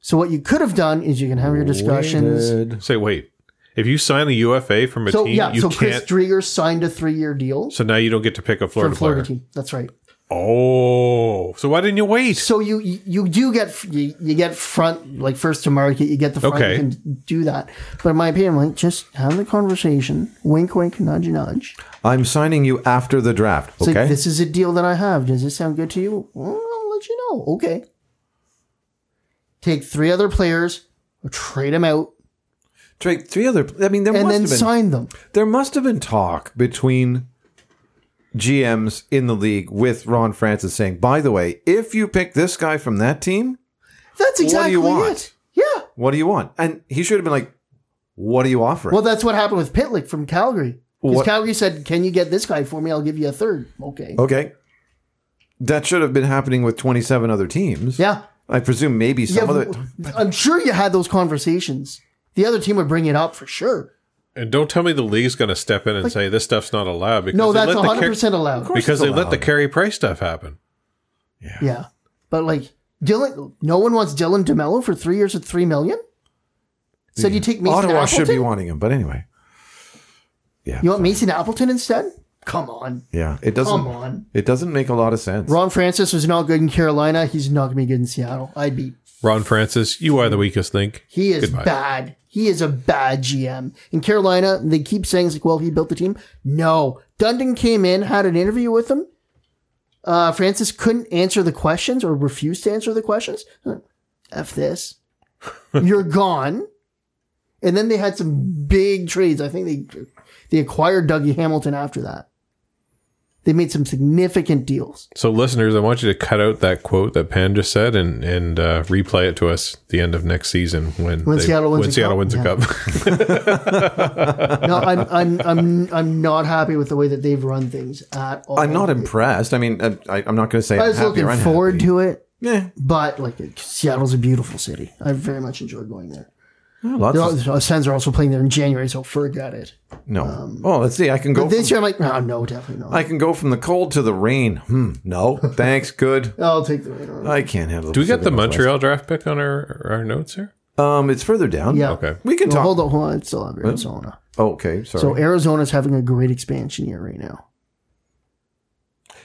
Speaker 2: So what you could have done is you can have your discussions.
Speaker 6: Waited.
Speaker 7: Say, wait. If you sign a UFA from a
Speaker 2: So
Speaker 7: team,
Speaker 2: yeah,
Speaker 7: you
Speaker 2: so Chris
Speaker 7: can't.
Speaker 2: Drieger signed a three-year deal
Speaker 7: so now you don't get to pick a
Speaker 2: for
Speaker 7: Florida,
Speaker 2: the Florida
Speaker 7: player.
Speaker 2: team. That's right.
Speaker 7: Oh, so why didn't you wait?
Speaker 2: So you you you do get you, you get front like first to market. You get the front.
Speaker 7: Okay.
Speaker 2: You can do that. But in my opinion, like just have the conversation. Wink, wink, nudge, nudge.
Speaker 6: I'm signing you after the draft.
Speaker 2: It's
Speaker 6: Okay.
Speaker 2: like, this is a deal that I have. Does this sound good to you? Well, I'll let you know. Okay. Take three other players, trade them out,
Speaker 6: Tra- three other. I mean, there
Speaker 2: and
Speaker 6: must
Speaker 2: then
Speaker 6: have been
Speaker 2: sign them.
Speaker 6: there must have been talk between GMs in the league with Ron Francis saying, "By the way, if you pick this guy from that team,
Speaker 2: That's
Speaker 6: do you
Speaker 2: exactly
Speaker 6: want?
Speaker 2: it. Yeah.
Speaker 6: what do you want?" And he should have been like, "What are you offering?"
Speaker 2: Well, that's what happened with Pitlick from Calgary. Because
Speaker 6: What- Oh.
Speaker 2: Calgary said, "Can you get this guy for me? I'll give you a third. Okay.
Speaker 6: okay, that should have been happening with 27 other teams.
Speaker 2: Yeah.
Speaker 6: I presume maybe some
Speaker 2: yeah,
Speaker 6: other.
Speaker 2: I'm sure you had those conversations. The other team would bring it up for sure.
Speaker 7: and don't tell me the league's going to step in and say this stuff's not allowed. Because
Speaker 2: No,
Speaker 7: they
Speaker 2: that's
Speaker 7: let the
Speaker 2: 100
Speaker 7: Car-
Speaker 2: percent allowed.
Speaker 7: because
Speaker 6: it's
Speaker 7: they let the
Speaker 6: allowed.
Speaker 7: carry price stuff happen.
Speaker 2: Yeah, but like Dylan, no one wants Dylan Demello for three years at three million. Said you take Mason
Speaker 6: Ottawa
Speaker 2: Appleton.
Speaker 6: should be wanting him, but anyway, yeah,
Speaker 2: you want Mason Appleton instead? Come on,
Speaker 6: yeah, it doesn't.
Speaker 2: come on.
Speaker 6: It doesn't make a lot of sense.
Speaker 2: Ron Francis was not good in Carolina. He's not going to be good in Seattle. I'd be.
Speaker 7: Ron Francis, you are the weakest link.
Speaker 2: He is
Speaker 7: Goodbye.
Speaker 2: bad. He is a bad GM in Carolina. They keep saying it's like, well, he built the team. No, Dundon came in, had an interview with him. Uh, Francis couldn't answer the questions or refused to answer the questions. F this. You're gone. And then they had some big trades. I think they they acquired Dougie Hamilton after that. They made some significant deals.
Speaker 7: So, listeners, I want you to cut out that quote that Pan just said and and uh, replay it to us at the end of next season when,
Speaker 2: When Seattle wins
Speaker 7: when
Speaker 2: a
Speaker 7: Seattle
Speaker 2: cup?
Speaker 7: wins a
Speaker 2: Yeah.
Speaker 7: cup.
Speaker 2: No, I'm I'm I'm I'm not happy with the way that they've run things at all.
Speaker 6: I'm not impressed. I mean, I, I, I'm not going to say
Speaker 2: I
Speaker 6: I'm
Speaker 2: was
Speaker 6: happy or
Speaker 2: looking
Speaker 6: unhappy.
Speaker 2: forward to it,
Speaker 6: Yeah,
Speaker 2: but like Seattle's a beautiful city. I very much enjoy going there.
Speaker 6: lots
Speaker 2: The
Speaker 6: of
Speaker 2: the Sens are also playing there in January, so forget it.
Speaker 6: No. oh, let's see. I can go.
Speaker 2: um, This
Speaker 6: from,
Speaker 2: year, I'm like, no, no, definitely not.
Speaker 6: I can go from the cold to the rain. Hmm. No. Thanks. Good.
Speaker 2: I'll take the radar.
Speaker 6: I can't handle.
Speaker 7: Do we get the
Speaker 6: Pacific
Speaker 7: Montreal draft pick on our our notes here?
Speaker 6: Northwest. Um, it's further down.
Speaker 2: Yeah.
Speaker 7: Okay.
Speaker 6: We can
Speaker 2: No,
Speaker 6: talk.
Speaker 2: hold on, hold on. It's still under Arizona.
Speaker 6: Oh, okay. Sorry.
Speaker 2: So Arizona's having a great expansion year right now.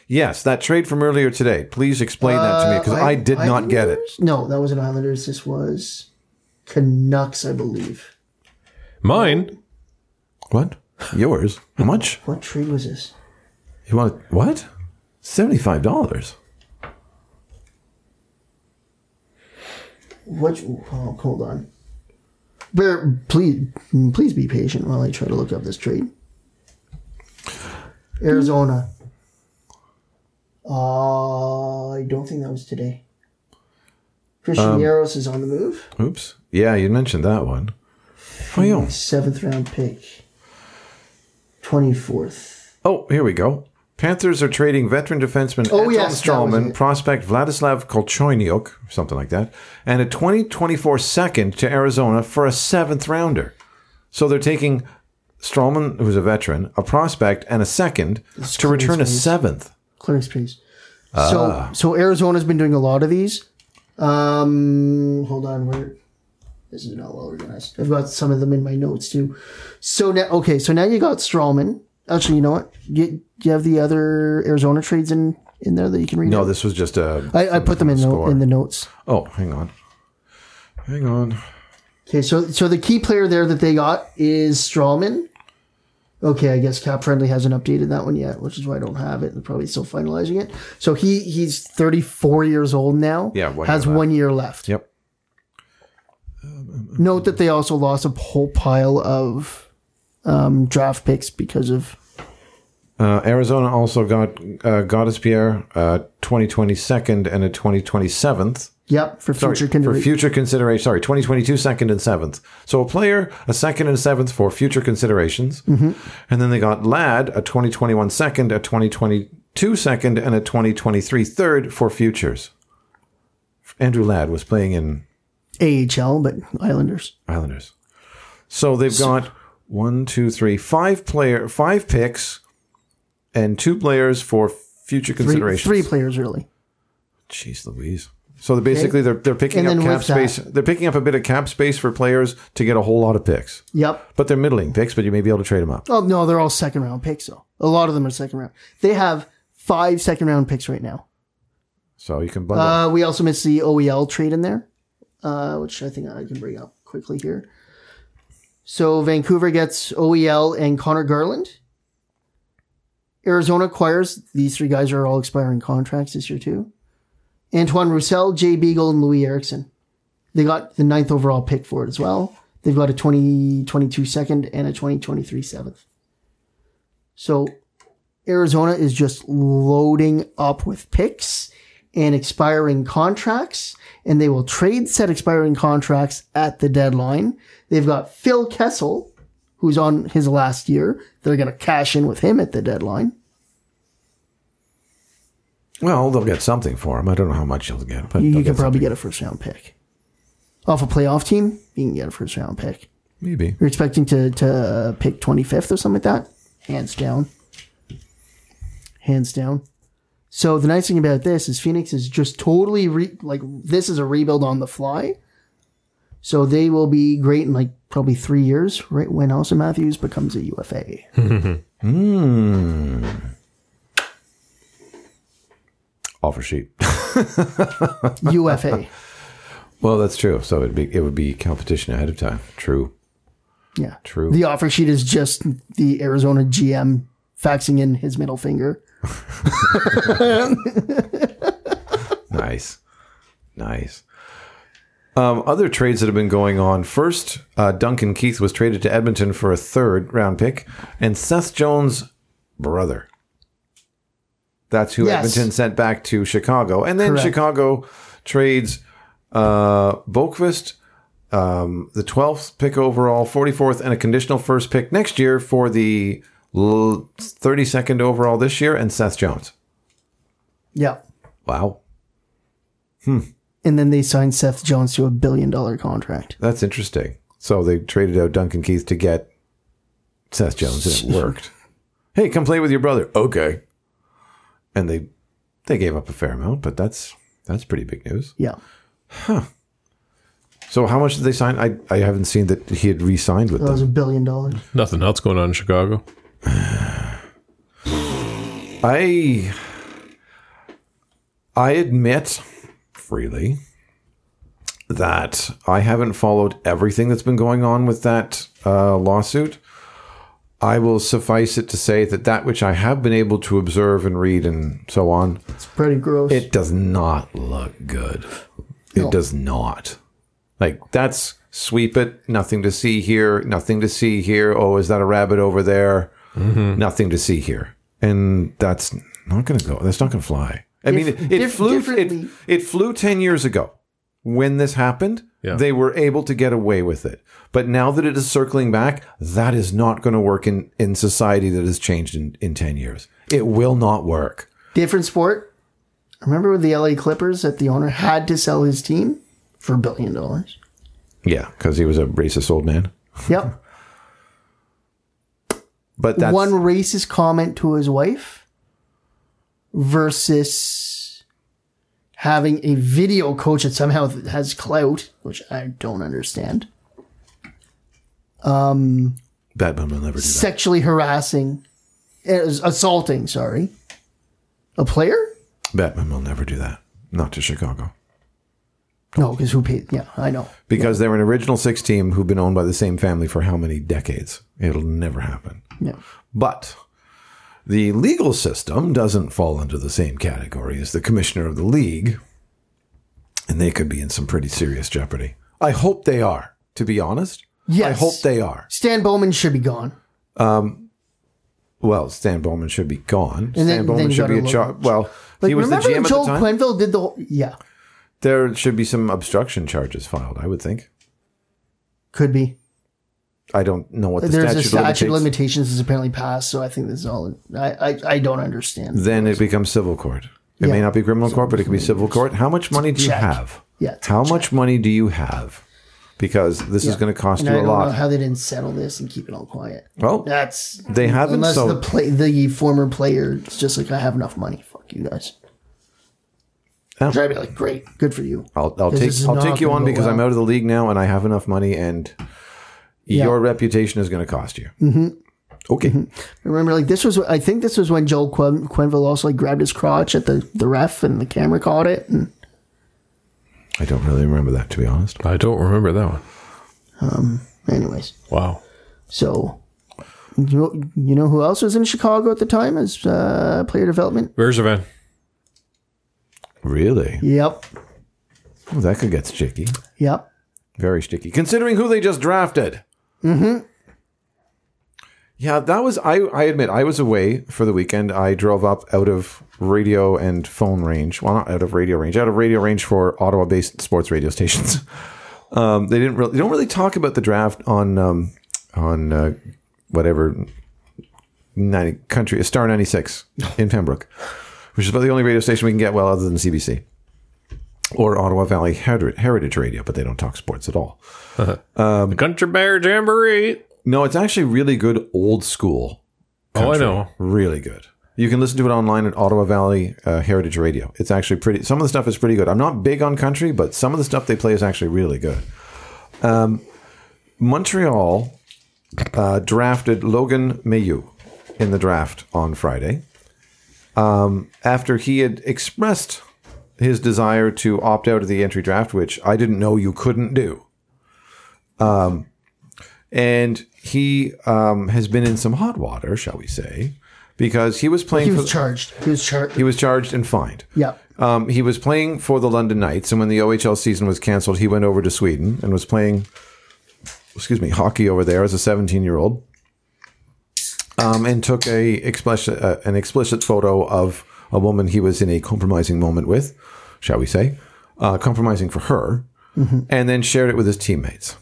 Speaker 6: Yes, that trade from earlier today. Please explain that to me because Uh, I, did not get it.
Speaker 2: Islanders? No, that wasn't Islanders. This was Canucks, I believe.
Speaker 7: Mine.
Speaker 6: What? Yours? How much?
Speaker 2: What trade was this?
Speaker 6: You want what? Seventy-five dollars.
Speaker 2: What? Oh, hold on. Bear, please, please be patient while I try to look up this trade. Arizona. Uh, I don't think that was today. Christian Yaros is on the move.
Speaker 6: Oops. Yeah, you mentioned that one. Oh, yeah.
Speaker 2: Seventh round pick. 24th.
Speaker 6: oh, here we go. Panthers are trading veteran defenseman
Speaker 2: Oh,
Speaker 6: Anton
Speaker 2: yes, that was
Speaker 6: Strawman,
Speaker 2: it.
Speaker 6: prospect Vladislav Kolchoyniuk, something like that, and a 2024 second to Arizona for a seventh rounder. So they're taking Strawman, who's a veteran, a prospect, and a second to return a
Speaker 2: crazy.
Speaker 6: seventh.
Speaker 2: Clearance, please.
Speaker 6: Ah.
Speaker 2: so, so Arizona's been doing a lot of these. Um, hold on, where this is not well organized. I've got some of them in my notes too. So now, okay, so now you got Strawman. Actually, you know what? You, do you have the other Arizona trades in in there that you can read.
Speaker 6: No,
Speaker 2: out?
Speaker 6: this was just a.
Speaker 2: I, I put them in the,
Speaker 6: Score.
Speaker 2: in the notes.
Speaker 6: oh, hang on. Hang on.
Speaker 2: Okay, so so the key player there that they got is Strawman. Okay, I guess Cap Friendly hasn't updated that one yet, which is why I don't have it. They're probably still finalizing it. So he he's 34 years old now.
Speaker 6: Yeah, one
Speaker 2: has
Speaker 6: year left.
Speaker 2: one year left.
Speaker 6: Yep.
Speaker 2: Note that they also lost a whole pile of um, draft picks because of
Speaker 6: Uh, Arizona also got uh, Goddespierre, uh, 2020 second and a 2027th.
Speaker 2: yep for
Speaker 6: Sorry,
Speaker 2: future consider-
Speaker 6: for future consideration. Sorry, 2022 second and seventh. So a player, a second and seventh for future considerations.
Speaker 2: Mm-hmm.
Speaker 6: And then they got Ladd, a 2021 second, a 2022 second, and a 2023 third for futures. Andrew Ladd was playing in
Speaker 2: AHL, but Islanders.
Speaker 6: Islanders. So they've got one, two, three, five player, five picks, and two players for future
Speaker 2: Three,
Speaker 6: considerations.
Speaker 2: three players really.
Speaker 6: Jeez Louise. So they're basically they're they're
Speaker 2: And
Speaker 6: picking up
Speaker 2: then
Speaker 6: cap
Speaker 2: with that-
Speaker 6: space. They're picking up a bit of cap space for players to get a whole lot of picks.
Speaker 2: Yep.
Speaker 6: But they're middling picks, but you may be able to trade them up.
Speaker 2: Oh no, they're all second round picks though. A lot of them are second round. They have five second round picks right now.
Speaker 6: So you can bundle.
Speaker 2: Uh, we also missed the OEL trade in there, uh, which I think I can bring up quickly here. So Vancouver gets OEL and Connor Garland. Arizona acquires these three guys are all expiring contracts this year too. Antoine Roussel, Jay Beagle, and Louis Erickson. They got the ninth overall pick for it as well. They've got a 2022 second and a 2023 seventh. So Arizona is just loading up with picks and expiring contracts, and they will trade said expiring contracts at the deadline. They've got Phil Kessel, who's on his last year. They're going to cash in with him at the deadline.
Speaker 6: well, they'll get something for them. I don't know how much you'll get, but
Speaker 2: You,
Speaker 6: they'll
Speaker 2: you can
Speaker 6: get
Speaker 2: probably get a first round pick. Off a playoff team, you can get a first round pick.
Speaker 6: some- maybe.
Speaker 2: You're expecting to, to pick 25th or something like that? Hands down. Hands down. So the nice thing about this is Phoenix is just totally re- like this is a rebuild on the fly. So they will be great in like probably three years, right when Austin Matthews becomes a UFA.
Speaker 6: Offer sheet.
Speaker 2: UFA.
Speaker 6: well, that's true. So it'd be it would be competition ahead of time. True.
Speaker 2: Yeah.
Speaker 6: True.
Speaker 2: The offer sheet is just the Arizona GM faxing in his middle finger.
Speaker 6: Nice. Nice. Um, other trades that have been going on. First, uh, Duncan Keith was traded to Edmonton for a third round pick, and Seth Jones' brother. That's who
Speaker 2: Yes.
Speaker 6: Edmonton sent back to Chicago. And then
Speaker 2: Correct.
Speaker 6: Chicago trades uh, Boakvist, um, the 12th pick overall, 44th, and a conditional first pick next year for the l- 32nd overall this year, and Seth Jones.
Speaker 2: Yeah.
Speaker 6: Wow.
Speaker 2: And then they signed Seth Jones to a billion dollar contract.
Speaker 6: That's interesting. So they traded out Duncan Keith to get Seth Jones, and it worked. hey, come play with your brother. Okay. And they they gave up a fair amount, but that's that's pretty big news.
Speaker 2: Yeah.
Speaker 6: So how much did they sign? I, I haven't seen that he had re-signed with
Speaker 2: That was
Speaker 6: them.
Speaker 2: a billion dollars.
Speaker 7: Nothing else going on in Chicago.
Speaker 6: I I admit freely that I haven't followed everything that's been going on with that uh, lawsuit. I will suffice it to say that that which I have been able to observe and read and so on,
Speaker 2: It's pretty gross.
Speaker 6: it does not look good. It does not. Like that's sweep it. Nothing to see here. Nothing to see here. Oh, is that a rabbit over there? Nothing to see here. And that's not going to go. That's not going to fly. I mean, it, it
Speaker 2: dif-
Speaker 6: flew. It,
Speaker 2: differently-
Speaker 6: it flew ten years ago when this happened.
Speaker 7: Yeah.
Speaker 6: They were able to get away with it. But now that it is circling back, that is not going to work in, in society that has changed in, in 10 years. It will not work.
Speaker 2: Different sport. Remember with the LA Clippers that the owner had to sell his team for a billion dollars?
Speaker 6: Yeah, because he was a racist old man.
Speaker 2: Yep.
Speaker 6: But that's
Speaker 2: One racist comment to his wife versus having a video coach that somehow has clout, which I don't understand,
Speaker 6: Batman will never do that.
Speaker 2: sexually harassing, eh, assaulting, sorry, a player?
Speaker 6: Batman will never do that. Not to Chicago.
Speaker 2: No, because who paid? Yeah, I know.
Speaker 6: Because they're an original six team who've been owned by the same family for how many decades? It'll never happen.
Speaker 2: Yeah.
Speaker 6: But the legal system doesn't fall under the same category as the commissioner of the league. And they could be in some pretty serious jeopardy. I hope they are, to be honest. I
Speaker 2: Yes.
Speaker 6: hope they are.
Speaker 2: Stan Bowman should be gone.
Speaker 6: Well, Stan Bowman should be gone.
Speaker 2: then-
Speaker 6: Stan Bowman
Speaker 2: then you
Speaker 6: should be a
Speaker 2: gotta
Speaker 6: char-
Speaker 2: look-
Speaker 6: Well,
Speaker 2: Like,
Speaker 6: he was the
Speaker 2: remember
Speaker 6: GM
Speaker 2: when
Speaker 6: at
Speaker 2: Joe
Speaker 6: the time.
Speaker 2: Quenville did the whole, yeah,
Speaker 6: There should be some obstruction charges filed, I would think.
Speaker 2: could be.
Speaker 6: I don't know what the
Speaker 2: There's
Speaker 6: statute,
Speaker 2: a statute of
Speaker 6: limitates.
Speaker 2: limitations is apparently passed, so I think this is all. I I, I don't understand.
Speaker 6: Then it becomes civil court. It may
Speaker 2: Yeah.
Speaker 6: not be criminal court, but it could be civil court. How much money do you
Speaker 2: check.
Speaker 6: have?
Speaker 2: Yeah, it's a
Speaker 6: How much money do you have? Because this is
Speaker 2: Yeah.
Speaker 6: going to cost
Speaker 2: And
Speaker 6: you
Speaker 2: I
Speaker 6: a
Speaker 2: don't Know
Speaker 6: lot. Oh,
Speaker 2: how they didn't settle this and keep it all quiet.
Speaker 6: Well,
Speaker 2: That's
Speaker 6: they haven't.
Speaker 2: unless
Speaker 6: so
Speaker 2: the play the former player is just like I have enough money. Fuck you guys.
Speaker 6: Yeah.
Speaker 2: Which I'd be like, great, good for you.
Speaker 6: I'll, I'll
Speaker 2: This
Speaker 6: take
Speaker 2: is
Speaker 6: I'll
Speaker 2: not
Speaker 6: take you
Speaker 2: gonna
Speaker 6: on
Speaker 2: go
Speaker 6: because
Speaker 2: well.
Speaker 6: I'm out of the league now and I have enough money and
Speaker 2: Yeah. Mm-hmm.
Speaker 6: your reputation is going to cost you. Mm-hmm. Okay.
Speaker 2: Remember, like this was I think this was when Joel Quen- Quenville also like grabbed his crotch at the the ref and the camera caught it. And
Speaker 6: I don't really remember that to be honest.
Speaker 7: I don't remember that one.
Speaker 2: anyways,
Speaker 7: Wow.
Speaker 2: so. You know, you know who else was in Chicago at the time as uh, player development?
Speaker 7: Bergevin.
Speaker 6: Really?
Speaker 2: Yep,
Speaker 6: Well, that could get sticky.
Speaker 2: yep.
Speaker 6: Very sticky, considering who they just drafted. Mm-hmm. Yeah, that was I. I admit I was away for the weekend. I drove up out of radio and phone range. Well, not out of radio range, out of radio range for Ottawa-based sports radio stations. Um, they didn't really they don't really talk about the draft on um, on uh, whatever ninety country Star ninety six in Pembroke, which is about the only radio station we can get. Well, other than CBC or Ottawa Valley Heri- Heritage Radio, but they don't talk sports at all.
Speaker 7: the Country Bear Jamboree.
Speaker 6: No, it's actually really good old school.
Speaker 7: Oh, I know.
Speaker 6: Really good. You can listen to it online at Ottawa Valley uh, Heritage Radio. It's actually pretty. Some of the stuff is pretty good. I'm not big on country, but some of the stuff they play is actually really good. Um, Montreal uh, drafted Logan Mayu in the draft on Friday um, after he had expressed his desire to opt out of the entry draft, which I didn't know you couldn't do Um, and he um, has been in some hot water, shall we say, because he was playing.
Speaker 2: He
Speaker 6: for
Speaker 2: was charged. He was charged.
Speaker 6: he was charged and fined.
Speaker 2: Yep.
Speaker 6: Um, he was playing for the London Knights, and when the OHL season was canceled, he went over to Sweden and was playing, excuse me, hockey over there as a 17 year old, um, and took a explicit, uh, an explicit photo of a woman he was in a compromising moment with, shall we say, uh, compromising for her, and then shared it with his teammates.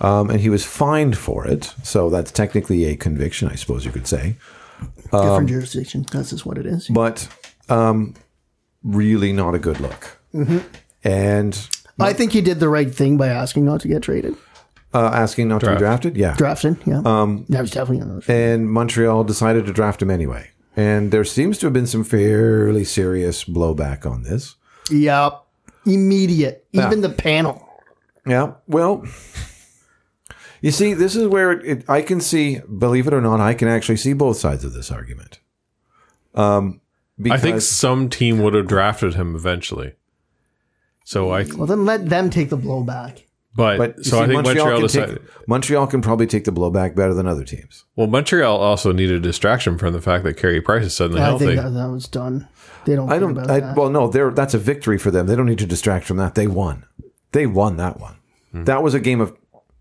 Speaker 6: Um, and he was fined for it, so that's technically a conviction, I suppose you could say
Speaker 2: Different jurisdiction. That's just what it is.
Speaker 6: but um, really not a good look.
Speaker 7: Mm-hmm.
Speaker 6: And
Speaker 2: I think he did the right thing by asking not to get traded.
Speaker 6: uh, asking not to be drafted, yeah.
Speaker 2: Drafted, yeah. Um, that was definitely on those.
Speaker 6: And Montreal decided to draft him anyway. And there seems to have been some fairly serious blowback on this.
Speaker 2: Yep. Immediate. Even the panel.
Speaker 6: Yeah. Well, you see, this is where it, it, I can see, believe it or not, I can actually see both sides of this argument. Um, Because
Speaker 7: I think some team would have drafted him eventually. So I,
Speaker 2: Well, then let them take the blowback.
Speaker 7: but,
Speaker 6: but you
Speaker 7: so
Speaker 6: see,
Speaker 7: I think Montreal,
Speaker 6: can take-
Speaker 7: decided.
Speaker 6: Montreal can probably take the blowback better than other teams.
Speaker 7: Well, Montreal also needed a distraction from the fact that Carey Price is suddenly
Speaker 2: I
Speaker 7: healthy.
Speaker 2: think that, that was done. They don't.
Speaker 6: I
Speaker 2: think
Speaker 6: don't.
Speaker 2: About
Speaker 6: I,
Speaker 2: that.
Speaker 6: well, no, they're, that's a victory for them. They don't need to distract from that. They won. They won that one. That was a game of.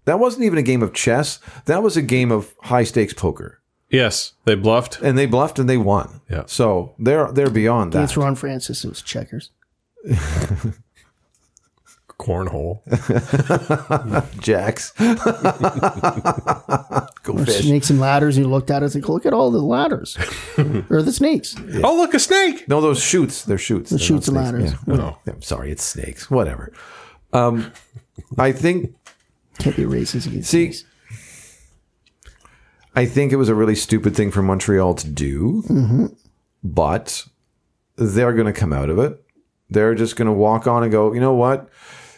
Speaker 6: That wasn't even a game of chess. That was a game of high stakes poker,
Speaker 7: yes, they bluffed.
Speaker 6: and they bluffed and they won.
Speaker 7: Yeah.
Speaker 6: So they're they're beyond that.
Speaker 2: It's Ron Francis. It was checkers.
Speaker 7: Cornhole.
Speaker 6: Jacks. Go
Speaker 2: Or
Speaker 6: fish.
Speaker 2: snakes and ladders. You looked at it. It's like, look at all the ladders, or the snakes.
Speaker 7: Oh, look, a snake.
Speaker 6: No, those shoots. They're shoots. The
Speaker 2: shoots and ladders.
Speaker 6: Yeah. Yeah, I'm sorry, it's snakes. Whatever. Um, I think
Speaker 2: Can't be racist against
Speaker 6: See-
Speaker 2: snakes.
Speaker 6: I think it was a really stupid thing for Montreal to do,
Speaker 2: Mm-hmm.
Speaker 6: but they're going to come out of it. They're just going to walk on and go, you know what?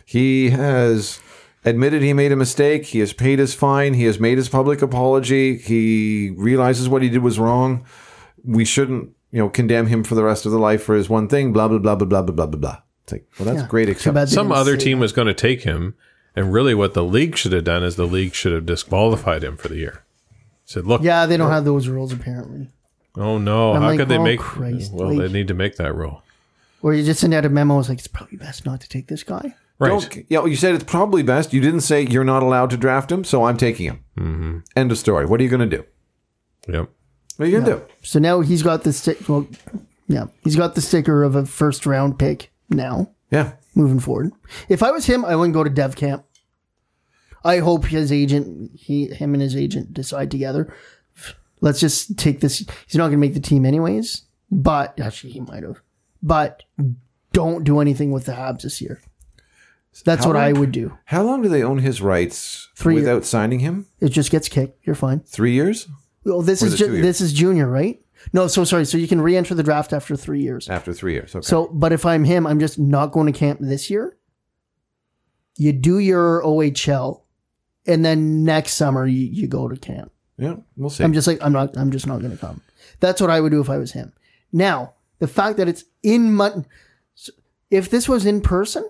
Speaker 6: He has admitted he made a mistake. He has paid his fine. He has made his public apology. He realizes what he did was wrong. We shouldn't, you know, condemn him for the rest of the life for his one thing, blah, blah, blah, blah, blah, blah, blah, blah, blah. It's like, well, that's
Speaker 2: Yeah.
Speaker 6: great,
Speaker 2: Too
Speaker 6: except
Speaker 2: bad they
Speaker 7: Some
Speaker 2: didn't
Speaker 7: other
Speaker 2: say-
Speaker 7: team was going to take him, and really, what the league should have done is the league should have disqualified him for the year. Said, look,
Speaker 2: Yeah, they don't have those rules apparently.
Speaker 7: oh no,
Speaker 2: I'm
Speaker 7: how
Speaker 2: like,
Speaker 7: could they
Speaker 2: oh,
Speaker 7: make?
Speaker 2: Christ,
Speaker 7: well,
Speaker 2: like-
Speaker 7: they need to make that rule,
Speaker 2: Or you just send out a memo. It's like it's probably best not to take this guy.
Speaker 7: right?
Speaker 6: Don't, yeah, well, you said it's probably best. You didn't say you're not allowed to draft him, so I'm taking him. End of story. What are you going to do?
Speaker 7: Yep.
Speaker 6: What are you going to do?
Speaker 2: So now he's got the stick. Well, yeah, he's got the sticker of a first round pick now.
Speaker 6: Yeah.
Speaker 2: moving forward. If I was him, I wouldn't go to dev camp. I hope his agent, he, him and his agent decide together. Let's just take this. He's not going to make the team anyways, but actually he might have. But don't do anything with the Habs this year. That's
Speaker 6: How
Speaker 2: what I
Speaker 6: long-
Speaker 2: would do.
Speaker 6: How long do they own his rights
Speaker 2: Three years.
Speaker 6: without signing him?
Speaker 2: It just gets kicked. You're fine.
Speaker 6: Three years
Speaker 2: Well, this
Speaker 6: Or
Speaker 2: is
Speaker 6: is it
Speaker 2: ju-
Speaker 6: two years?
Speaker 2: this is junior, right? No, so sorry. So you can re-enter the draft after three years.
Speaker 6: after three years. Okay.
Speaker 2: So, but if I'm him, I'm just not going to camp this year. You do your OHL, and then next summer you, you go to camp.
Speaker 6: yeah, we'll see.
Speaker 2: I'm just like I'm not. I'm just not going to come. That's what I would do if I was him. Now, the fact that it's in Mon, if this was in person,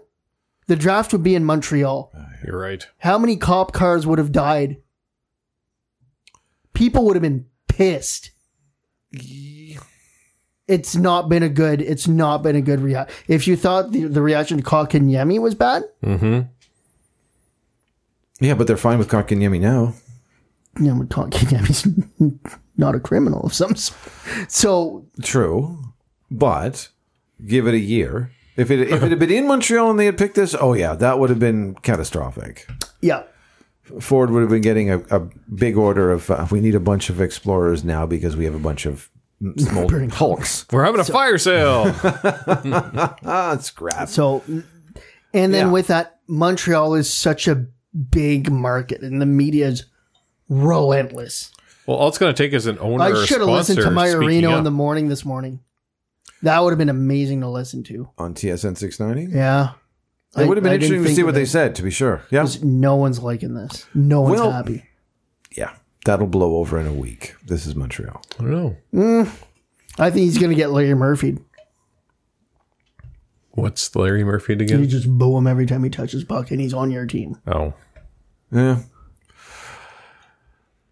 Speaker 2: the draft would be in Montreal.
Speaker 7: You're right.
Speaker 2: How many cop cars would have died? People would have been pissed. It's not been a good. It's not been a good reaction. If you thought the, the reaction to Kakanyemi was bad,
Speaker 6: yeah, but they're fine with Kakanyemi now.
Speaker 2: you know, Kakanyemi's not a criminal of some sort. So
Speaker 6: True, but give it a year. If it if it had been in Montreal and they had picked this, oh yeah, that would have been catastrophic.
Speaker 2: yeah,
Speaker 6: Ford would have been getting a, a big order of uh, we need a bunch of explorers now because we have a bunch of smoldering hulks.
Speaker 7: We're having a fire sale.
Speaker 6: Ah, scrap.
Speaker 2: so, and then
Speaker 6: Yeah.
Speaker 2: with that, Montreal is such a big market, and the media is relentless.
Speaker 7: well, all it's going to take is an owner.
Speaker 2: I
Speaker 7: or
Speaker 2: should have listened to
Speaker 7: sponsor
Speaker 2: my
Speaker 7: speaking
Speaker 2: Reno
Speaker 7: up.
Speaker 2: in the morning this morning. That would have been amazing to listen to.
Speaker 6: On TSN 690?
Speaker 2: Yeah. I-
Speaker 6: It would have been
Speaker 2: I didn't
Speaker 6: interesting to
Speaker 2: think
Speaker 6: see
Speaker 2: of
Speaker 6: what
Speaker 2: it.
Speaker 6: they said, to be sure. Yeah.
Speaker 2: No one's liking this. No one's
Speaker 6: Well-
Speaker 2: happy.
Speaker 6: Yeah. That'll blow over in a week. This is Montreal.
Speaker 7: I don't know.
Speaker 2: I think he's going to get Larry Murphy.
Speaker 7: What's Larry Murphy
Speaker 2: You
Speaker 7: again?
Speaker 2: just boo him every time he touches puck, and he's on your team.
Speaker 7: Oh,
Speaker 6: Yeah.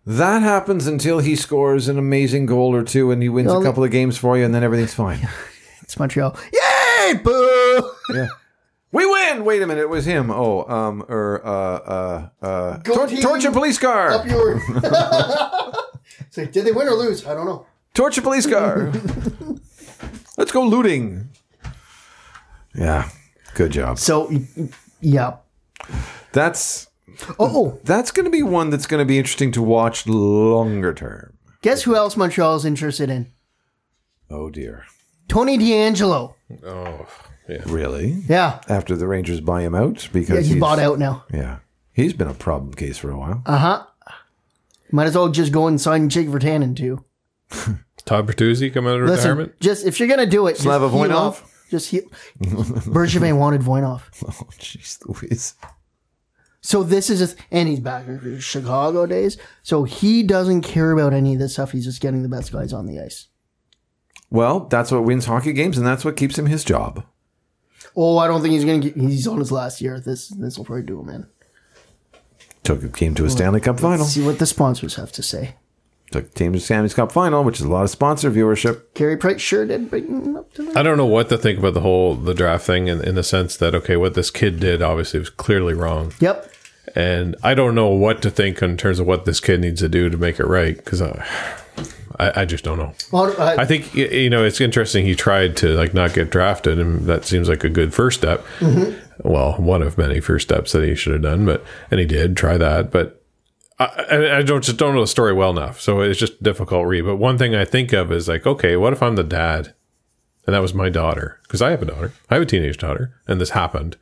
Speaker 6: That happens until he scores an amazing goal or two and he wins
Speaker 2: Well,
Speaker 6: a couple of games for you and then everything's fine.
Speaker 2: It's Montreal. Yay! Boo!
Speaker 6: We win! Wait a minute, it was him. Oh, um, or, uh, uh, uh, tor-
Speaker 2: team.
Speaker 6: torture police
Speaker 2: Up
Speaker 6: car!
Speaker 2: your. it's like, did they win or lose? I don't know.
Speaker 6: Torture police car! Let's go looting. Yeah. Good job.
Speaker 2: So, yeah.
Speaker 6: That's,
Speaker 2: Oh, oh,
Speaker 6: that's going to be one that's going to be interesting to watch longer term.
Speaker 2: guess who else Montreal is interested in?
Speaker 6: Oh dear.
Speaker 2: Tony D'Angelo.
Speaker 6: Really?
Speaker 2: Yeah.
Speaker 6: After the Rangers buy him out because
Speaker 2: Yeah, he's
Speaker 6: he's
Speaker 2: bought out Uh, now.
Speaker 6: Yeah. He's been a problem case for a while.
Speaker 2: Might as well just go and sign Jake Vertanen too.
Speaker 7: Todd Bertuzzi come out of
Speaker 2: Listen,
Speaker 7: retirement.
Speaker 2: just if you're gonna do it,
Speaker 6: Slava
Speaker 2: just heal
Speaker 6: Voinov?
Speaker 2: up. Just he, Bergevin wanted Voinov,
Speaker 6: oh, jeez Louise.
Speaker 2: so this is a, and he's back in his Chicago days, so he doesn't care about any of this stuff. He's just getting the best guys on the ice.
Speaker 6: Well, that's what wins hockey games, and that's what keeps him his job.
Speaker 2: Oh, I don't think he's gonna. Get, he's on his last year. This this will probably do him in.
Speaker 6: Took the team to a Stanley Cup final.
Speaker 2: See what the sponsors have to say.
Speaker 6: Took the team to a Stanley Cup final, which is a lot of sponsor viewership.
Speaker 2: Carey Price sure did bring him up to the.
Speaker 7: I don't know what to think about the whole the draft thing in, in the sense that okay, what this kid did obviously was clearly wrong,
Speaker 2: Yep.
Speaker 7: and I don't know what to think in terms of what this kid needs to do to make it right because I, I, I just don't know.
Speaker 2: Well, uh, I-
Speaker 7: I think y- you know it's interesting. He tried to like not get drafted, and that seems like a good first step. Well, one of many first steps that he should have done, but and he did try that, but I, I I don't just don't know the story well enough, so it's just a difficult read. But one thing I think of is like, okay, what if I'm the dad, and that was my daughter because I have a daughter, I have a teenage daughter, and this happened,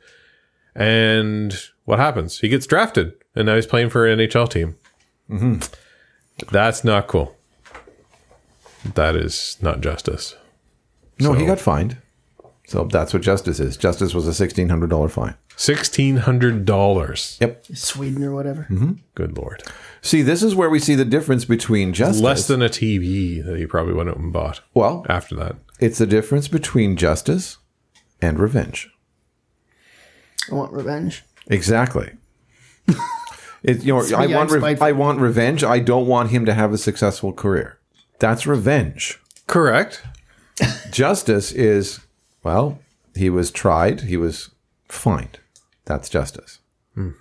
Speaker 7: and what happens? He gets drafted, and now he's playing for an NHL team. That's not cool. That is not justice.
Speaker 6: No, he got fined. So that's what justice is. Justice was a sixteen hundred dollar fine.
Speaker 7: Sixteen hundred dollars.
Speaker 2: Sweden or whatever.
Speaker 7: Mm-hmm. Good lord.
Speaker 6: See, this is where we see the difference between justice.
Speaker 7: Less than a TV that he probably went out and bought
Speaker 6: well,
Speaker 7: after that.
Speaker 6: it's the difference between justice and revenge.
Speaker 2: I want revenge.
Speaker 6: Exactly. It, you know, I
Speaker 2: me,
Speaker 6: want
Speaker 2: I'm
Speaker 6: re-
Speaker 2: spiteful.
Speaker 6: I want revenge. I don't want him to have a successful career. That's revenge.
Speaker 7: Correct.
Speaker 6: Justice is well, he was tried, he was fined. That's justice.
Speaker 2: Hmm.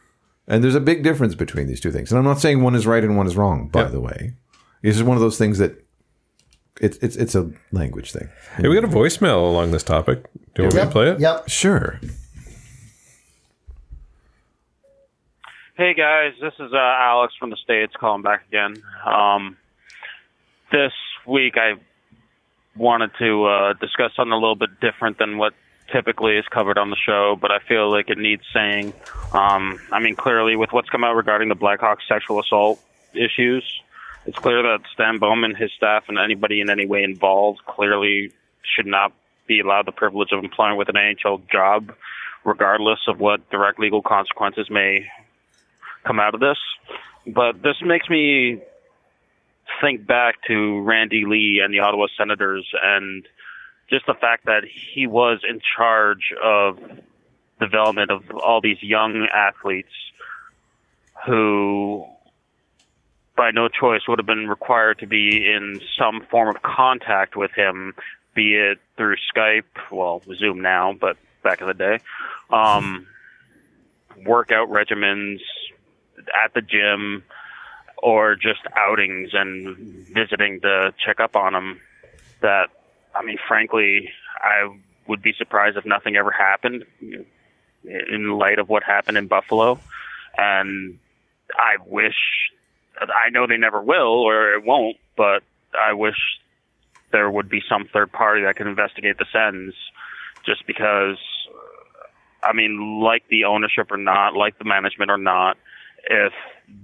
Speaker 6: And there's a big difference between these two things. And I'm not saying one is right and one is wrong, by
Speaker 7: Yep.
Speaker 6: the way. This is one of those things that it's it's it's a language thing.
Speaker 7: Hey, we got a voicemail along this topic. Do you want me to play it?
Speaker 2: Yep.
Speaker 6: Sure.
Speaker 10: Hey guys, this is uh, Alex from the States calling back again. Um, this week I wanted to uh, discuss something a little bit different than what typically is covered on the show, but I feel like it needs saying. Um, I mean, clearly, with what's come out regarding the Blackhawks sexual assault issues, it's clear that Stan Bowman, his staff, and anybody in any way involved clearly should not be allowed the privilege of employing with an NHL job, regardless of what direct legal consequences may come out of this. But this makes me think back to Randy Lee and the Ottawa Senators and just the fact that he was in charge of development of all these young athletes who by no choice would have been required to be in some form of contact with him, be it through Skype, well, Zoom now, but back in the day. Um, workout regimens at the gym or just outings and visiting to check up on them that i mean frankly i would be surprised if nothing ever happened in light of what happened in buffalo and i wish i know they never will or it won't but i wish there would be some third party that could investigate the sentence just because I mean, like the ownership or not, like the management or not, if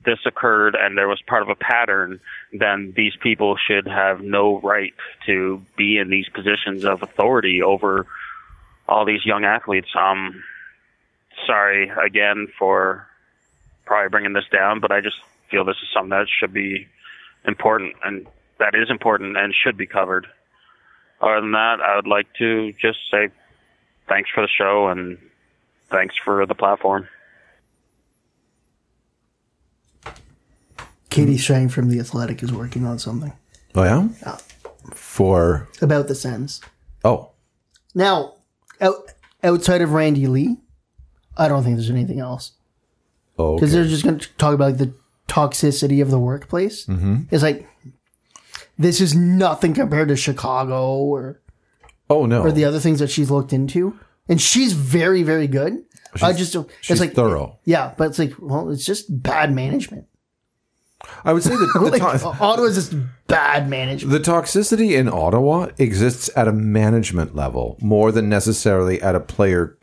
Speaker 10: this occurred and there was part of a pattern, then these people should have no right to be in these positions of authority over all these young athletes. Um, sorry again for probably bringing this down, but I just feel this is something that should be important and that is important and should be covered. Other than that, I would like to just say thanks for the show and thanks for the platform.
Speaker 2: Katie Strang from The Athletic is working on something
Speaker 6: Oh yeah? For
Speaker 2: about the Sens.
Speaker 6: oh.
Speaker 2: Now, out, outside of Randy Lee, I don't think there's anything else.
Speaker 6: Oh
Speaker 2: because
Speaker 6: okay.
Speaker 2: they're just going to talk about like, the toxicity of the workplace. Mm-hmm. It's like this is nothing compared to Chicago or
Speaker 6: oh no.
Speaker 2: or the other things that she's looked into, and she's very very good. I just don't.
Speaker 6: She's
Speaker 2: it's like
Speaker 6: thorough.
Speaker 2: yeah, but it's like well, it's just bad management.
Speaker 6: I would say that the,
Speaker 2: Like
Speaker 6: to-
Speaker 2: Ottawa's just bad management.
Speaker 6: The toxicity in Ottawa exists at a management level more than necessarily at a player,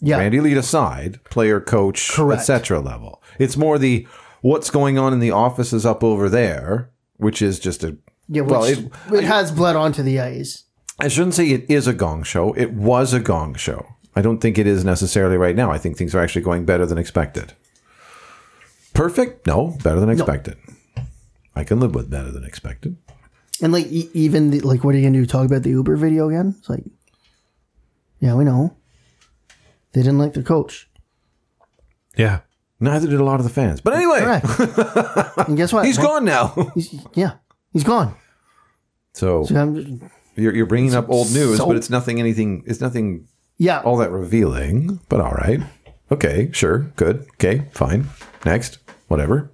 Speaker 2: Yeah,
Speaker 6: Randy Lead aside, player, coach,
Speaker 2: Correct.
Speaker 6: etc. level. It's more the what's going on in the offices up over there, which is just a.
Speaker 2: yeah. Which,
Speaker 6: well,
Speaker 2: it,
Speaker 6: it-
Speaker 2: has blood onto the ice.
Speaker 6: I shouldn't say it is a gong show. It was a gong show. I don't think it is necessarily right now. I think things are actually going better than expected. Perfect? No, better than expected. I can live with better than expected.
Speaker 2: And like e- even the, like, what are you gonna do? Talk about the Uber video again? It's like, yeah, we know. They didn't like their coach.
Speaker 7: Yeah.
Speaker 6: Neither did a lot of the fans. But anyway,
Speaker 2: Correct. and guess what?
Speaker 6: he's
Speaker 2: Well,
Speaker 6: gone now.
Speaker 2: he's- yeah, he's gone.
Speaker 6: so
Speaker 2: So I'm,
Speaker 6: you're, you're bringing up old news,
Speaker 2: So-
Speaker 6: but it's nothing. Anything. It's nothing
Speaker 2: yeah,
Speaker 6: all that revealing. But all right. Okay. Sure. Good. Okay. Fine. Next. Whatever.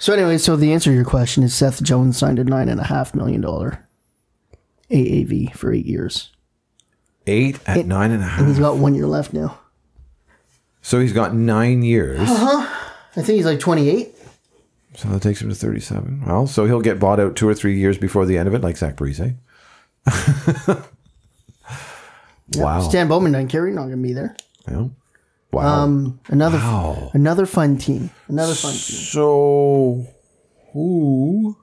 Speaker 2: So anyway, so the answer to your question is Seth Jones signed a nine and a half million dollar AAV for eight years.
Speaker 6: Eight at nine and a
Speaker 2: And he's
Speaker 6: half.
Speaker 2: got one year left now.
Speaker 6: So he's got nine years.
Speaker 2: I think he's like twenty eight.
Speaker 6: So that takes him to 37. Well, so he'll get bought out two or three years before the end of it, like Zach Parise. wow.
Speaker 2: Stan Bowman and Carey not gonna be there.
Speaker 6: Yeah. Wow.
Speaker 2: Um, another
Speaker 6: Wow.
Speaker 2: another fun team. Another fun team.
Speaker 6: so, who?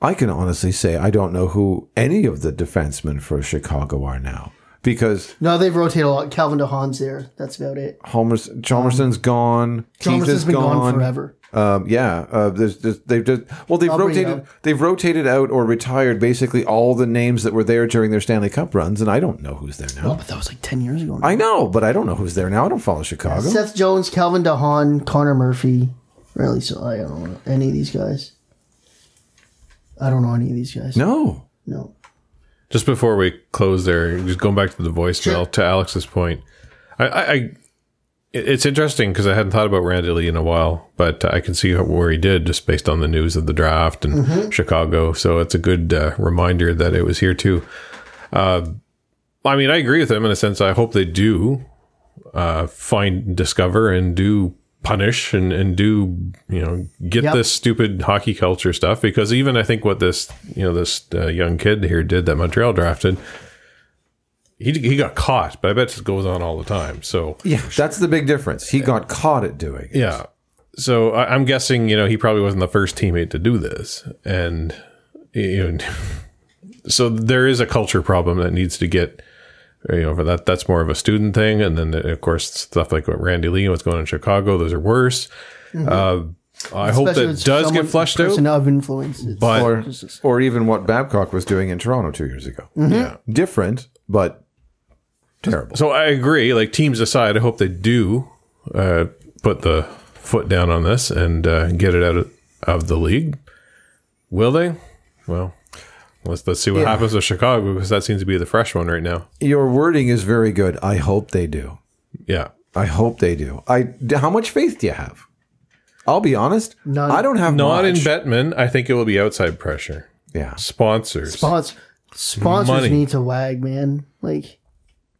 Speaker 6: I can honestly say I don't know who any of the defensemen for Chicago are now because
Speaker 2: No, they've rotated a lot. Calvin DeHaan's there. That's about it.
Speaker 6: Homer's, Chalmerson's gone. Keith
Speaker 2: Chalmers
Speaker 6: is
Speaker 2: has Um, been gone,
Speaker 6: gone
Speaker 2: forever.
Speaker 6: Um, yeah, uh, there's, there's, they've just well they've
Speaker 2: I'll bring it
Speaker 6: rotated
Speaker 2: up.
Speaker 6: they've rotated out or retired basically all the names that were there during their Stanley Cup runs, and I don't know who's there now.
Speaker 2: Oh, but that was like ten years ago. now.
Speaker 6: I know, but I don't know who's there now. I don't follow Chicago.
Speaker 2: Seth Jones, Calvin DeHaan, Connor Murphy. Really, so I don't know any of these guys. I don't know any of these guys.
Speaker 6: no,
Speaker 2: No.
Speaker 7: Just before we close there, just going back to the voicemail to Alex's point, I, I, I it- it's interesting because I hadn't thought about Randall in a while, but I can see how, where he did just based on the news of the draft and
Speaker 2: Mm-hmm.
Speaker 7: Chicago. So it's a good uh, reminder that it was here too. Uh, I mean, I agree with him in a sense. I hope they do uh, find, discover, and do punish and, and do, you know, get
Speaker 2: Yep.
Speaker 7: this stupid hockey culture stuff. Because even I think what this, you know, this uh, young kid here did that Montreal drafted, he, he got caught, but I bet it goes on all the time. So,
Speaker 6: yeah, that's the big difference. He got caught at doing it.
Speaker 7: yeah. So I, I'm guessing, you know, he probably wasn't the first teammate to do this. And, you know, so there is a culture problem that needs to get, you know, for that, that's more of a student thing. And then, of course, stuff like what Randy Lee and what's going on in Chicago, those are worse. Uh, I hope
Speaker 2: Mm-hmm. Especially
Speaker 7: that
Speaker 2: with
Speaker 7: does
Speaker 2: someone-
Speaker 7: get flushed out.
Speaker 2: Person of influence. It's-
Speaker 7: But-
Speaker 6: or or even what Babcock was doing in Toronto two years ago. Yeah, different, but terrible.
Speaker 7: So I agree. Like teams aside, I hope they do uh, put the foot down on this and uh, get it out of, of the league. Will they? Well, let's let's see what happens with Chicago because that seems to be the fresh one right now.
Speaker 6: Your wording is very good. I hope they do.
Speaker 7: Yeah,
Speaker 6: I hope they do. I d- how much faith do you have? I'll be honest.
Speaker 2: None.
Speaker 6: I don't have
Speaker 7: not in
Speaker 6: much.
Speaker 7: Bettman. I think it will be outside pressure,
Speaker 6: Yeah,
Speaker 7: sponsors.
Speaker 2: Spons- sponsors
Speaker 7: Money.
Speaker 2: need to wag, man. Like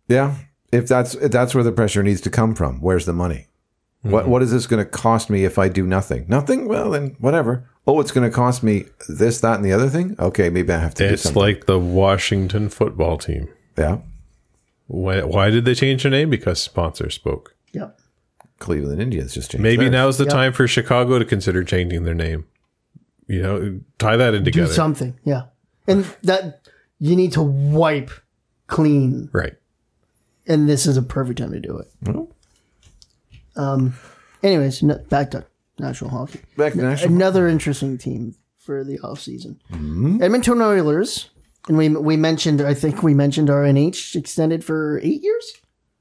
Speaker 6: yeah. If that's if that's where the pressure needs to come from, where's the money?
Speaker 7: Mm-hmm.
Speaker 6: What what is this going to cost me if I do nothing? Nothing. Well, then whatever. Oh, it's going to cost me this, that, and the other thing. Okay, maybe I have to do
Speaker 7: it's
Speaker 6: something.
Speaker 7: like the Washington football team.
Speaker 6: yeah,
Speaker 7: Why, why did they change their name? Because sponsor spoke.
Speaker 2: Yep.
Speaker 6: Cleveland Indians just changed.
Speaker 7: Maybe
Speaker 6: theirs.
Speaker 7: now's the time for Chicago to consider changing their name. You know, tie that in
Speaker 2: Do
Speaker 7: together.
Speaker 2: something. Yeah. And that you need to wipe clean.
Speaker 7: right.
Speaker 2: And this is a perfect time to do it. Um anyways, no, back to national hockey.
Speaker 6: back to national.
Speaker 2: Another interesting team for the offseason.
Speaker 6: Mm-hmm.
Speaker 2: Edmonton Oilers. And we we mentioned I think we mentioned RNH extended for eight years.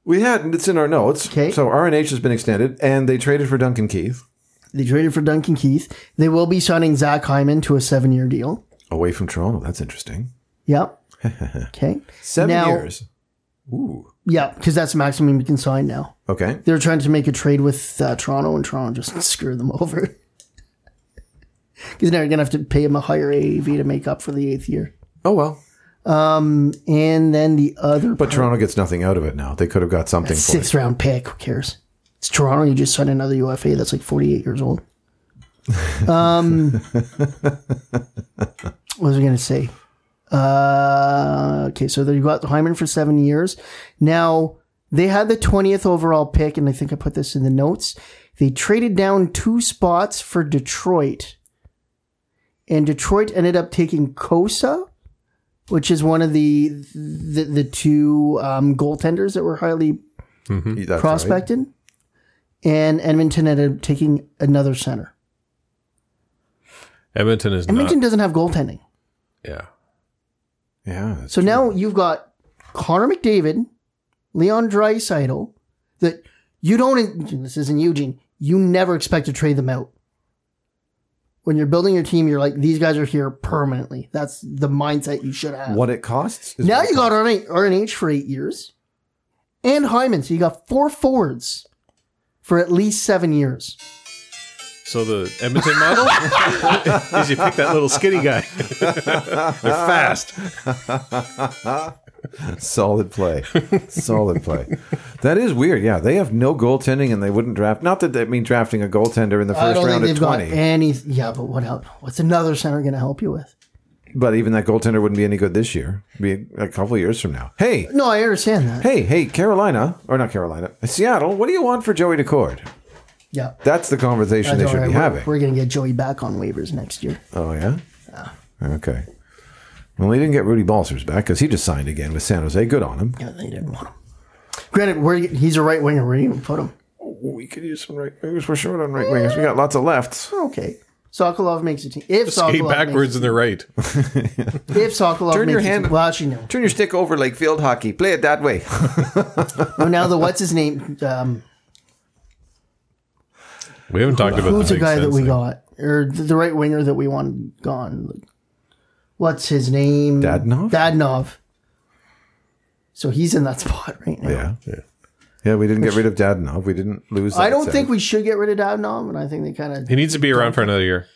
Speaker 6: We had it's in our notes.
Speaker 2: Okay.
Speaker 6: So RNH has been extended, and they traded for Duncan Keith
Speaker 2: They traded for Duncan Keith. They will be signing Zach Hyman to a seven year deal.
Speaker 6: away from Toronto. That's interesting.
Speaker 2: Yep. okay.
Speaker 6: Seven
Speaker 2: Now-
Speaker 6: years. Ooh.
Speaker 2: Yeah, because that's the maximum you can sign now.
Speaker 6: Okay.
Speaker 2: They were trying to make a trade with uh, Toronto, and Toronto just screwed them over. Because now you're going to have to pay him a higher AAV to make up for the eighth year.
Speaker 6: Oh well.
Speaker 2: And then the other
Speaker 6: But Toronto gets nothing out of it now. They could have got something for it.
Speaker 2: sixth round pick. Who cares? It's Toronto. You just signed another UFA that's like 48 years old. Um, what was I going to say? Uh, okay, so they got Hyman for seven years. Now, they had the 20th overall pick, and I think I put this in the notes. They traded down two spots for Detroit. And Detroit ended up taking Kosa, which is one of the the, the two um, goaltenders that were highly
Speaker 6: That's right.
Speaker 2: prospected, and Edmonton ended up taking another center.
Speaker 7: Edmonton is
Speaker 2: Edmonton
Speaker 7: not.
Speaker 2: doesn't have goaltending.
Speaker 7: Yeah.
Speaker 6: Yeah. that's-
Speaker 2: So now you've got Connor McDavid, Leon Dreisaitl, that you don't. e-, This isn't Eugene. You never expect to trade them out. When you're building your team, you're like, these guys are here permanently. That's the mindset you should have.
Speaker 6: what it costs? is-
Speaker 2: uh, Now you got RNH, RNH for eight years, and Hyman. So you got four forwards for at least seven years.
Speaker 7: So the Edmonton model is you pick that little skinny guy. They're fast.
Speaker 6: Solid play. Solid play. That is weird. Yeah, they have no goaltending and they wouldn't draft. Not that I mean drafting a goaltender in the
Speaker 2: I
Speaker 6: first
Speaker 2: don't think
Speaker 6: round
Speaker 2: they've
Speaker 6: at 20,
Speaker 2: got any. Yeah, but what help? What's another center going to help you with?
Speaker 6: but even that goaltender wouldn't be any good this year. Be a couple years from now. Hey,
Speaker 2: No, I understand that.
Speaker 6: hey, hey, Carolina, or not Carolina, Seattle, what do you want for Joey DeCord?
Speaker 2: Yeah.
Speaker 6: That's the conversation
Speaker 2: That's
Speaker 6: they should
Speaker 2: all
Speaker 6: be
Speaker 2: right. We're-
Speaker 6: having.
Speaker 2: We're, going to get Joey back on waivers next year.
Speaker 6: Oh, yeah? Okay. Well, they didn't get Rudy Balsers back because he just signed again with San Jose. Good on him.
Speaker 2: Yeah, they didn't want him. Granted, we're, he's a right winger. Where are you going to put him?
Speaker 6: We could use some right wingers. We're short on right wingers. We got lots of lefts.
Speaker 2: Okay. Sokolov makes a team. If
Speaker 7: Skate
Speaker 2: Sokolov
Speaker 7: backwards and they're right.
Speaker 2: Makes, if Sokolov
Speaker 6: Turn
Speaker 2: makes
Speaker 6: your
Speaker 2: a
Speaker 6: hand-
Speaker 2: team, well, actually no.
Speaker 6: Turn your stick over like field hockey. Play it that way.
Speaker 2: Oh, now the what's his name? Um,
Speaker 7: We haven't talked about
Speaker 2: who's
Speaker 7: the
Speaker 2: the
Speaker 7: big
Speaker 2: guy that
Speaker 7: sense
Speaker 2: we
Speaker 7: thing.
Speaker 2: got, or the, the right winger that we wanted gone? What's his name?
Speaker 6: Dadnov?
Speaker 2: Dadnov. So he's in that spot right now.
Speaker 6: Yeah. Yeah, we didn't get rid of Dadnov. We didn't lose.
Speaker 2: I
Speaker 6: that
Speaker 2: don't
Speaker 6: side.
Speaker 2: think we should get rid of Dadnov, and I think they kind of
Speaker 7: He needs to be around for another year.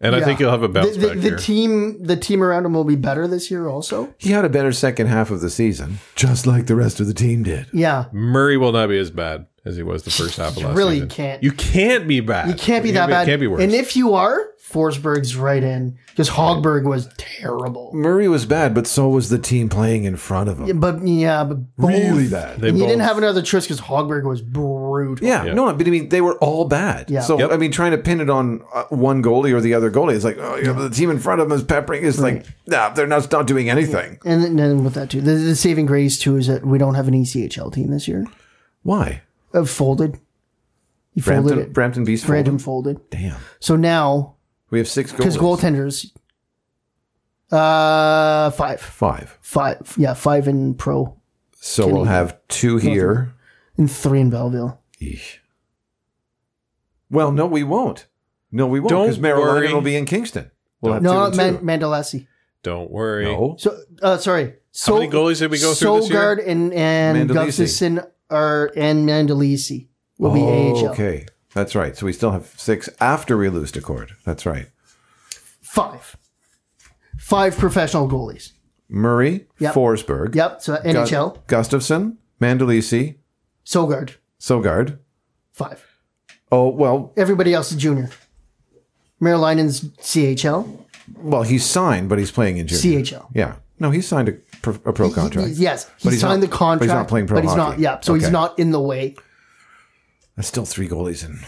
Speaker 7: And I think he'll have a bounce
Speaker 2: the, the,
Speaker 7: back
Speaker 2: the
Speaker 7: year.
Speaker 2: team the team around him will be better this year also
Speaker 6: he had a better second half of the season, just like the rest of the team did.
Speaker 2: yeah
Speaker 7: Murray will not be as bad as he was the first half of last
Speaker 2: really
Speaker 7: season.
Speaker 2: can't.
Speaker 7: You can't be bad.
Speaker 2: you can't be that bad
Speaker 7: It can't be worse.
Speaker 2: and if you are forsberg's right in because hogberg was terrible
Speaker 6: Murray was bad, but so was the team playing in front of him.
Speaker 2: but yeah but both,
Speaker 6: Really bad.
Speaker 7: they
Speaker 2: you
Speaker 7: both,
Speaker 2: didn't have another choice because hogberg was brutal
Speaker 6: yeah, no, no, but I mean they were all bad.
Speaker 2: Yeah.
Speaker 6: So
Speaker 7: Yep.
Speaker 6: I mean, trying to pin it on uh, one goalie or the other goalie is like, oh, yeah, but the team in front of them is peppering. It's like, nah, they're not, not doing anything.
Speaker 2: and then- then with that too the, the saving grace too is that we don't have an E echl team this year
Speaker 6: Why?
Speaker 2: uh, folded he folded
Speaker 6: Brampton,
Speaker 2: it
Speaker 6: Brampton Beast.
Speaker 2: Brandon
Speaker 6: folded?
Speaker 2: folded
Speaker 6: Damn,
Speaker 2: so now
Speaker 6: we have six
Speaker 2: because
Speaker 6: goalies.
Speaker 2: goaltenders uh five
Speaker 6: Five.
Speaker 2: five yeah five in pro
Speaker 6: So we'll have two here.
Speaker 2: and three in Belleville.
Speaker 6: Eesh. Well, no, we won't. No, we won't.
Speaker 7: Don't
Speaker 6: Because Maryland
Speaker 7: worry.
Speaker 6: will be in Kingston. We'll have two
Speaker 2: No,
Speaker 6: and two.
Speaker 2: Man- Mandalassi.
Speaker 7: don't worry.
Speaker 6: no.
Speaker 2: So, uh, sorry. So,
Speaker 7: many goalies did we go through this year?
Speaker 2: Sogard and and
Speaker 6: Mandalisi.
Speaker 2: Gustafson are and Mandalisi will be AHL.
Speaker 6: Oh, Okay, that's right. So we still have six after we lose to Cord. That's right.
Speaker 2: Five, five professional goalies.
Speaker 6: Murray,
Speaker 2: Yep.
Speaker 6: Forsberg,
Speaker 2: Yep. So
Speaker 6: Gu-
Speaker 2: NHL.
Speaker 6: Gustafson, Mandalisi,
Speaker 2: Sogard
Speaker 6: Sogard.
Speaker 2: five.
Speaker 6: Oh well,
Speaker 2: Everybody else is junior. Marylinen's CHL.
Speaker 6: well he's signed, but he's playing in junior.
Speaker 2: CHL.
Speaker 6: Yeah, no, he signed a, pro- a pro contract.
Speaker 2: Yes, he
Speaker 6: But he's
Speaker 2: signed
Speaker 6: not-
Speaker 2: the contract.
Speaker 6: but he's not playing pro
Speaker 2: But he's
Speaker 6: hockey.
Speaker 2: not. Yeah, so he's
Speaker 6: Okay.
Speaker 2: not in the way.
Speaker 6: That's still three goalies in.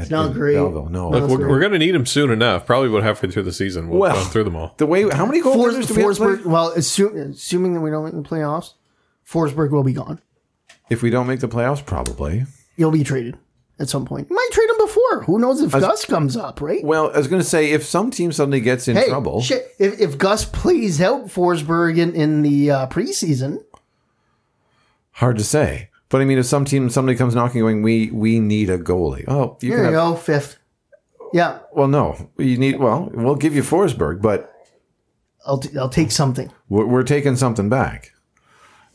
Speaker 6: It's
Speaker 2: not great.
Speaker 6: Belleville. No,
Speaker 7: Look, we're, we're going to need him soon enough. Probably about halfway through the season. We'll
Speaker 6: Well.
Speaker 7: run through them all.
Speaker 6: the way how many
Speaker 2: Fors-
Speaker 6: goaltenders do we have to play?
Speaker 2: Forsberg. Well, assu- assuming that we don't make the playoffs, Forsberg will be gone.
Speaker 6: If we don't make the playoffs, probably.
Speaker 2: He'll be traded at some point. Might trade him before. Who knows if Gus comes up, right?
Speaker 6: Well, I was going to say if some team suddenly gets in
Speaker 2: hey,
Speaker 6: trouble,
Speaker 2: shit. If, if Gus plays out Forsberg in, in the uh, preseason,
Speaker 6: hard to say. But I mean, if some team suddenly comes knocking, going, we we need a goalie. Oh, you
Speaker 2: here
Speaker 6: can
Speaker 2: you
Speaker 6: have,
Speaker 2: go, fifth. Yeah,
Speaker 6: Well, no, you need. Well, we'll give you Forsberg, but
Speaker 2: I'll, t- I'll take something.
Speaker 6: we're, we're taking something back,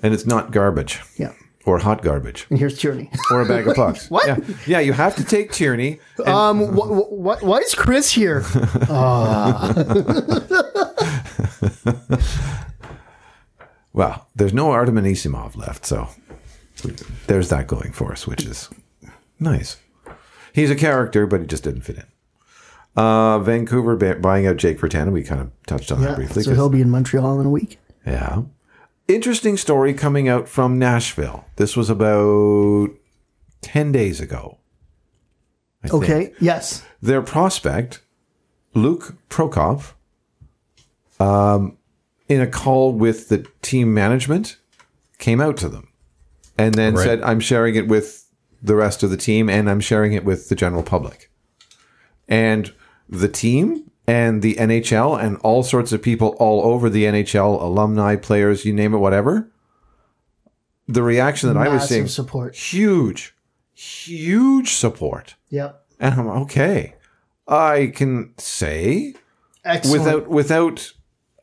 Speaker 6: and it's not garbage
Speaker 2: Yeah.
Speaker 6: or hot garbage
Speaker 2: And here's Tierney.
Speaker 6: or a bag of pucks.
Speaker 2: What?
Speaker 6: Yeah, yeah. You have to take Tierney. and-
Speaker 2: Um, wh- wh- wh- why is Chris here?
Speaker 6: well, there's no Artem Anisimov left, so there's that going for us, which is nice. He's a character, but he just didn't fit in. Uh, Vancouver ba- buying out Jake Vertana. We kind of touched on that briefly.
Speaker 2: so
Speaker 6: 'cause-
Speaker 2: he'll be in Montreal in a week.
Speaker 6: Yeah. Interesting story coming out from Nashville. This was about 10 days ago. I think.
Speaker 2: Okay. Yes.
Speaker 6: Their prospect, Luke Prokop, um, in a call with the team management, came out to them and then
Speaker 7: Right.
Speaker 6: said, I'm sharing it with the rest of the team and I'm sharing it with the general public. And the team and the NHL and all sorts of people all over the NHL, alumni, players, you name it, whatever. The reaction that I was
Speaker 2: Massive
Speaker 6: seeing
Speaker 2: support.
Speaker 6: huge, huge support.
Speaker 2: Yep.
Speaker 6: And I'm okay. I can say
Speaker 2: Excellent.
Speaker 6: without without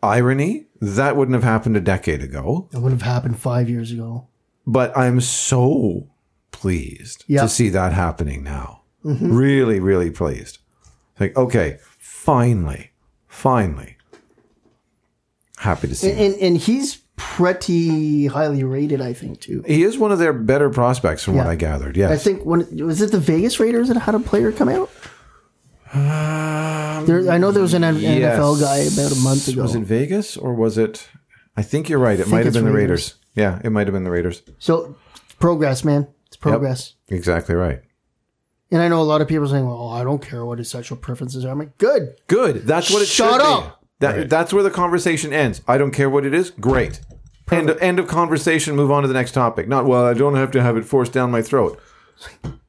Speaker 6: irony, that wouldn't have happened a decade ago.
Speaker 2: it would have happened five years ago.
Speaker 6: But I'm so pleased
Speaker 2: Yeah. Mm-hmm.
Speaker 6: to see that happening now. Really, really pleased. It's Like, okay, finally, finally. Happy to see.
Speaker 2: And,
Speaker 6: him.
Speaker 2: and and he's pretty highly rated, I think, too.
Speaker 6: He is one of their better prospects, from what
Speaker 2: Yeah.
Speaker 6: I gathered. Yes.
Speaker 2: I think when was it the Vegas Raiders that had a player come out? There, I know there was an N-
Speaker 6: Yes.
Speaker 2: NFL guy about a month ago.
Speaker 6: Um, Was it Vegas or was it? I think you're right. It
Speaker 2: think
Speaker 6: might have
Speaker 2: it's
Speaker 6: been the
Speaker 2: Raiders.
Speaker 6: Raiders. Yeah, it might have been the Raiders.
Speaker 2: so progress, man, it's progress.
Speaker 6: Exactly right.
Speaker 2: And I know a lot of people are saying, "Well, oh, I don't care what his sexual preferences are." I'm like, "Good,
Speaker 6: Good. That's what it
Speaker 2: Shut
Speaker 6: should be.
Speaker 2: up.
Speaker 6: That, That's where the conversation ends. I don't care what it is. Great. End, end of conversation. Move on to the next topic. Not, well, I don't have to have it forced down my throat.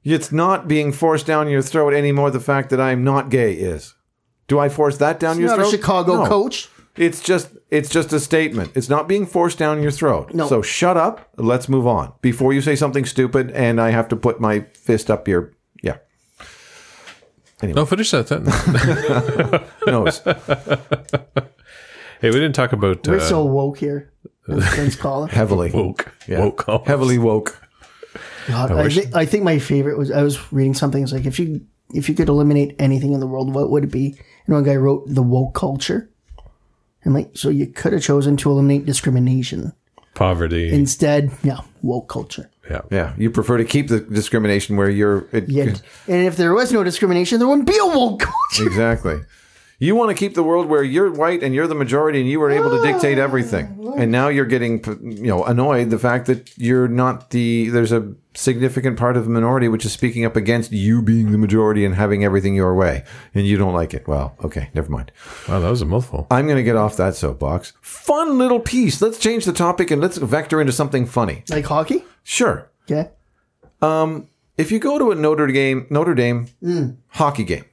Speaker 6: It's not being forced down your throat anymore, the fact that I'm not gay is. Do I force that down
Speaker 2: you're
Speaker 6: your
Speaker 2: not
Speaker 6: throat?
Speaker 2: a Chicago
Speaker 6: No.
Speaker 2: coach."
Speaker 6: It's just it's just a statement. It's not being forced down your throat.
Speaker 2: No.
Speaker 6: So shut up. Let's move on before you say something stupid and I have to put my fist up your yeah
Speaker 7: No, finish that sentence.
Speaker 6: nose.
Speaker 7: hey, we didn't talk about
Speaker 2: We're
Speaker 7: uh,
Speaker 2: so woke here. Friends call it.
Speaker 6: heavily
Speaker 7: woke.
Speaker 6: Yeah.
Speaker 7: Woke call.
Speaker 6: Heavily woke.
Speaker 2: God, I, thi- I think my favorite was I was reading something. It's like if you if you could eliminate anything in the world, what would it be? And one guy wrote the woke culture. And like, so you could have chosen to eliminate discrimination
Speaker 7: poverty.
Speaker 2: instead. Yeah, woke culture.
Speaker 7: yeah.
Speaker 6: Yeah. You prefer to keep the discrimination where you're it,
Speaker 2: Yeah, and if there was no discrimination, there wouldn't be a woke culture.
Speaker 6: Exactly. You want to keep the world where you're white and you're the majority and you were able to dictate everything. And now you're getting, you know, annoyed the fact that you're not the there's a significant part of the minority which is speaking up against you being the majority and having everything your way and you don't like it. Well, okay, never mind.
Speaker 7: Wow, that was a mouthful.
Speaker 6: I'm going to get off that soapbox. Fun little piece. Let's change the topic and let's vector into something funny.
Speaker 2: Like hockey.
Speaker 6: Sure.
Speaker 2: Okay.
Speaker 6: if you go to a Notre Dame Notre Dame hockey game,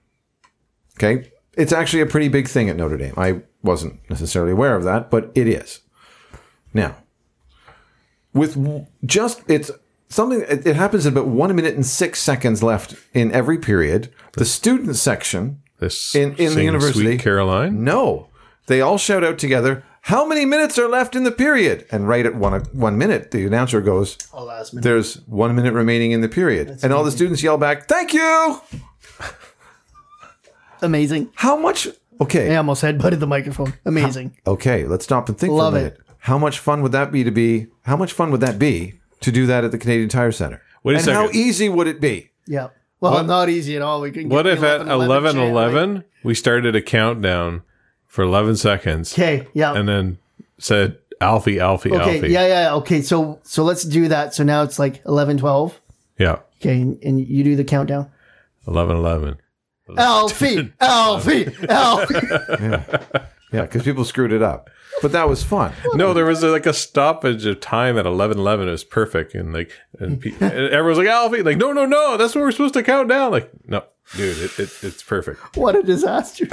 Speaker 6: okay, it's actually a pretty big thing at Notre Dame. I wasn't necessarily aware of that, but it is. Now, with w- just it's something it, it happens in about one minute and six seconds left in every period. The student section,
Speaker 7: This
Speaker 6: In- in the
Speaker 7: sing
Speaker 6: university.
Speaker 7: Sweet Caroline.
Speaker 6: no, they all shout out together. How many minutes are left in the period? And right at one one minute, the announcer goes,
Speaker 2: Oh, last minute.
Speaker 6: there's one minute remaining in the period. and all the students yell back, Thank you!
Speaker 2: Amazing.
Speaker 6: How much? Okay.
Speaker 2: I almost headbutted the microphone. Amazing.
Speaker 6: Okay. Let's stop and think
Speaker 2: Love
Speaker 6: for
Speaker 2: it.
Speaker 6: a minute. How much fun would that be to be? How much fun would that be to do that at the Canadian Tire Center?
Speaker 7: Wait a
Speaker 6: and how
Speaker 7: second.
Speaker 6: easy would it be?
Speaker 2: Yeah. Well, not easy at all. We couldn't.
Speaker 7: What if at 11
Speaker 2: chant, like-
Speaker 7: 11 we started a countdown for 11 seconds
Speaker 2: Okay. Yeah.
Speaker 7: and then said Alfie, Alfie,
Speaker 2: okay.
Speaker 7: Alfie?
Speaker 2: Yeah. Yeah. Okay. So so let's do that. So now it's like 11, 12.
Speaker 7: Yeah.
Speaker 2: Okay, and, and you do the countdown.
Speaker 7: 11 11.
Speaker 2: Alfie, Alfie, Alfie.
Speaker 6: Yeah, because people screwed it up. But that was fun.
Speaker 7: No, there was a, like a stoppage of time at eleven eleven. It was perfect, and like, and, pe- and everyone's like, "Alfie," like, "No, no, no, that's what we're supposed to count down." Like, no, dude, it, it, it's perfect.
Speaker 2: What a disaster.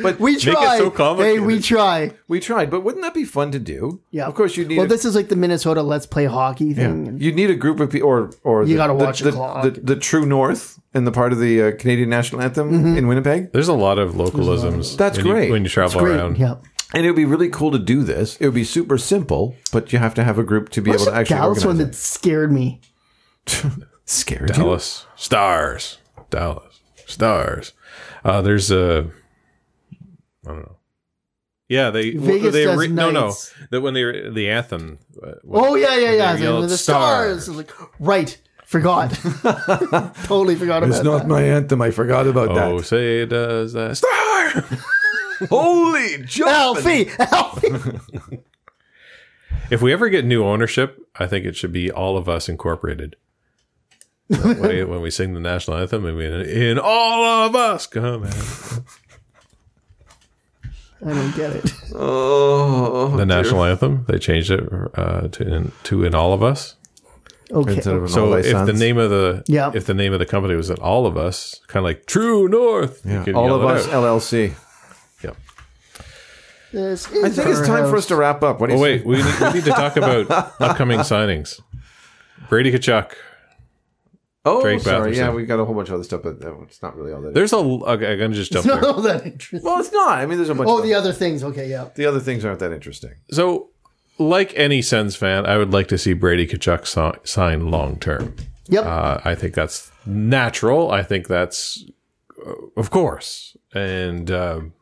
Speaker 6: But
Speaker 2: We
Speaker 7: it
Speaker 2: try.
Speaker 7: so
Speaker 2: hey,
Speaker 7: complicated.
Speaker 2: we try.
Speaker 6: we tried. But wouldn't that be fun to do?
Speaker 2: Yeah.
Speaker 6: Of course, you'd need.
Speaker 2: Well,
Speaker 6: a-
Speaker 2: this is like the Minnesota Let's Play Hockey thing. and-
Speaker 6: You'd need a group of people, or or
Speaker 2: You
Speaker 6: the-
Speaker 2: gotta
Speaker 6: the-
Speaker 2: watch
Speaker 6: the,
Speaker 2: the clock.
Speaker 6: the, the True North and the part of the uh, Canadian national anthem
Speaker 2: Mm-hmm.
Speaker 6: in Winnipeg.
Speaker 7: There's a lot of localisms.
Speaker 6: That's
Speaker 7: when you-
Speaker 6: great.
Speaker 7: when you travel
Speaker 2: Great.
Speaker 7: around.
Speaker 2: Yeah.
Speaker 6: And it would be really cool to do this. It would be super simple, but you have to have a group to be
Speaker 2: What's
Speaker 6: able to
Speaker 2: the
Speaker 6: actually
Speaker 2: Dallas
Speaker 6: organize
Speaker 2: one
Speaker 6: it.
Speaker 2: that scared me?
Speaker 6: Scary.
Speaker 7: Dallas Stars, Dallas Stars. Uh, there's a, I don't know. Yeah, they
Speaker 2: Vegas
Speaker 7: they
Speaker 2: does
Speaker 7: no no
Speaker 2: nights.
Speaker 7: that when they re- the anthem. uh, when-
Speaker 2: Oh yeah, yeah, yeah.
Speaker 7: they
Speaker 2: The,
Speaker 7: yelled,
Speaker 2: the stars. I was like, right. Forgot. totally forgot about that.
Speaker 6: my anthem. I forgot about
Speaker 7: Oh, say does that star?
Speaker 6: Holy jumping!
Speaker 2: Alfie, Alfie.
Speaker 7: If we ever get new ownership, I think it should be all of us incorporated. That way, when we sing the national anthem, I mean, in all of us, come out.
Speaker 2: I don't get it.
Speaker 6: Oh,
Speaker 2: Oh,
Speaker 7: The national anthem, they changed it uh, to in, to in all of us.
Speaker 2: Okay.
Speaker 6: instead of an
Speaker 7: So
Speaker 6: all thy
Speaker 7: if the
Speaker 6: sons.
Speaker 7: name of the
Speaker 2: Yeah.
Speaker 7: if the name of the company was at all of us, kind of like True North, you
Speaker 6: Yeah,
Speaker 7: could
Speaker 6: all
Speaker 7: yell
Speaker 6: of
Speaker 7: it
Speaker 6: us
Speaker 7: out.
Speaker 6: LLC.
Speaker 7: Yep.
Speaker 2: This is
Speaker 6: I think it's
Speaker 2: our
Speaker 6: time for us
Speaker 2: house.
Speaker 6: to wrap up. What do
Speaker 7: Oh
Speaker 6: you
Speaker 7: wait, we need, we need to talk about upcoming signings. Brady Kachuk.
Speaker 6: Oh,
Speaker 7: Drake
Speaker 6: sorry.
Speaker 7: Batherson.
Speaker 6: Yeah, we got a whole bunch of other stuff, but uh, it's not really all that.
Speaker 7: There's a. l- Okay, I'm gonna just jump
Speaker 2: Not
Speaker 7: there.
Speaker 2: all that interesting.
Speaker 6: well, it's not. I mean, there's a bunch.
Speaker 2: Oh,
Speaker 6: of
Speaker 2: the other things. Okay, yeah.
Speaker 6: the other things aren't that interesting.
Speaker 7: So, like any Sens fan, I would like to see Brady Kachuk si- sign long term.
Speaker 2: Yep.
Speaker 7: Uh, I think that's natural. I think that's, uh, of course, and um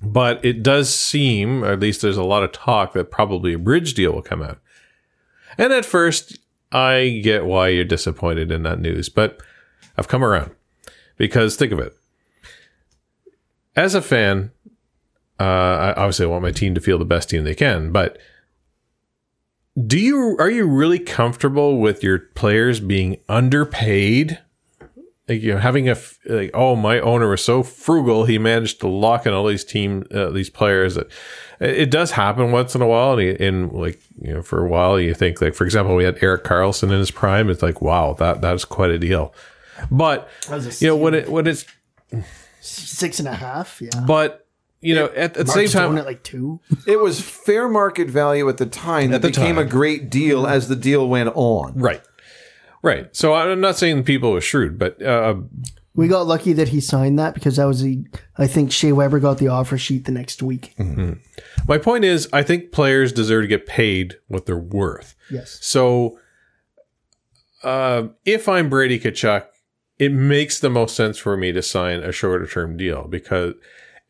Speaker 7: but it does seem, or at least there's a lot of talk that probably a bridge deal will come out. And at first, I get why you're disappointed in that news, but I've come around because think of it. As a fan, uh, I obviously I want my team to feel the best team they can, but do you are you really comfortable with your players being underpaid? Like, you know, having a f- like, oh, my owner was so frugal, he managed to lock in all these team, uh, these players. That it it does happen once in a while, and, he- and like you know, for a while, you think like, for example, we had Eric Carlson in his prime. It's like, wow, that that's quite a deal. But you know, when it when it's
Speaker 2: Six and a half. Yeah.
Speaker 7: but you know, at, at the same time,
Speaker 2: Stone at like two.
Speaker 6: It was fair market value at the time that
Speaker 7: the
Speaker 6: became
Speaker 7: time.
Speaker 6: a great deal as the deal went on.
Speaker 7: right, right. So I'm not saying the people are shrewd, but uh,
Speaker 2: We got lucky that he signed that because that was the. I think Shea Weber got the offer sheet the next week.
Speaker 7: my point is, I think players deserve to get paid what they're worth.
Speaker 2: Yes.
Speaker 7: So, uh, if I'm Brady Kachuk, it makes the most sense for me to sign a shorter term deal because,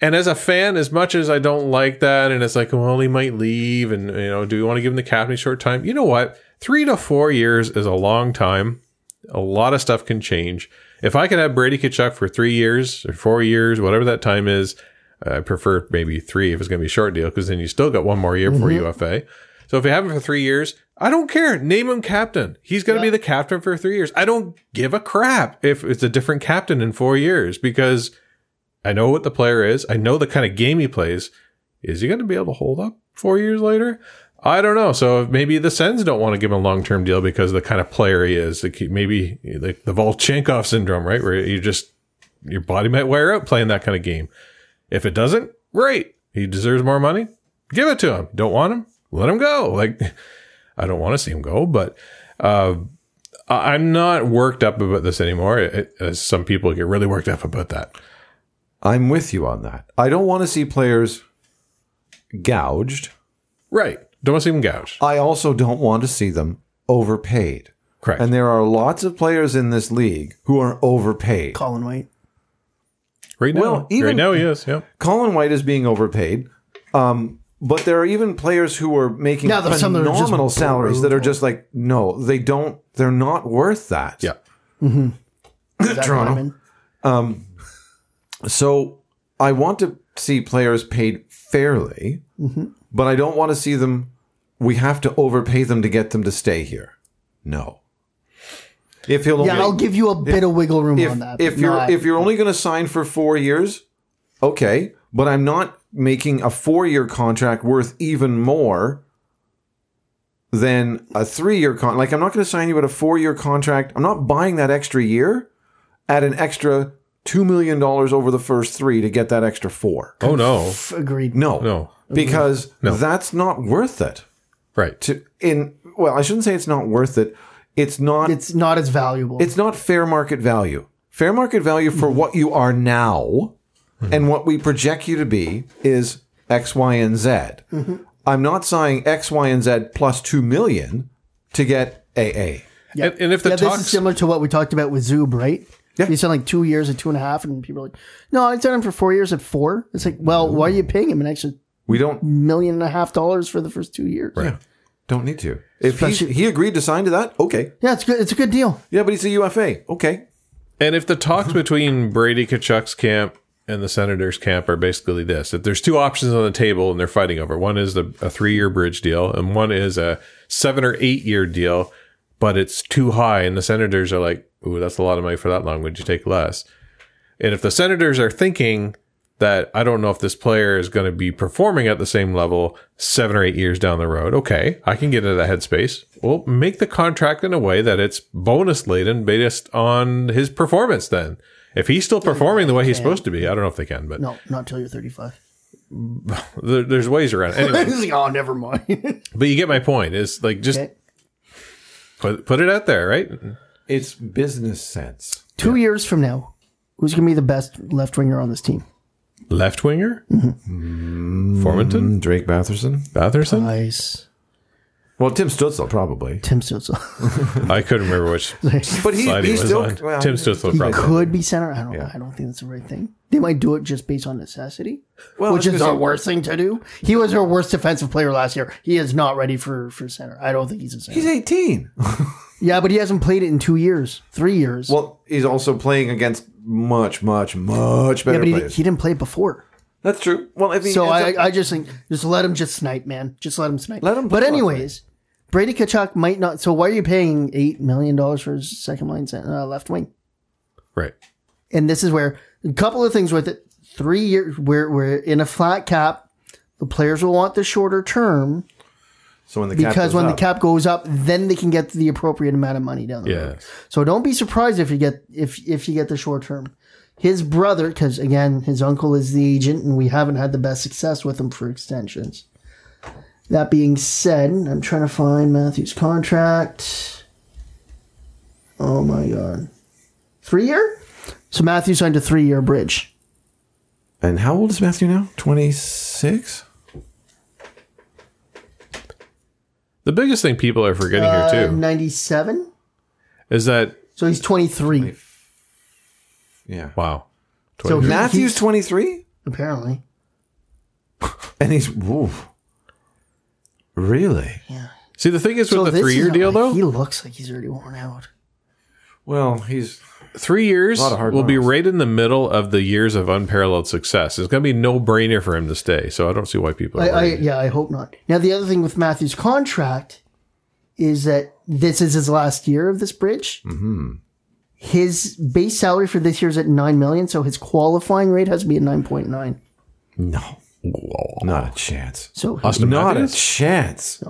Speaker 7: and as a fan, as much as I don't like that, and it's like, well, he might leave, and you know, do we want to give him the captain a short time? You know what? Three to four years is a long time. A lot of stuff can change. If I could have Brady Kachuk for three years or four years, whatever that time is, I prefer maybe three if it's going to be a short deal because then you still got one more year before UFA. So if you have him for three years, I don't care. Name him captain. He's going to be the captain for three years. I don't give a crap if it's a different captain in four years because I know what the player is. I know the kind of game he plays. Is he going to be able to hold up four years later? I don't know. So maybe the Sens don't want to give him a long term deal because of the kind of player he is. Like he- Maybe like the Volchenkov syndrome, right? Where you just, your body might wear out playing that kind of game. If it doesn't, great. He deserves more money. Give it to him. Don't want him? Let him go. Like, I don't want to see him go, but uh, I- I'm not worked up about this anymore. It- as some people get really worked up about that.
Speaker 6: I'm with you on that. I don't want to see players gouged.
Speaker 7: Right. Don't want to see him gouged.
Speaker 6: I also don't want to see them overpaid.
Speaker 7: Correct.
Speaker 6: And there are lots of players in this league who are overpaid.
Speaker 2: Colin White.
Speaker 7: right now,
Speaker 6: well, even-
Speaker 7: right now he is. Yeah.
Speaker 6: Colin White is being overpaid. Um, but there are even players who are making
Speaker 2: Yeah, there's some that are just
Speaker 6: phenomenal salaries that are just like, no, they don't, they're not worth that.
Speaker 7: Yeah.
Speaker 2: Zach
Speaker 6: Toronto.
Speaker 2: Hyman.
Speaker 6: So I want to see players paid fairly,
Speaker 2: Mm-hmm.
Speaker 6: but I don't want to see them. We have to overpay them to get them to stay here. No. If he'll
Speaker 2: Yeah,
Speaker 6: only,
Speaker 2: I'll give you a bit of wiggle room
Speaker 6: if,
Speaker 2: on that.
Speaker 6: if
Speaker 2: but
Speaker 6: you're
Speaker 2: not-
Speaker 6: if you're only going to sign for four years, okay, but I'm not making a four year contract worth even more than a three year contract. Like I'm not going to sign you at a four year contract. I'm not buying that extra year at an extra two million dollars over the first three to get that extra four.
Speaker 7: Oh, no.
Speaker 2: F- agreed.
Speaker 6: No,
Speaker 7: No.
Speaker 6: because that's not worth it.
Speaker 7: Right.
Speaker 6: To in well, I shouldn't say it's not worth it. It's not
Speaker 2: It's not as valuable.
Speaker 6: it's not fair market value. Fair market value for what you are now and what we project you to be is X, Y, and Z. am not signing X, Y, and Z plus two million to get AA.
Speaker 7: And, and if the
Speaker 2: yeah,
Speaker 7: talks,
Speaker 2: this is similar to what we talked about with Zub, right?
Speaker 6: Yeah.
Speaker 2: You signed like two years at two and a half, and people are like, "No, I signed him for four years at four. It's like, well, why are you paying him an extra
Speaker 6: We don't
Speaker 2: million and a half dollars for the first two years? Right.
Speaker 6: don't need to. If he,
Speaker 2: Especially-
Speaker 6: he agreed to sign to that, okay.
Speaker 2: Yeah, it's good. It's a good deal.
Speaker 6: Yeah, but he's a UFA. Okay.
Speaker 7: and if the
Speaker 2: Mm-hmm.
Speaker 7: talks between Brady Kachuk's camp and the Senators' camp are basically this: if there's two options on the table and they're fighting over, one is the, a three-year bridge deal, and one is a seven or eight-year deal, but it's too high, and the Senators are like, "Ooh, that's a lot of money for that long. Would you take less?" And if the Senators are thinking that I don't know if this player is going to be performing at the same level seven or eight years down the road. Okay, I can get into that headspace. Well, make the contract in a way that it's bonus laden based on his performance then. If he's still performing the way he's supposed to be, I don't know if they can, but
Speaker 2: No, not till you're 35.
Speaker 7: there, there's ways around it. Anyway,
Speaker 2: He's like, oh, never mind.
Speaker 7: but you get my point. Is like just
Speaker 2: Okay.
Speaker 7: put put it out there, right?
Speaker 6: It's business sense.
Speaker 2: Two years from now, who's going to be the best left winger on this team?
Speaker 7: Left winger,
Speaker 2: Mm-hmm.
Speaker 7: Formanton,
Speaker 6: Drake Batherson.
Speaker 7: Batherson.
Speaker 2: Nice.
Speaker 6: Well, Tim Stutzel probably,
Speaker 2: Tim Stutzel. Uh,
Speaker 7: I couldn't remember which
Speaker 6: but he,
Speaker 7: side he
Speaker 6: he's
Speaker 7: was
Speaker 6: still
Speaker 7: on.
Speaker 6: well,
Speaker 7: Tim Stutzler,
Speaker 2: He
Speaker 7: probably.
Speaker 2: could be center. I don't.
Speaker 6: Yeah.
Speaker 2: I don't think that's the right thing. They might do it just based on necessity,
Speaker 6: Well,
Speaker 2: which
Speaker 6: I was
Speaker 2: is
Speaker 6: gonna
Speaker 2: the
Speaker 6: say-
Speaker 2: worst thing to do. He was our worst defensive player last year. He is not ready for for center. I don't think he's a center.
Speaker 6: He's eighteen.
Speaker 2: yeah, but he hasn't played it in two years, three years.
Speaker 6: Well, he's also playing against much, much, much
Speaker 2: yeah,
Speaker 6: better
Speaker 2: but he,
Speaker 6: players.
Speaker 2: he didn't play it before.
Speaker 6: That's true. Well, if he
Speaker 2: So
Speaker 6: ends
Speaker 2: I,
Speaker 6: up-
Speaker 2: I just think just let him just snipe, man. Just let him snipe.
Speaker 6: Let him
Speaker 2: But
Speaker 6: blow up,
Speaker 2: anyways, Brady Kachuk might not. So why are you paying eight million dollars for his second line cent- uh, left wing?
Speaker 7: Right.
Speaker 2: and this is where a couple of things with it. Three years, we're we're in a flat cap. The players will want the shorter term
Speaker 6: so when the cap
Speaker 2: because
Speaker 6: goes
Speaker 2: when
Speaker 6: up-
Speaker 2: the cap goes up, then they can get the appropriate amount of money down the road.
Speaker 7: Yeah.
Speaker 2: So don't be surprised if you get if if you get the short term. His brother, because again, his uncle is the agent, and we haven't had the best success with him for extensions. That being said, I'm trying to find Matthew's contract. Oh my god, three year. So Matthew signed a three year bridge.
Speaker 6: and how old is Matthew now? Twenty six.
Speaker 7: The biggest thing people are forgetting
Speaker 2: Uh,
Speaker 7: here too
Speaker 2: Ninety seven.
Speaker 7: is that
Speaker 2: So he's 23
Speaker 6: Yeah.
Speaker 7: wow,
Speaker 2: So he-
Speaker 6: Matthew's
Speaker 2: he's-
Speaker 6: twenty three,
Speaker 2: apparently.
Speaker 6: and he's oof. really
Speaker 7: See, the thing is with
Speaker 2: So
Speaker 7: the
Speaker 2: this
Speaker 7: three year
Speaker 2: is-
Speaker 7: deal,
Speaker 2: he
Speaker 7: though,
Speaker 2: looks like he's already worn out.
Speaker 6: well. He's
Speaker 7: three years
Speaker 6: lot of hard
Speaker 7: will be
Speaker 6: knocks.
Speaker 7: right in the middle of the years of unparalleled success. It's going to be no brainer for him to stay. So I don't see why people. Are
Speaker 2: I, I,
Speaker 7: worried.
Speaker 2: yeah, I hope not. Now, the other thing with Matthew's contract is that this is his last year of this bridge. Mm-hmm. His base salary for this year is at nine million, so his qualifying rate has to be at nine point nine.
Speaker 6: no, not a chance.
Speaker 2: So
Speaker 7: Austin
Speaker 6: Not a
Speaker 7: Matthews?
Speaker 6: chance.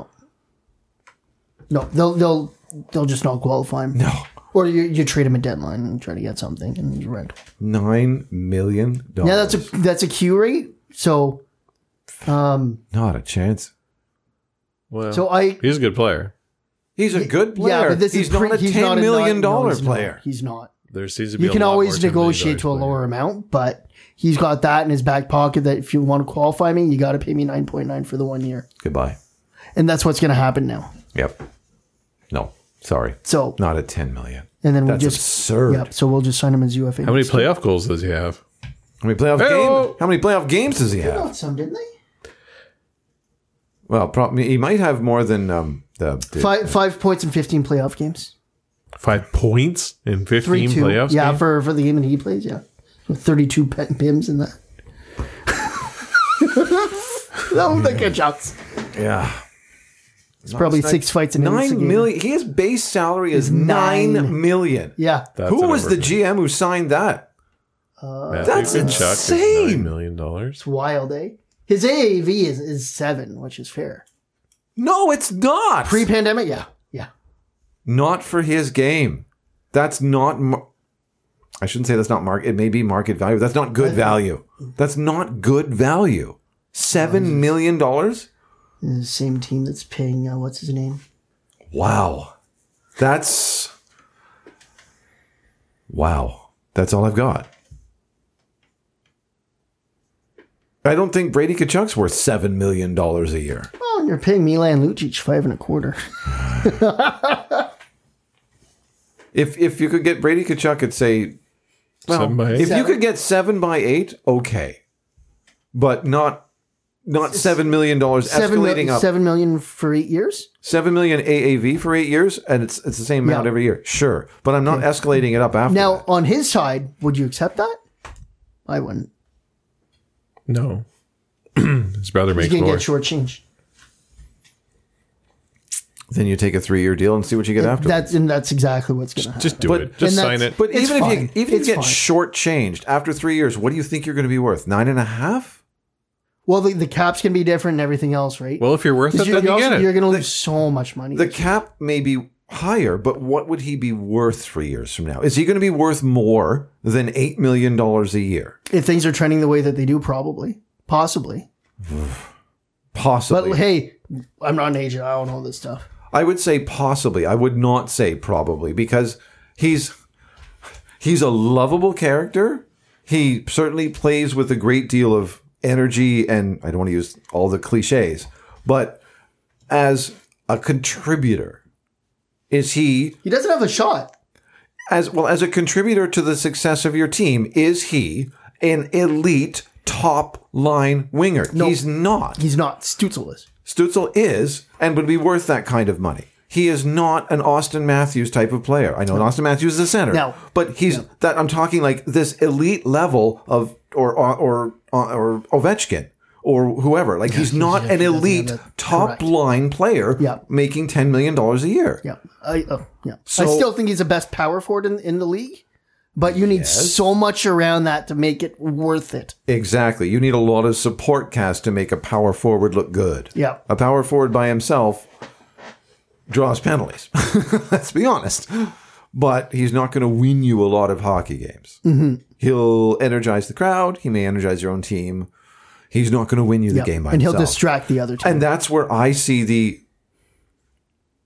Speaker 2: no, they'll they'll they'll just not qualify him.
Speaker 6: No,
Speaker 2: Or you, you trade him a deadline and try to get something and he's rent.
Speaker 6: nine million dollars.
Speaker 2: Yeah, that's a that's a Q rate. So, um,
Speaker 6: not a chance.
Speaker 7: Well,
Speaker 2: so I
Speaker 7: he's a good player.
Speaker 6: He's a good player.
Speaker 2: yeah, but this
Speaker 6: he's
Speaker 2: is
Speaker 6: not
Speaker 2: pre-
Speaker 6: a
Speaker 2: he's
Speaker 6: ten
Speaker 2: not a
Speaker 6: million
Speaker 2: nine- no,
Speaker 6: dollar
Speaker 2: he's not.
Speaker 6: player.
Speaker 2: He's not.
Speaker 7: There seems to be.
Speaker 2: you
Speaker 7: a
Speaker 2: can
Speaker 7: lot more
Speaker 2: always
Speaker 7: $10 million
Speaker 2: negotiate to a
Speaker 7: player.
Speaker 2: lower amount, but he's got that in his back pocket that if you want to qualify me, you got to pay me 9.9 for the one year.
Speaker 6: Goodbye.
Speaker 2: And that's what's going to happen now.
Speaker 6: Yep. No, sorry,
Speaker 2: So,
Speaker 6: not at ten million.
Speaker 2: and then we'll
Speaker 6: That's
Speaker 2: just,
Speaker 6: absurd.
Speaker 2: yep. So we'll just sign him as UFA.
Speaker 7: How many playoff goals does he have?
Speaker 6: How many playoff
Speaker 7: Hey-o.
Speaker 6: games? How many playoff games does he have?
Speaker 2: Got some, didn't they?
Speaker 6: Well, probably he might have more than um the, the-
Speaker 2: Five, five points in 15 playoff games.
Speaker 7: Five points in
Speaker 2: Three,
Speaker 7: fifteen
Speaker 2: two.
Speaker 7: playoffs.
Speaker 2: yeah,
Speaker 7: game?
Speaker 2: for, for the game that he plays, yeah. With 32 pet pims in that. no, the good shots.
Speaker 6: yeah.
Speaker 2: It's probably six fights in innings a
Speaker 6: Nine
Speaker 2: game.
Speaker 6: million. His base salary is nine
Speaker 2: nine.
Speaker 6: million.
Speaker 2: Yeah.
Speaker 7: That's
Speaker 6: Who
Speaker 7: an
Speaker 6: was the
Speaker 7: overpay.
Speaker 6: GM who signed that?
Speaker 7: Matthew
Speaker 6: That's
Speaker 7: Tkachuk is
Speaker 6: insane.
Speaker 7: Nine million dollars.
Speaker 2: It's wild, eh? His AAV is, is seven, which is fair.
Speaker 6: No, it's not.
Speaker 2: Pre pandemic, yeah. Yeah.
Speaker 6: not for his game. That's not. Mar- I shouldn't say that's not market. It may be market value. That's not good value. That's not good value. Seven million dollars.
Speaker 2: The same team that's paying, uh, what's his name?
Speaker 6: Wow. That's. Wow. That's all I've got. I don't think Brady Kachuk's worth $7 million a year.
Speaker 2: Oh, and you're paying Milan Lucic five and a quarter.
Speaker 6: If, if you could get Brady Kachuk at, say, well,
Speaker 7: Seven by eight?
Speaker 6: if you
Speaker 2: Seven.
Speaker 6: could get seven by eight, okay. But not not seven million dollars
Speaker 2: Seven mil-
Speaker 6: escalating up
Speaker 2: seven million for eight years?
Speaker 6: seven million AAV for eight years, and it's it's the same amount
Speaker 2: Yeah.
Speaker 6: every year. Sure, but I'm not escalating it up after.
Speaker 2: Now,
Speaker 6: that.
Speaker 2: on his side, would you accept that? I wouldn't.
Speaker 7: No, his brother
Speaker 2: He's
Speaker 7: makes
Speaker 2: going to
Speaker 7: more.
Speaker 2: get shortchanged.
Speaker 6: Then you take a three year deal and see what you get after.
Speaker 2: That's and that's exactly what's going to happen.
Speaker 7: Just do
Speaker 6: But-
Speaker 7: it. Just
Speaker 2: and
Speaker 7: sign
Speaker 2: that's-
Speaker 7: it.
Speaker 6: But
Speaker 2: It's
Speaker 6: even if you
Speaker 2: fine.
Speaker 6: even if
Speaker 2: It's
Speaker 6: you get
Speaker 2: fine.
Speaker 6: shortchanged after three years, what do you think you're going to be worth? Nine and a half?
Speaker 2: Well, the, the caps can be different and everything else, right?
Speaker 7: well, if you're worth it,
Speaker 2: Because
Speaker 7: then you
Speaker 2: also-
Speaker 7: get
Speaker 2: you're
Speaker 7: it.
Speaker 2: going to lose so much money.
Speaker 6: The cap may be higher, but what would he be worth three years from now? Is he going to be worth more than eight million dollars a year?
Speaker 2: if things are trending the way that they do, probably, possibly. But
Speaker 6: Possibly.
Speaker 2: hey, I'm not an agent. I don't know this stuff.
Speaker 6: I would say possibly. I would not say probably because he's he's a lovable character. He certainly plays with a great deal of energy and I don't want to use all the clichés, but as a contributor is he
Speaker 2: He doesn't have a shot.
Speaker 6: as well as a contributor to the success of your team is he an elite top line winger? He's not.
Speaker 2: He's not. Stutzel is.
Speaker 6: Stutzel is and would be worth that kind of money. He is not an Austin Matthews type of player. I know Austin Matthews is a center,
Speaker 2: No.
Speaker 6: but he's that I'm talking like this elite level of or or or, uh, or Ovechkin or whoever. Like he's not an
Speaker 2: doesn't have
Speaker 6: elite
Speaker 2: that-
Speaker 6: top
Speaker 2: correct.
Speaker 6: line player
Speaker 2: Yeah.
Speaker 6: making ten million dollars a year.
Speaker 2: Yeah. I uh, yeah. I
Speaker 6: So-
Speaker 2: still think he's the best power forward in, in the league, but you need so much around that to make it worth it.
Speaker 6: Exactly. You need a lot of support cast to make a power forward look good.
Speaker 2: Yeah.
Speaker 6: A power forward by himself draws penalties. Let's be honest. But he's not going to win you a lot of hockey games. Mm-hmm. He'll energize the crowd. He may energize your own team. He's not going to win you the
Speaker 2: Yeah.
Speaker 6: game by
Speaker 2: and he'll
Speaker 6: himself.
Speaker 2: distract the other team.
Speaker 6: and that's where I see the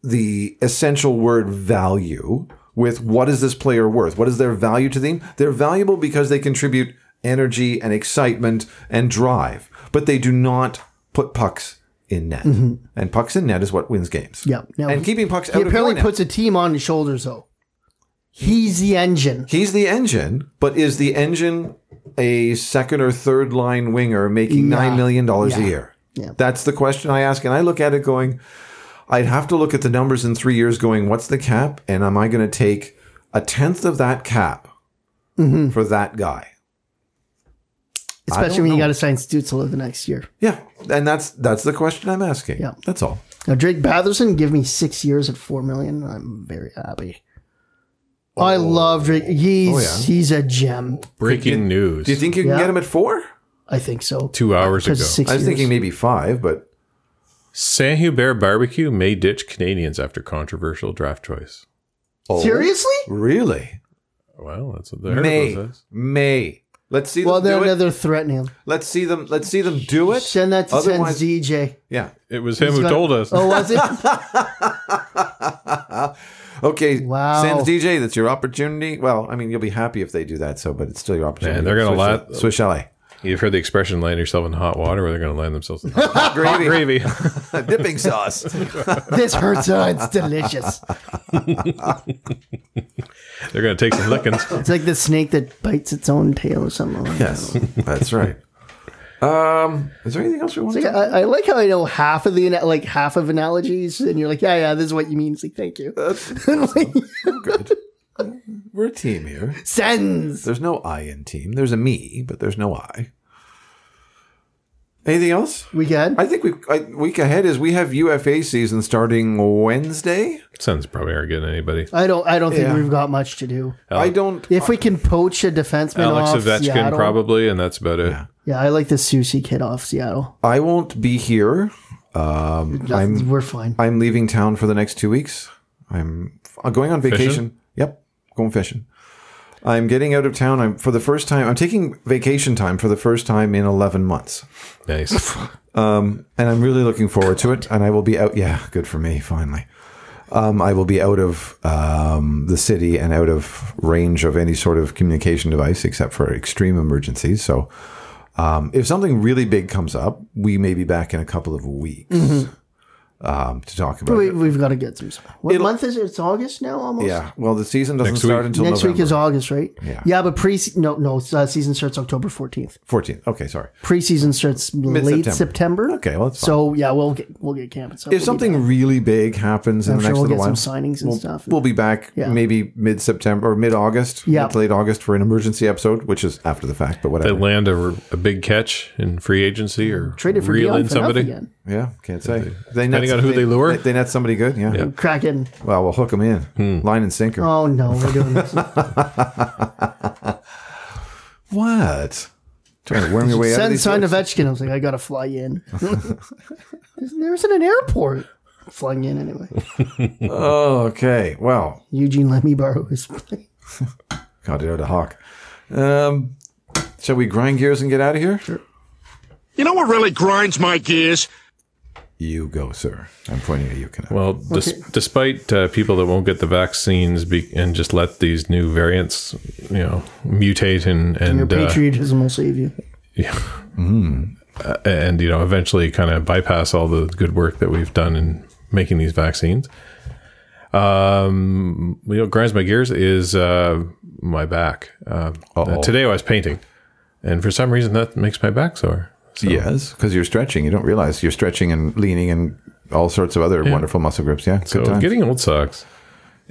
Speaker 6: the essential word value with what is this player worth? What is their value to them? They're valuable because they contribute energy and excitement and drive, but they do not put pucks in net. And pucks in net is what wins games.
Speaker 2: Mm-hmm. yeah. Now,
Speaker 6: and keeping pucks
Speaker 2: he
Speaker 6: out of your
Speaker 2: apparently
Speaker 6: net.
Speaker 2: puts a team on his shoulders though. He's the engine.
Speaker 6: He's the engine, but is the engine a second or third line winger making
Speaker 2: Yeah.
Speaker 6: nine million dollars a
Speaker 2: Yeah.
Speaker 6: year?
Speaker 2: Yeah.
Speaker 6: That's the question I ask, and I look at it going, I'd have to look at the numbers in three years, going, what's the cap, and am I going to take a tenth of that cap
Speaker 2: Mm-hmm.
Speaker 6: for that guy?
Speaker 2: Especially
Speaker 6: don't
Speaker 2: when you
Speaker 6: know.
Speaker 2: got to sign Stutzel the next year.
Speaker 6: Yeah, and that's that's the question I'm asking.
Speaker 2: Yeah.
Speaker 6: that's all.
Speaker 2: Now Drake Batherson give me six years at four million. I'm very happy. I love Drake. He's
Speaker 6: Oh, yeah.
Speaker 2: he's a gem.
Speaker 7: Breaking news.
Speaker 6: Do you think you can
Speaker 2: Yeah.
Speaker 6: get him at four?
Speaker 2: I think so.
Speaker 7: Two hours ago,
Speaker 2: Because six
Speaker 6: I was
Speaker 2: years.
Speaker 6: thinking maybe five, but
Speaker 7: Saint Hubert Barbecue may ditch Canadians after controversial draft choice.
Speaker 6: oh,
Speaker 2: Seriously?
Speaker 6: really?
Speaker 7: Well, that's what the article
Speaker 6: May,
Speaker 7: says.
Speaker 6: May. Let's see.
Speaker 2: Well,
Speaker 6: them do
Speaker 2: they're,
Speaker 6: it.
Speaker 2: they're threatening him.
Speaker 6: Let's see them. Let's see them do it.
Speaker 2: Send that to
Speaker 6: Otherwise-
Speaker 2: Sen's DJ.
Speaker 6: Yeah.
Speaker 7: It was him
Speaker 2: He's
Speaker 7: who
Speaker 2: gonna-
Speaker 7: told us.
Speaker 2: Oh, was it?
Speaker 6: Okay.
Speaker 2: Wow.
Speaker 6: Sans DJ, that's your opportunity. Well, I mean, you'll be happy if they do that. So, but it's still your opportunity.
Speaker 7: Man, they're gonna
Speaker 6: Swiss-
Speaker 7: let-
Speaker 6: Swiss chalet.
Speaker 7: You've heard the expression "land yourself in hot water," where they're going to land themselves in hot
Speaker 6: Gravy,
Speaker 7: gravy.
Speaker 6: dipping sauce.
Speaker 2: this hurts. Oh, it's delicious.
Speaker 7: they're going to take some lickings.
Speaker 2: It's like the snake that bites its own tail or something. Like that.
Speaker 6: yes, that's right. Um, is there anything else we want to?
Speaker 2: Like, I, I like how I know half of the ana- like half of analogies, and you're like, yeah, yeah, this is what you mean. It's like, thank you. Like,
Speaker 6: Good. We're a team here.
Speaker 2: Sens.
Speaker 6: There's no I in team. There's a me, but there's no I. Anything else?
Speaker 2: We good?
Speaker 6: I think we I, week ahead is we have UFA season starting Wednesday.
Speaker 7: Sons probably aren't getting anybody.
Speaker 2: I don't. I don't think
Speaker 6: Yeah.
Speaker 2: we've got much to do.
Speaker 6: I don't.
Speaker 2: If we can poach a defenseman
Speaker 7: Alex
Speaker 2: off
Speaker 7: Ovechkin
Speaker 2: Seattle,
Speaker 7: probably, and that's about it.
Speaker 2: Yeah, I like the Susie kid off Seattle.
Speaker 6: I won't be here. Um, I'm
Speaker 2: We're fine.
Speaker 6: I'm leaving town for the next two weeks. I'm f- going on vacation. Yep, going fishing. I'm getting out of town. I'm for the first time. I'm taking vacation time for the first time in eleven months,
Speaker 7: Nice.
Speaker 6: and I'm really looking forward to it. And I will be out. Yeah, good for me. Finally, um, I will be out of um, the city and out of range of any sort of communication device except for extreme emergencies. So, um, if something really big comes up, we may be back in a couple of weeks um, to talk about.
Speaker 2: We,
Speaker 6: it.
Speaker 2: we've got to get some. stuff. What
Speaker 6: It'll-
Speaker 2: month is it? It's August now, almost.
Speaker 6: Yeah. Well, the season doesn't
Speaker 7: Next
Speaker 6: start
Speaker 7: week.
Speaker 6: until
Speaker 2: Next
Speaker 6: November.
Speaker 2: week is August, right?
Speaker 6: Yeah.
Speaker 2: Yeah, but pre no no uh, season starts October fourteenth.
Speaker 6: 14th. Okay, sorry.
Speaker 2: Preseason starts late
Speaker 6: Mid-September.
Speaker 2: September.
Speaker 6: Okay, well, that's fine.
Speaker 2: so yeah, we'll get we'll get camping. So
Speaker 6: If something really big happens in
Speaker 2: I'm
Speaker 6: the
Speaker 2: sure
Speaker 6: next
Speaker 2: we'll
Speaker 6: little
Speaker 2: get
Speaker 6: while,
Speaker 2: some signings and stuff.
Speaker 6: we'll be back
Speaker 2: Yeah.
Speaker 6: maybe mid September or mid August,
Speaker 2: Yeah.
Speaker 6: late August for an emergency episode, which is after the fact, but
Speaker 7: They
Speaker 6: whatever.
Speaker 7: land a, a big catch in free agency or
Speaker 2: traded for
Speaker 7: reel
Speaker 2: Dion
Speaker 7: in
Speaker 2: for somebody
Speaker 7: somebody.
Speaker 2: again.
Speaker 6: Yeah, can't say. They
Speaker 7: Depending on who they lure?
Speaker 6: They, they net somebody good. Yeah.
Speaker 7: Yeah. Hmm.
Speaker 2: Kraken.
Speaker 6: Well, we'll hook them in, line and sinker.
Speaker 2: Oh no, we're doing this.
Speaker 6: What? Trying to worm your way out of
Speaker 2: Send
Speaker 6: these
Speaker 2: sign
Speaker 6: things?
Speaker 2: Ovechkin. I was like, I gotta fly in. there isn't an airport. Flying in anyway.
Speaker 6: Oh, okay. Well,
Speaker 2: Eugene let me borrow his plane.
Speaker 6: God, it out a hawk. Um, shall we grind gears and get out of here? Sure.
Speaker 5: You know what really grinds my gears?
Speaker 6: You go, sir. I'm pointing at you, Canuck.
Speaker 7: Well, dis- despite uh, people that won't get the vaccines be- and just let these new variants, you know, mutate and
Speaker 2: Your
Speaker 7: and uh,
Speaker 2: patriotism will save you.
Speaker 7: and you know eventually kind of bypass all the good work that we've done in making these vaccines. Um, you know, grinds my gears is uh, my back. Uh,
Speaker 6: Uh-oh.
Speaker 7: today I was painting, and for some reason that makes my back sore. So,
Speaker 6: yes, because you're stretching. You don't realize you're stretching and leaning and all sorts of other wonderful muscle groups. Yeah.
Speaker 7: so
Speaker 6: good times.
Speaker 7: getting old sucks.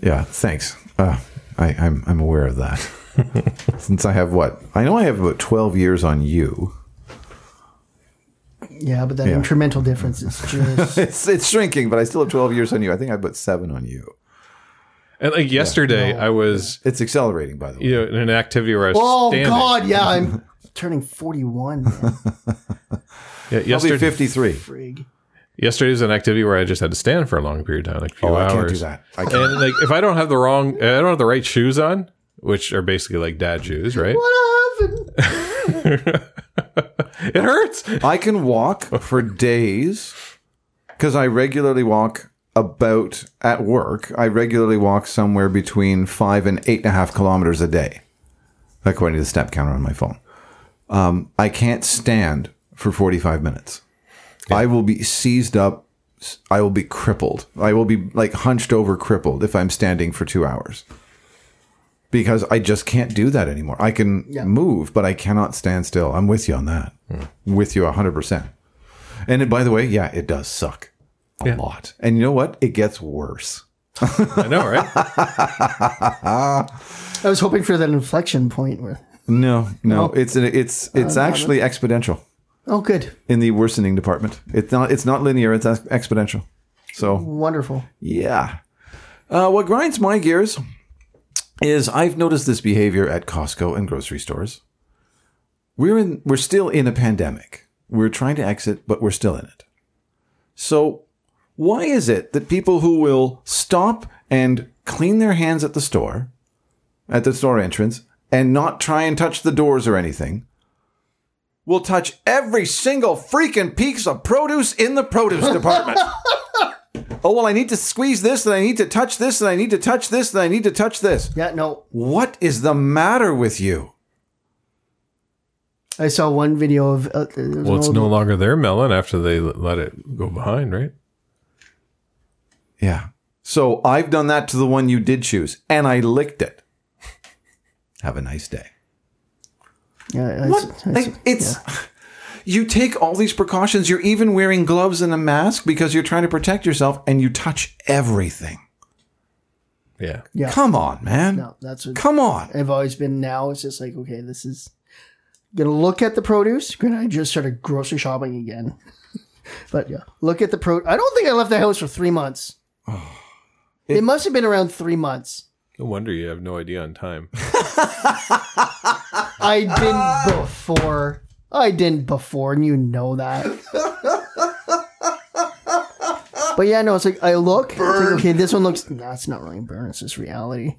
Speaker 6: Yeah, thanks. Uh, I, I'm I'm aware of that. Since I have what I know, I have about twelve years on you.
Speaker 2: Yeah, but that incremental difference is just
Speaker 6: It's it's shrinking, but I still have twelve years on you. I think I have about seven on you.
Speaker 7: And like yesterday, I was
Speaker 6: It's accelerating, by the way.
Speaker 7: you know in an activity where I was
Speaker 2: Oh
Speaker 7: standing.
Speaker 2: god, yeah, I'm turning forty one, man.
Speaker 7: Yeah,
Speaker 6: Probably
Speaker 7: yesterday,
Speaker 6: fifty-three.
Speaker 2: Frig.
Speaker 7: yesterday was an activity where I just had to stand for a long period of time, like a few
Speaker 6: Oh, I
Speaker 7: hours.
Speaker 6: can't do that. I can't.
Speaker 7: And like, if I don't have the wrong, uh, I don't have the right shoes on, which are basically like dad shoes, right?
Speaker 2: What happened?
Speaker 7: It hurts.
Speaker 6: I can walk for days because I regularly walk about at work. I regularly walk somewhere between five and eight and a half kilometers a day, according to the step counter on my phone. Um, I can't stand for 45 minutes. I will be seized up. I will be crippled. I will be like hunched over crippled if I'm standing for two hours because I just can't do that anymore. I can move, but I cannot stand still. I'm with you on that. With you 100%. And it, by the way, yeah, it does suck a lot. And you know what? It gets worse.
Speaker 7: I know, right?
Speaker 2: I was hoping for that inflection point where
Speaker 6: No, no, it's it's it's actually exponential
Speaker 2: Oh good.
Speaker 6: in the worsening department. It's not it's not linear, it's ex- exponential. So,
Speaker 2: Wonderful.
Speaker 6: yeah. Uh, what grinds my gears is I've noticed this behavior at Costco and grocery stores. We're in we're still in a pandemic. We're trying to exit, but we're still in it. So why is it that people who will stop and clean their hands at the store, at the store entrance, and not try and touch the doors or anything, will touch every single freaking piece of produce in the produce department? oh well, I need to squeeze this, and I need to touch this, and I need to touch this, and I need to touch this.
Speaker 2: Yeah, no.
Speaker 6: What is the matter with you?
Speaker 2: I saw one video of uh, there was
Speaker 7: well,
Speaker 2: an
Speaker 7: it's
Speaker 2: old-
Speaker 7: no longer their melon after they l- let it go behind, right?
Speaker 6: Yeah. So I've done that to the one you did choose, and I licked it. Have a nice day.
Speaker 2: yeah, I- I-
Speaker 6: What?
Speaker 2: I-
Speaker 6: Like, it's. You take all these precautions. You're even wearing gloves and a mask because you're trying to protect yourself, and you touch everything.
Speaker 7: Yeah.
Speaker 2: yeah.
Speaker 6: Come on, man.
Speaker 2: No, that's what
Speaker 6: Come on.
Speaker 2: I've always been now. It's just like, okay, this is gonna look at the produce. And I just started grocery shopping again. but yeah, look at the pro. I don't think I left the house for three months. it must have been around three months.
Speaker 7: No wonder you have no idea on time.
Speaker 2: I didn't before. I didn't before, and you know that. but yeah, no, it's like I look. it's like, okay, this one looks. Nah, it's not really a burn. It's just reality.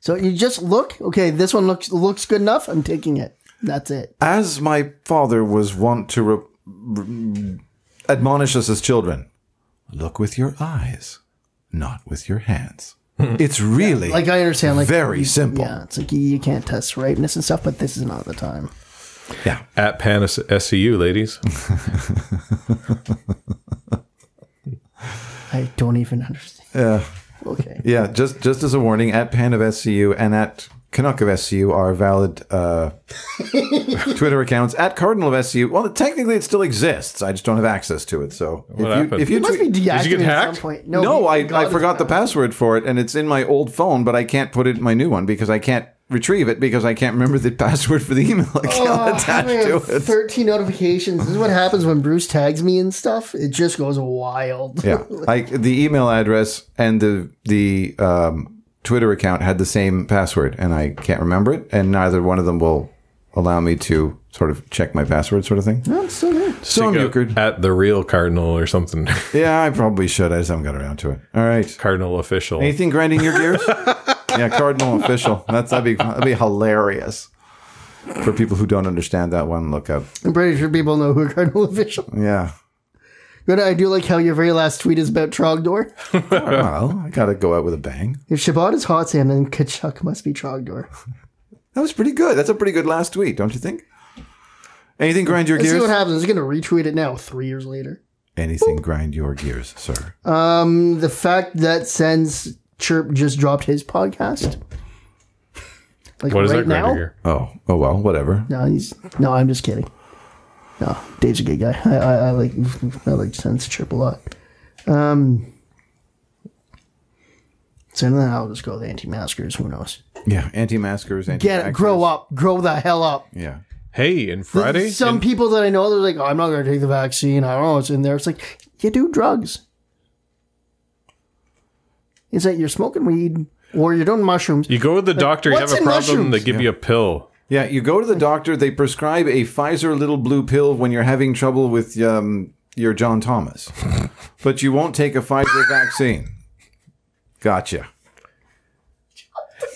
Speaker 2: So you just look. Okay, this one looks looks good enough. I'm taking it. That's it.
Speaker 6: As my father was wont to re- re- admonish us as children, look with your eyes, not with your hands. it's really
Speaker 2: Like I understand. Like
Speaker 6: very simple.
Speaker 2: Yeah, it's like you, you can't test ripeness and stuff, but this is not the time.
Speaker 6: yeah.
Speaker 7: At Pan S- SCU, ladies.
Speaker 2: I don't even understand.
Speaker 6: Yeah.
Speaker 2: Okay.
Speaker 6: Yeah, just just as a warning, at Pan of SCU and at Canuck of SCU are valid uh, Twitter accounts. At Cardinal of SCU, well, technically it still exists. I just don't have access to it. So if you,
Speaker 7: happened?
Speaker 6: if you
Speaker 2: It must
Speaker 6: tweet-
Speaker 2: be deactivated
Speaker 7: Did you get
Speaker 2: at some
Speaker 7: hacked?
Speaker 2: point.
Speaker 6: no,
Speaker 2: we
Speaker 6: I,
Speaker 2: got
Speaker 6: I
Speaker 2: it.
Speaker 6: forgot the password for it, and it's in my old phone, but I can't put it in my new one because I can't retrieve it because I can't remember the password for the email
Speaker 2: Oh,
Speaker 6: account attached
Speaker 2: Having
Speaker 6: to it.
Speaker 2: 13 notifications. This is what happens when Bruce tags me and stuff. It just goes wild.
Speaker 6: yeah, like the email address and the the um, Twitter account had the same password, and I can't remember it, and neither one of them will allow me to sort of check my password, sort of thing.
Speaker 2: I'm still there.
Speaker 6: So I'm
Speaker 7: Go
Speaker 6: euchred.
Speaker 7: At the real Cardinal or something.
Speaker 6: Yeah, I probably should. I just haven't got around to it. All right.
Speaker 7: Cardinal official.
Speaker 6: Anything grinding your gears? yeah, Cardinal official. That's that'd be that'd be hilarious. For people who don't understand that one, look up.
Speaker 2: I'm pretty sure people know who a Cardinal official.
Speaker 6: Yeah.
Speaker 2: But I do like how your very last tweet is about Trogdor.
Speaker 6: Well, I gotta go out with a bang.
Speaker 2: If Shabbat is hot Sam, then Kachuk must be Trogdor.
Speaker 6: That was pretty good. That's a pretty good last tweet, don't you think? Anything grind your
Speaker 2: Let's see
Speaker 6: gears?
Speaker 2: what happens. He's going to retweet it now, three years later.
Speaker 6: Anything grind your gears, sir.
Speaker 2: The fact that Sens Chirp just dropped his podcast. Like
Speaker 7: what is
Speaker 2: right
Speaker 7: that
Speaker 2: now?
Speaker 7: grinder here?
Speaker 6: Oh, oh well, whatever.
Speaker 2: No, he's no. I'm just kidding. No, Dave's a good guy. I, I, I like I like Sense Chirp a lot. Um, so then I'll just go with anti-maskers. Who knows?
Speaker 6: Yeah, anti-maskers, anti
Speaker 2: Get it. Grow up. Grow the hell up.
Speaker 6: Yeah.
Speaker 7: Hey, in Friday?
Speaker 2: Some
Speaker 7: in-
Speaker 2: people that I know, they're like, oh, I'm not going to take the vaccine. I don't know what's in there. It's like you do drugs. Is that you're smoking weed or you're doing mushrooms?
Speaker 7: you go to the doctor, you
Speaker 2: what's
Speaker 7: have a
Speaker 2: in
Speaker 7: problem, they
Speaker 2: mushrooms?
Speaker 7: give you a pill.
Speaker 6: Yeah, you go to the doctor, they prescribe a Pfizer little blue pill when you're having trouble with um, your John Thomas. but you won't take a Pfizer vaccine. Gotcha.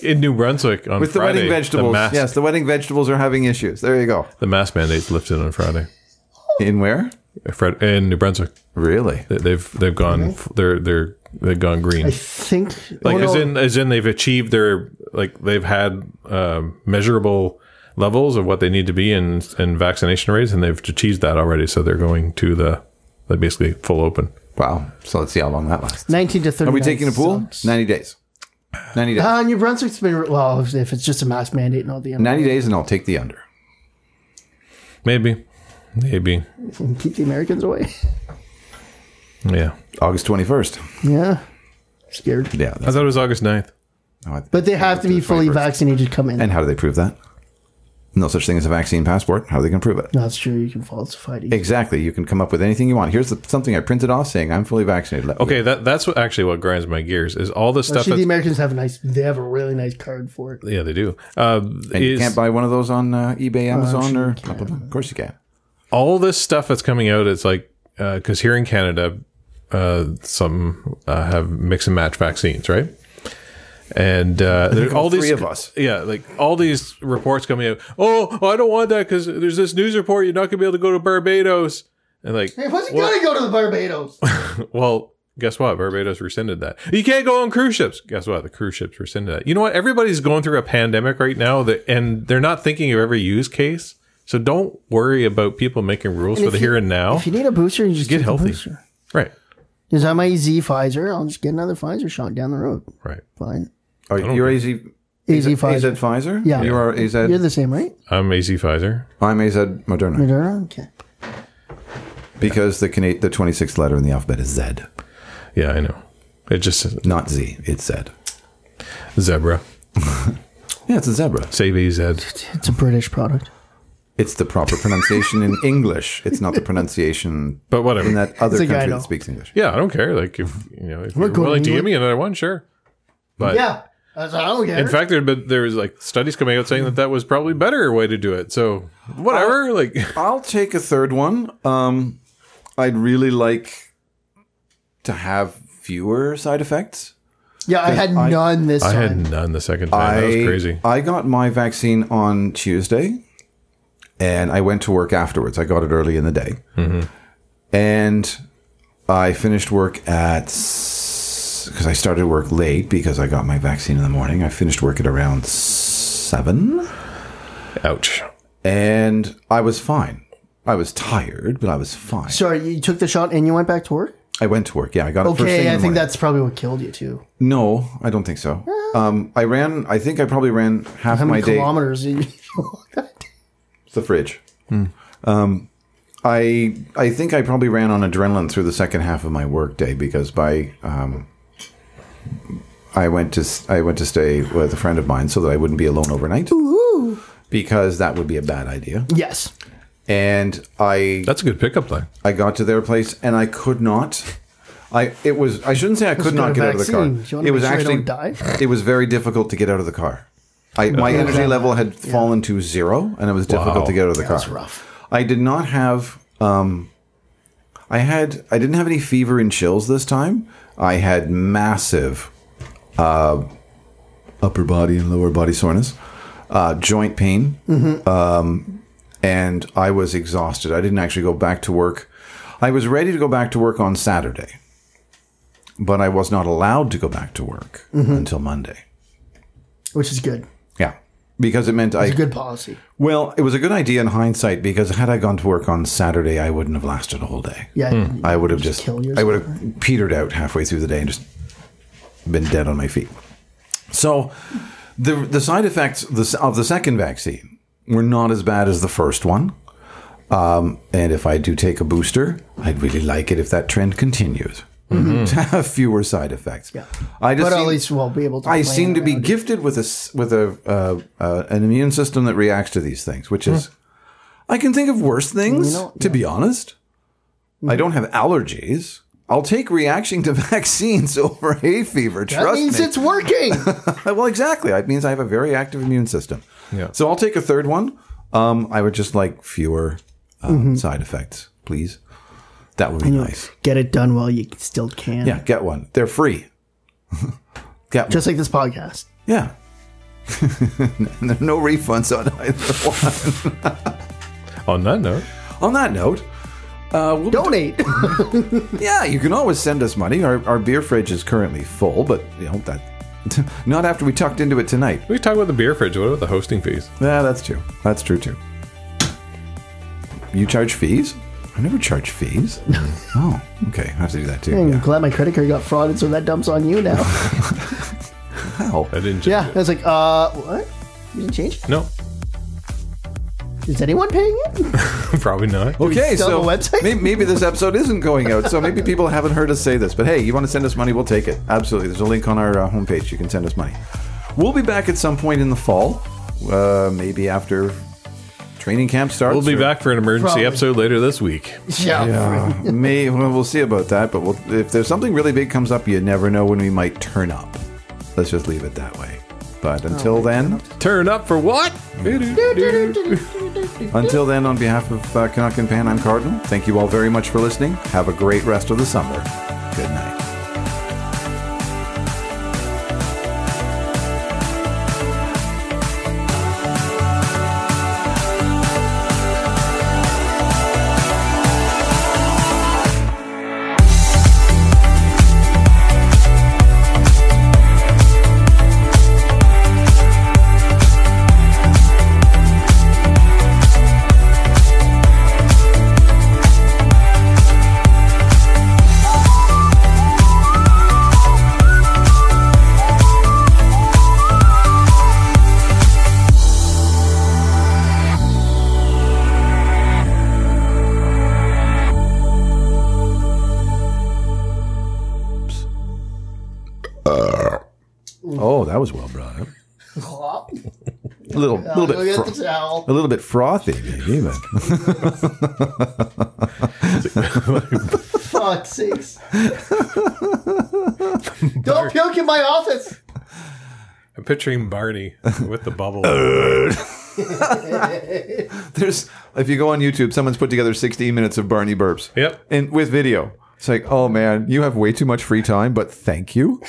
Speaker 7: In New Brunswick on
Speaker 6: With the
Speaker 7: Friday.
Speaker 6: wedding vegetables.
Speaker 7: The mask,
Speaker 6: Yes, the wedding vegetables are having issues. There you go.
Speaker 7: the mask mandate's lifted on Friday. Uh,
Speaker 6: In where?
Speaker 7: Fred, in New Brunswick.
Speaker 6: Really?
Speaker 7: They- They've they've gone they're they're they've gone green.
Speaker 2: I think
Speaker 7: like
Speaker 2: oh,
Speaker 7: as
Speaker 2: no.
Speaker 7: in as in they've achieved their like they've had um, measurable levels of what they need to be in in vaccination rates and they've achieved that already so they're going to the they basically full open
Speaker 6: Wow. So let's see how long that lasts.
Speaker 2: 19 to 30.
Speaker 6: Are we taking a pool? 90 days. 90 days.
Speaker 2: Uh, New Brunswick's been well. If, if it's just a mask mandate and all the
Speaker 6: 90 days and I'll take the under.
Speaker 7: maybe maybe
Speaker 2: keep the Americans away.
Speaker 7: yeah
Speaker 6: August 21st.
Speaker 2: yeah, scared.
Speaker 6: Yeah.
Speaker 7: i thought it was august 9th
Speaker 2: But they have to be fully vaccinated to come in.
Speaker 6: And how do they prove that? No such thing as a vaccine passport. How are they going to prove it?
Speaker 2: no, that's true. You can falsify it.
Speaker 6: Exactly. You can come up with anything you want. Here's the, something I printed off saying I'm fully vaccinated. Let-
Speaker 7: okay that that's what actually what grinds my gears is all the stuff
Speaker 2: Actually, the
Speaker 7: that's,
Speaker 2: Americans have a nice. They have a really nice card for it.
Speaker 7: yeah they do uh,
Speaker 6: And you
Speaker 7: is-
Speaker 6: can't buy one of those on uh, eBay, Amazon, or blah, blah, blah. Of course you can.
Speaker 7: all this stuff that's coming out, it's like because here in Canada, uh, some uh, have mix and match vaccines, right? And uh, there, all
Speaker 6: three
Speaker 7: these
Speaker 6: of us.
Speaker 7: yeah, like all these reports coming out. Oh, I don't want that because there's this news report. You're not gonna be able to go to Barbados, and like,
Speaker 2: Hey, what's it
Speaker 7: Well-
Speaker 2: gonna go to the Barbados?
Speaker 7: well, guess what? Barbados rescinded that. You can't go on cruise ships. Guess what? The cruise ships rescinded that. You know what? Everybody's going through a pandemic right now, that, and they're not thinking of every use case. So don't worry about people making rules for the
Speaker 2: if you-
Speaker 7: here and now.
Speaker 2: if you need a booster, you just
Speaker 7: Get
Speaker 2: get,
Speaker 7: healthy.
Speaker 2: A booster.
Speaker 7: Right.
Speaker 2: Because I'm AZ E Pfizer. I'll just get another Pfizer shot down the road.
Speaker 7: Right.
Speaker 2: Fine.
Speaker 6: Oh, you're AZ,
Speaker 2: AZ
Speaker 6: AZ
Speaker 2: Pfizer.
Speaker 6: Pfizer?
Speaker 2: Yeah.
Speaker 6: You are AZ.
Speaker 2: You're the same, right?
Speaker 7: I'm AC Pfizer.
Speaker 6: I'm AZ Moderna.
Speaker 2: Moderna. Okay.
Speaker 6: Because the, Cana- the 26th letter in the alphabet is Z,
Speaker 7: Yeah, I know. It just says
Speaker 6: not Z. It's Z.
Speaker 7: zebra.
Speaker 6: Yeah, it's a zebra.
Speaker 7: Save AZ.
Speaker 2: It's a British product.
Speaker 6: It's the proper pronunciation in English. It's not the pronunciation
Speaker 7: But whatever.
Speaker 6: in that other
Speaker 2: It's a guy,
Speaker 6: country
Speaker 2: no.
Speaker 6: that speaks English.
Speaker 7: yeah, I don't care. Like if you know, if you're
Speaker 2: going
Speaker 7: willing to
Speaker 2: to
Speaker 7: give me another one, sure. But
Speaker 2: Yeah. That's- I don't care.
Speaker 7: in fact, there but there was like studies coming out saying that that was probably a better way to do it. So whatever.
Speaker 2: Oh.
Speaker 7: like
Speaker 6: I'll take a third one. Um, I'd really like to have fewer side effects.
Speaker 2: yeah, I had none this
Speaker 7: I
Speaker 2: time.
Speaker 7: had none the second time. that was crazy.
Speaker 6: I got my vaccine on Tuesday, and I went to work afterwards. I got it early in the day,
Speaker 7: Mm-hmm.
Speaker 6: and I finished work at because I started work late because I got my vaccine in the morning. I finished work at around seven.
Speaker 7: Ouch.
Speaker 6: and I was fine. I was tired, but I was fine.
Speaker 2: Sorry, you took the shot and you went back to work?
Speaker 6: I went to work. Yeah, I got it first thing. in
Speaker 2: Okay,
Speaker 6: the
Speaker 2: I think
Speaker 6: morning.
Speaker 2: that's probably what killed you too.
Speaker 6: no. I don't think so. Um, I ran. I think I probably ran
Speaker 2: Uh-huh.
Speaker 6: half
Speaker 2: How
Speaker 6: my
Speaker 2: many
Speaker 6: day.
Speaker 2: kilometers did you walk that day?
Speaker 6: It's the fridge.
Speaker 2: Hmm.
Speaker 6: Um, I I think I probably ran on adrenaline through the second half of my work day because by um, I went to s- I went to stay with a friend of mine so that I wouldn't be alone overnight. Because that would be a bad idea.
Speaker 2: Yes.
Speaker 6: And I
Speaker 7: That's a good pickup line.
Speaker 6: I got to their place and I could not. I it was I shouldn't say I could
Speaker 2: you got
Speaker 6: not
Speaker 2: a
Speaker 6: get out of the car.
Speaker 2: vaccine. Do you wanna
Speaker 6: It
Speaker 2: make
Speaker 6: was
Speaker 2: sure I
Speaker 6: actually
Speaker 2: don't die?
Speaker 6: it was very difficult to get out of the car. I, my energy level had fallen to zero, and it was difficult
Speaker 7: Wow.
Speaker 6: to get out of the car.
Speaker 2: That's rough.
Speaker 6: I did not have. Um, I had. I didn't have any fever and chills this time. I had massive uh, upper body and lower body soreness, uh, joint pain, um, and I was exhausted. I didn't actually go back to work. I was ready to go back to work on Saturday, but I was not allowed to go back to work until Monday.
Speaker 2: Which is good.
Speaker 6: Yeah, because it meant I
Speaker 2: It's a good policy.
Speaker 6: well, it was a good idea in hindsight because had I gone to work on Saturday, I wouldn't have lasted a whole day.
Speaker 2: Yeah.
Speaker 6: Hmm. I would have just,
Speaker 2: kill yourself,
Speaker 6: I would have petered out halfway through the day and just been dead on my feet. So, the the side effects of the- of the second vaccine were not as bad as the first one. Um, and if I do take a booster, I'd really like it if that trend continues to have fewer side effects. Yeah. I just
Speaker 2: But at
Speaker 6: seem-
Speaker 2: least we'll be able to.
Speaker 6: I
Speaker 2: plan
Speaker 6: seem to be
Speaker 2: around it.
Speaker 6: gifted with a s- with a uh, uh, an immune system that reacts to these things, which is I can think of worse things
Speaker 2: know,
Speaker 6: to be honest. I don't have allergies. I'll take reaction to vaccines over hay fever.
Speaker 2: That
Speaker 6: Trust
Speaker 2: means
Speaker 6: me.
Speaker 2: it's working.
Speaker 6: well, exactly. It means I have a very active immune system.
Speaker 7: Yeah.
Speaker 6: So I'll take a third one. Um, I would just like fewer uh,
Speaker 2: Mm-hmm.
Speaker 6: side effects, please. That would be nice.
Speaker 2: Get it done while you still can.
Speaker 6: Yeah, get one. They're free. get one.
Speaker 2: Just like this podcast.
Speaker 6: Yeah. And there are no refunds on either one.
Speaker 7: On that note,
Speaker 6: on that note, uh, we'll
Speaker 2: Donate.
Speaker 6: yeah, you can always send us money. Our, our beer fridge is currently full, but you know that not after we tucked into it tonight.
Speaker 7: we talk about the beer fridge. What about the hosting fees?
Speaker 6: Yeah, that's true. That's true too. You charge fees? I never charge fees. oh, okay. I have to do that too.
Speaker 2: I'm
Speaker 6: Yeah.
Speaker 2: glad my credit card got frauded, so that dumps on you now.
Speaker 6: Wow.
Speaker 7: I didn't.
Speaker 2: yeah. I was like, uh, what? You didn't change?
Speaker 7: No,
Speaker 2: Is anyone paying it?
Speaker 7: probably not.
Speaker 6: Okay,
Speaker 2: still have
Speaker 6: so
Speaker 2: a website?
Speaker 6: may- maybe this episode isn't going out, so maybe people haven't heard us say this. But hey, you want to send us money, we'll take it. Absolutely. There's a link on our uh, homepage. You can send us money. We'll be back at some point in the fall, uh, maybe after training camp starts.
Speaker 7: We'll be
Speaker 6: or-
Speaker 7: back for an emergency
Speaker 2: Probably.
Speaker 7: episode later this week.
Speaker 2: yeah.
Speaker 6: Uh, may well, we'll see about that. But we'll, if there's something really big comes up, you never know when we might turn up. Let's just leave it that way.
Speaker 2: Oh,
Speaker 6: But until then,
Speaker 7: Turn up for what?
Speaker 6: until then, on behalf of uh, Canuck and Pan, I'm Cardinal. Thank you all very much for listening. Have a great rest of the summer. Good night. Oh, that was well brought up. A little, little
Speaker 2: Look
Speaker 6: bit,
Speaker 2: at
Speaker 6: fro-
Speaker 2: the towel.
Speaker 6: a little bit frothy, maybe, but
Speaker 2: Fuck's sakes. Don't puke in my office.
Speaker 7: I'm picturing Barney with the bubble.
Speaker 6: there's. If you go on YouTube, someone's put together 16 minutes of Barney burps.
Speaker 7: Yep.
Speaker 6: and with video. It's like, oh man, you have way too much free time, but thank you.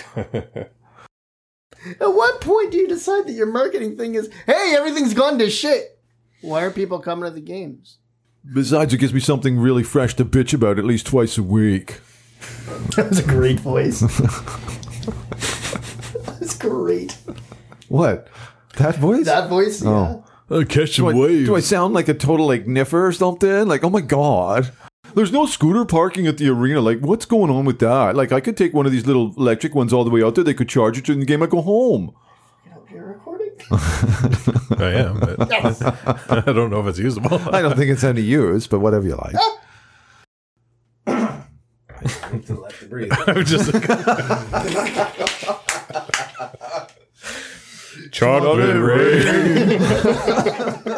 Speaker 2: At what point do you decide that your marketing thing is, hey, everything's gone to shit? Why are people coming to the games?
Speaker 6: Besides, it gives me something really fresh to bitch about at least twice a week.
Speaker 2: That was a great voice. That's great.
Speaker 6: What? That voice?
Speaker 2: That voice, yeah.
Speaker 6: Oh.
Speaker 7: Uh, catch
Speaker 6: do,
Speaker 7: a
Speaker 6: I, do I sound like a total like niffer or something? Like, oh my god. There's no scooter parking at the arena. Like, what's going on with that? Like, I could take one of these little electric ones all the way out there. They could charge it during the game. I go home.
Speaker 2: You're recording?
Speaker 7: I am, but I don't know if it's usable.
Speaker 6: I don't think it's any use, but whatever you like.
Speaker 7: I'm just Chocolate rain.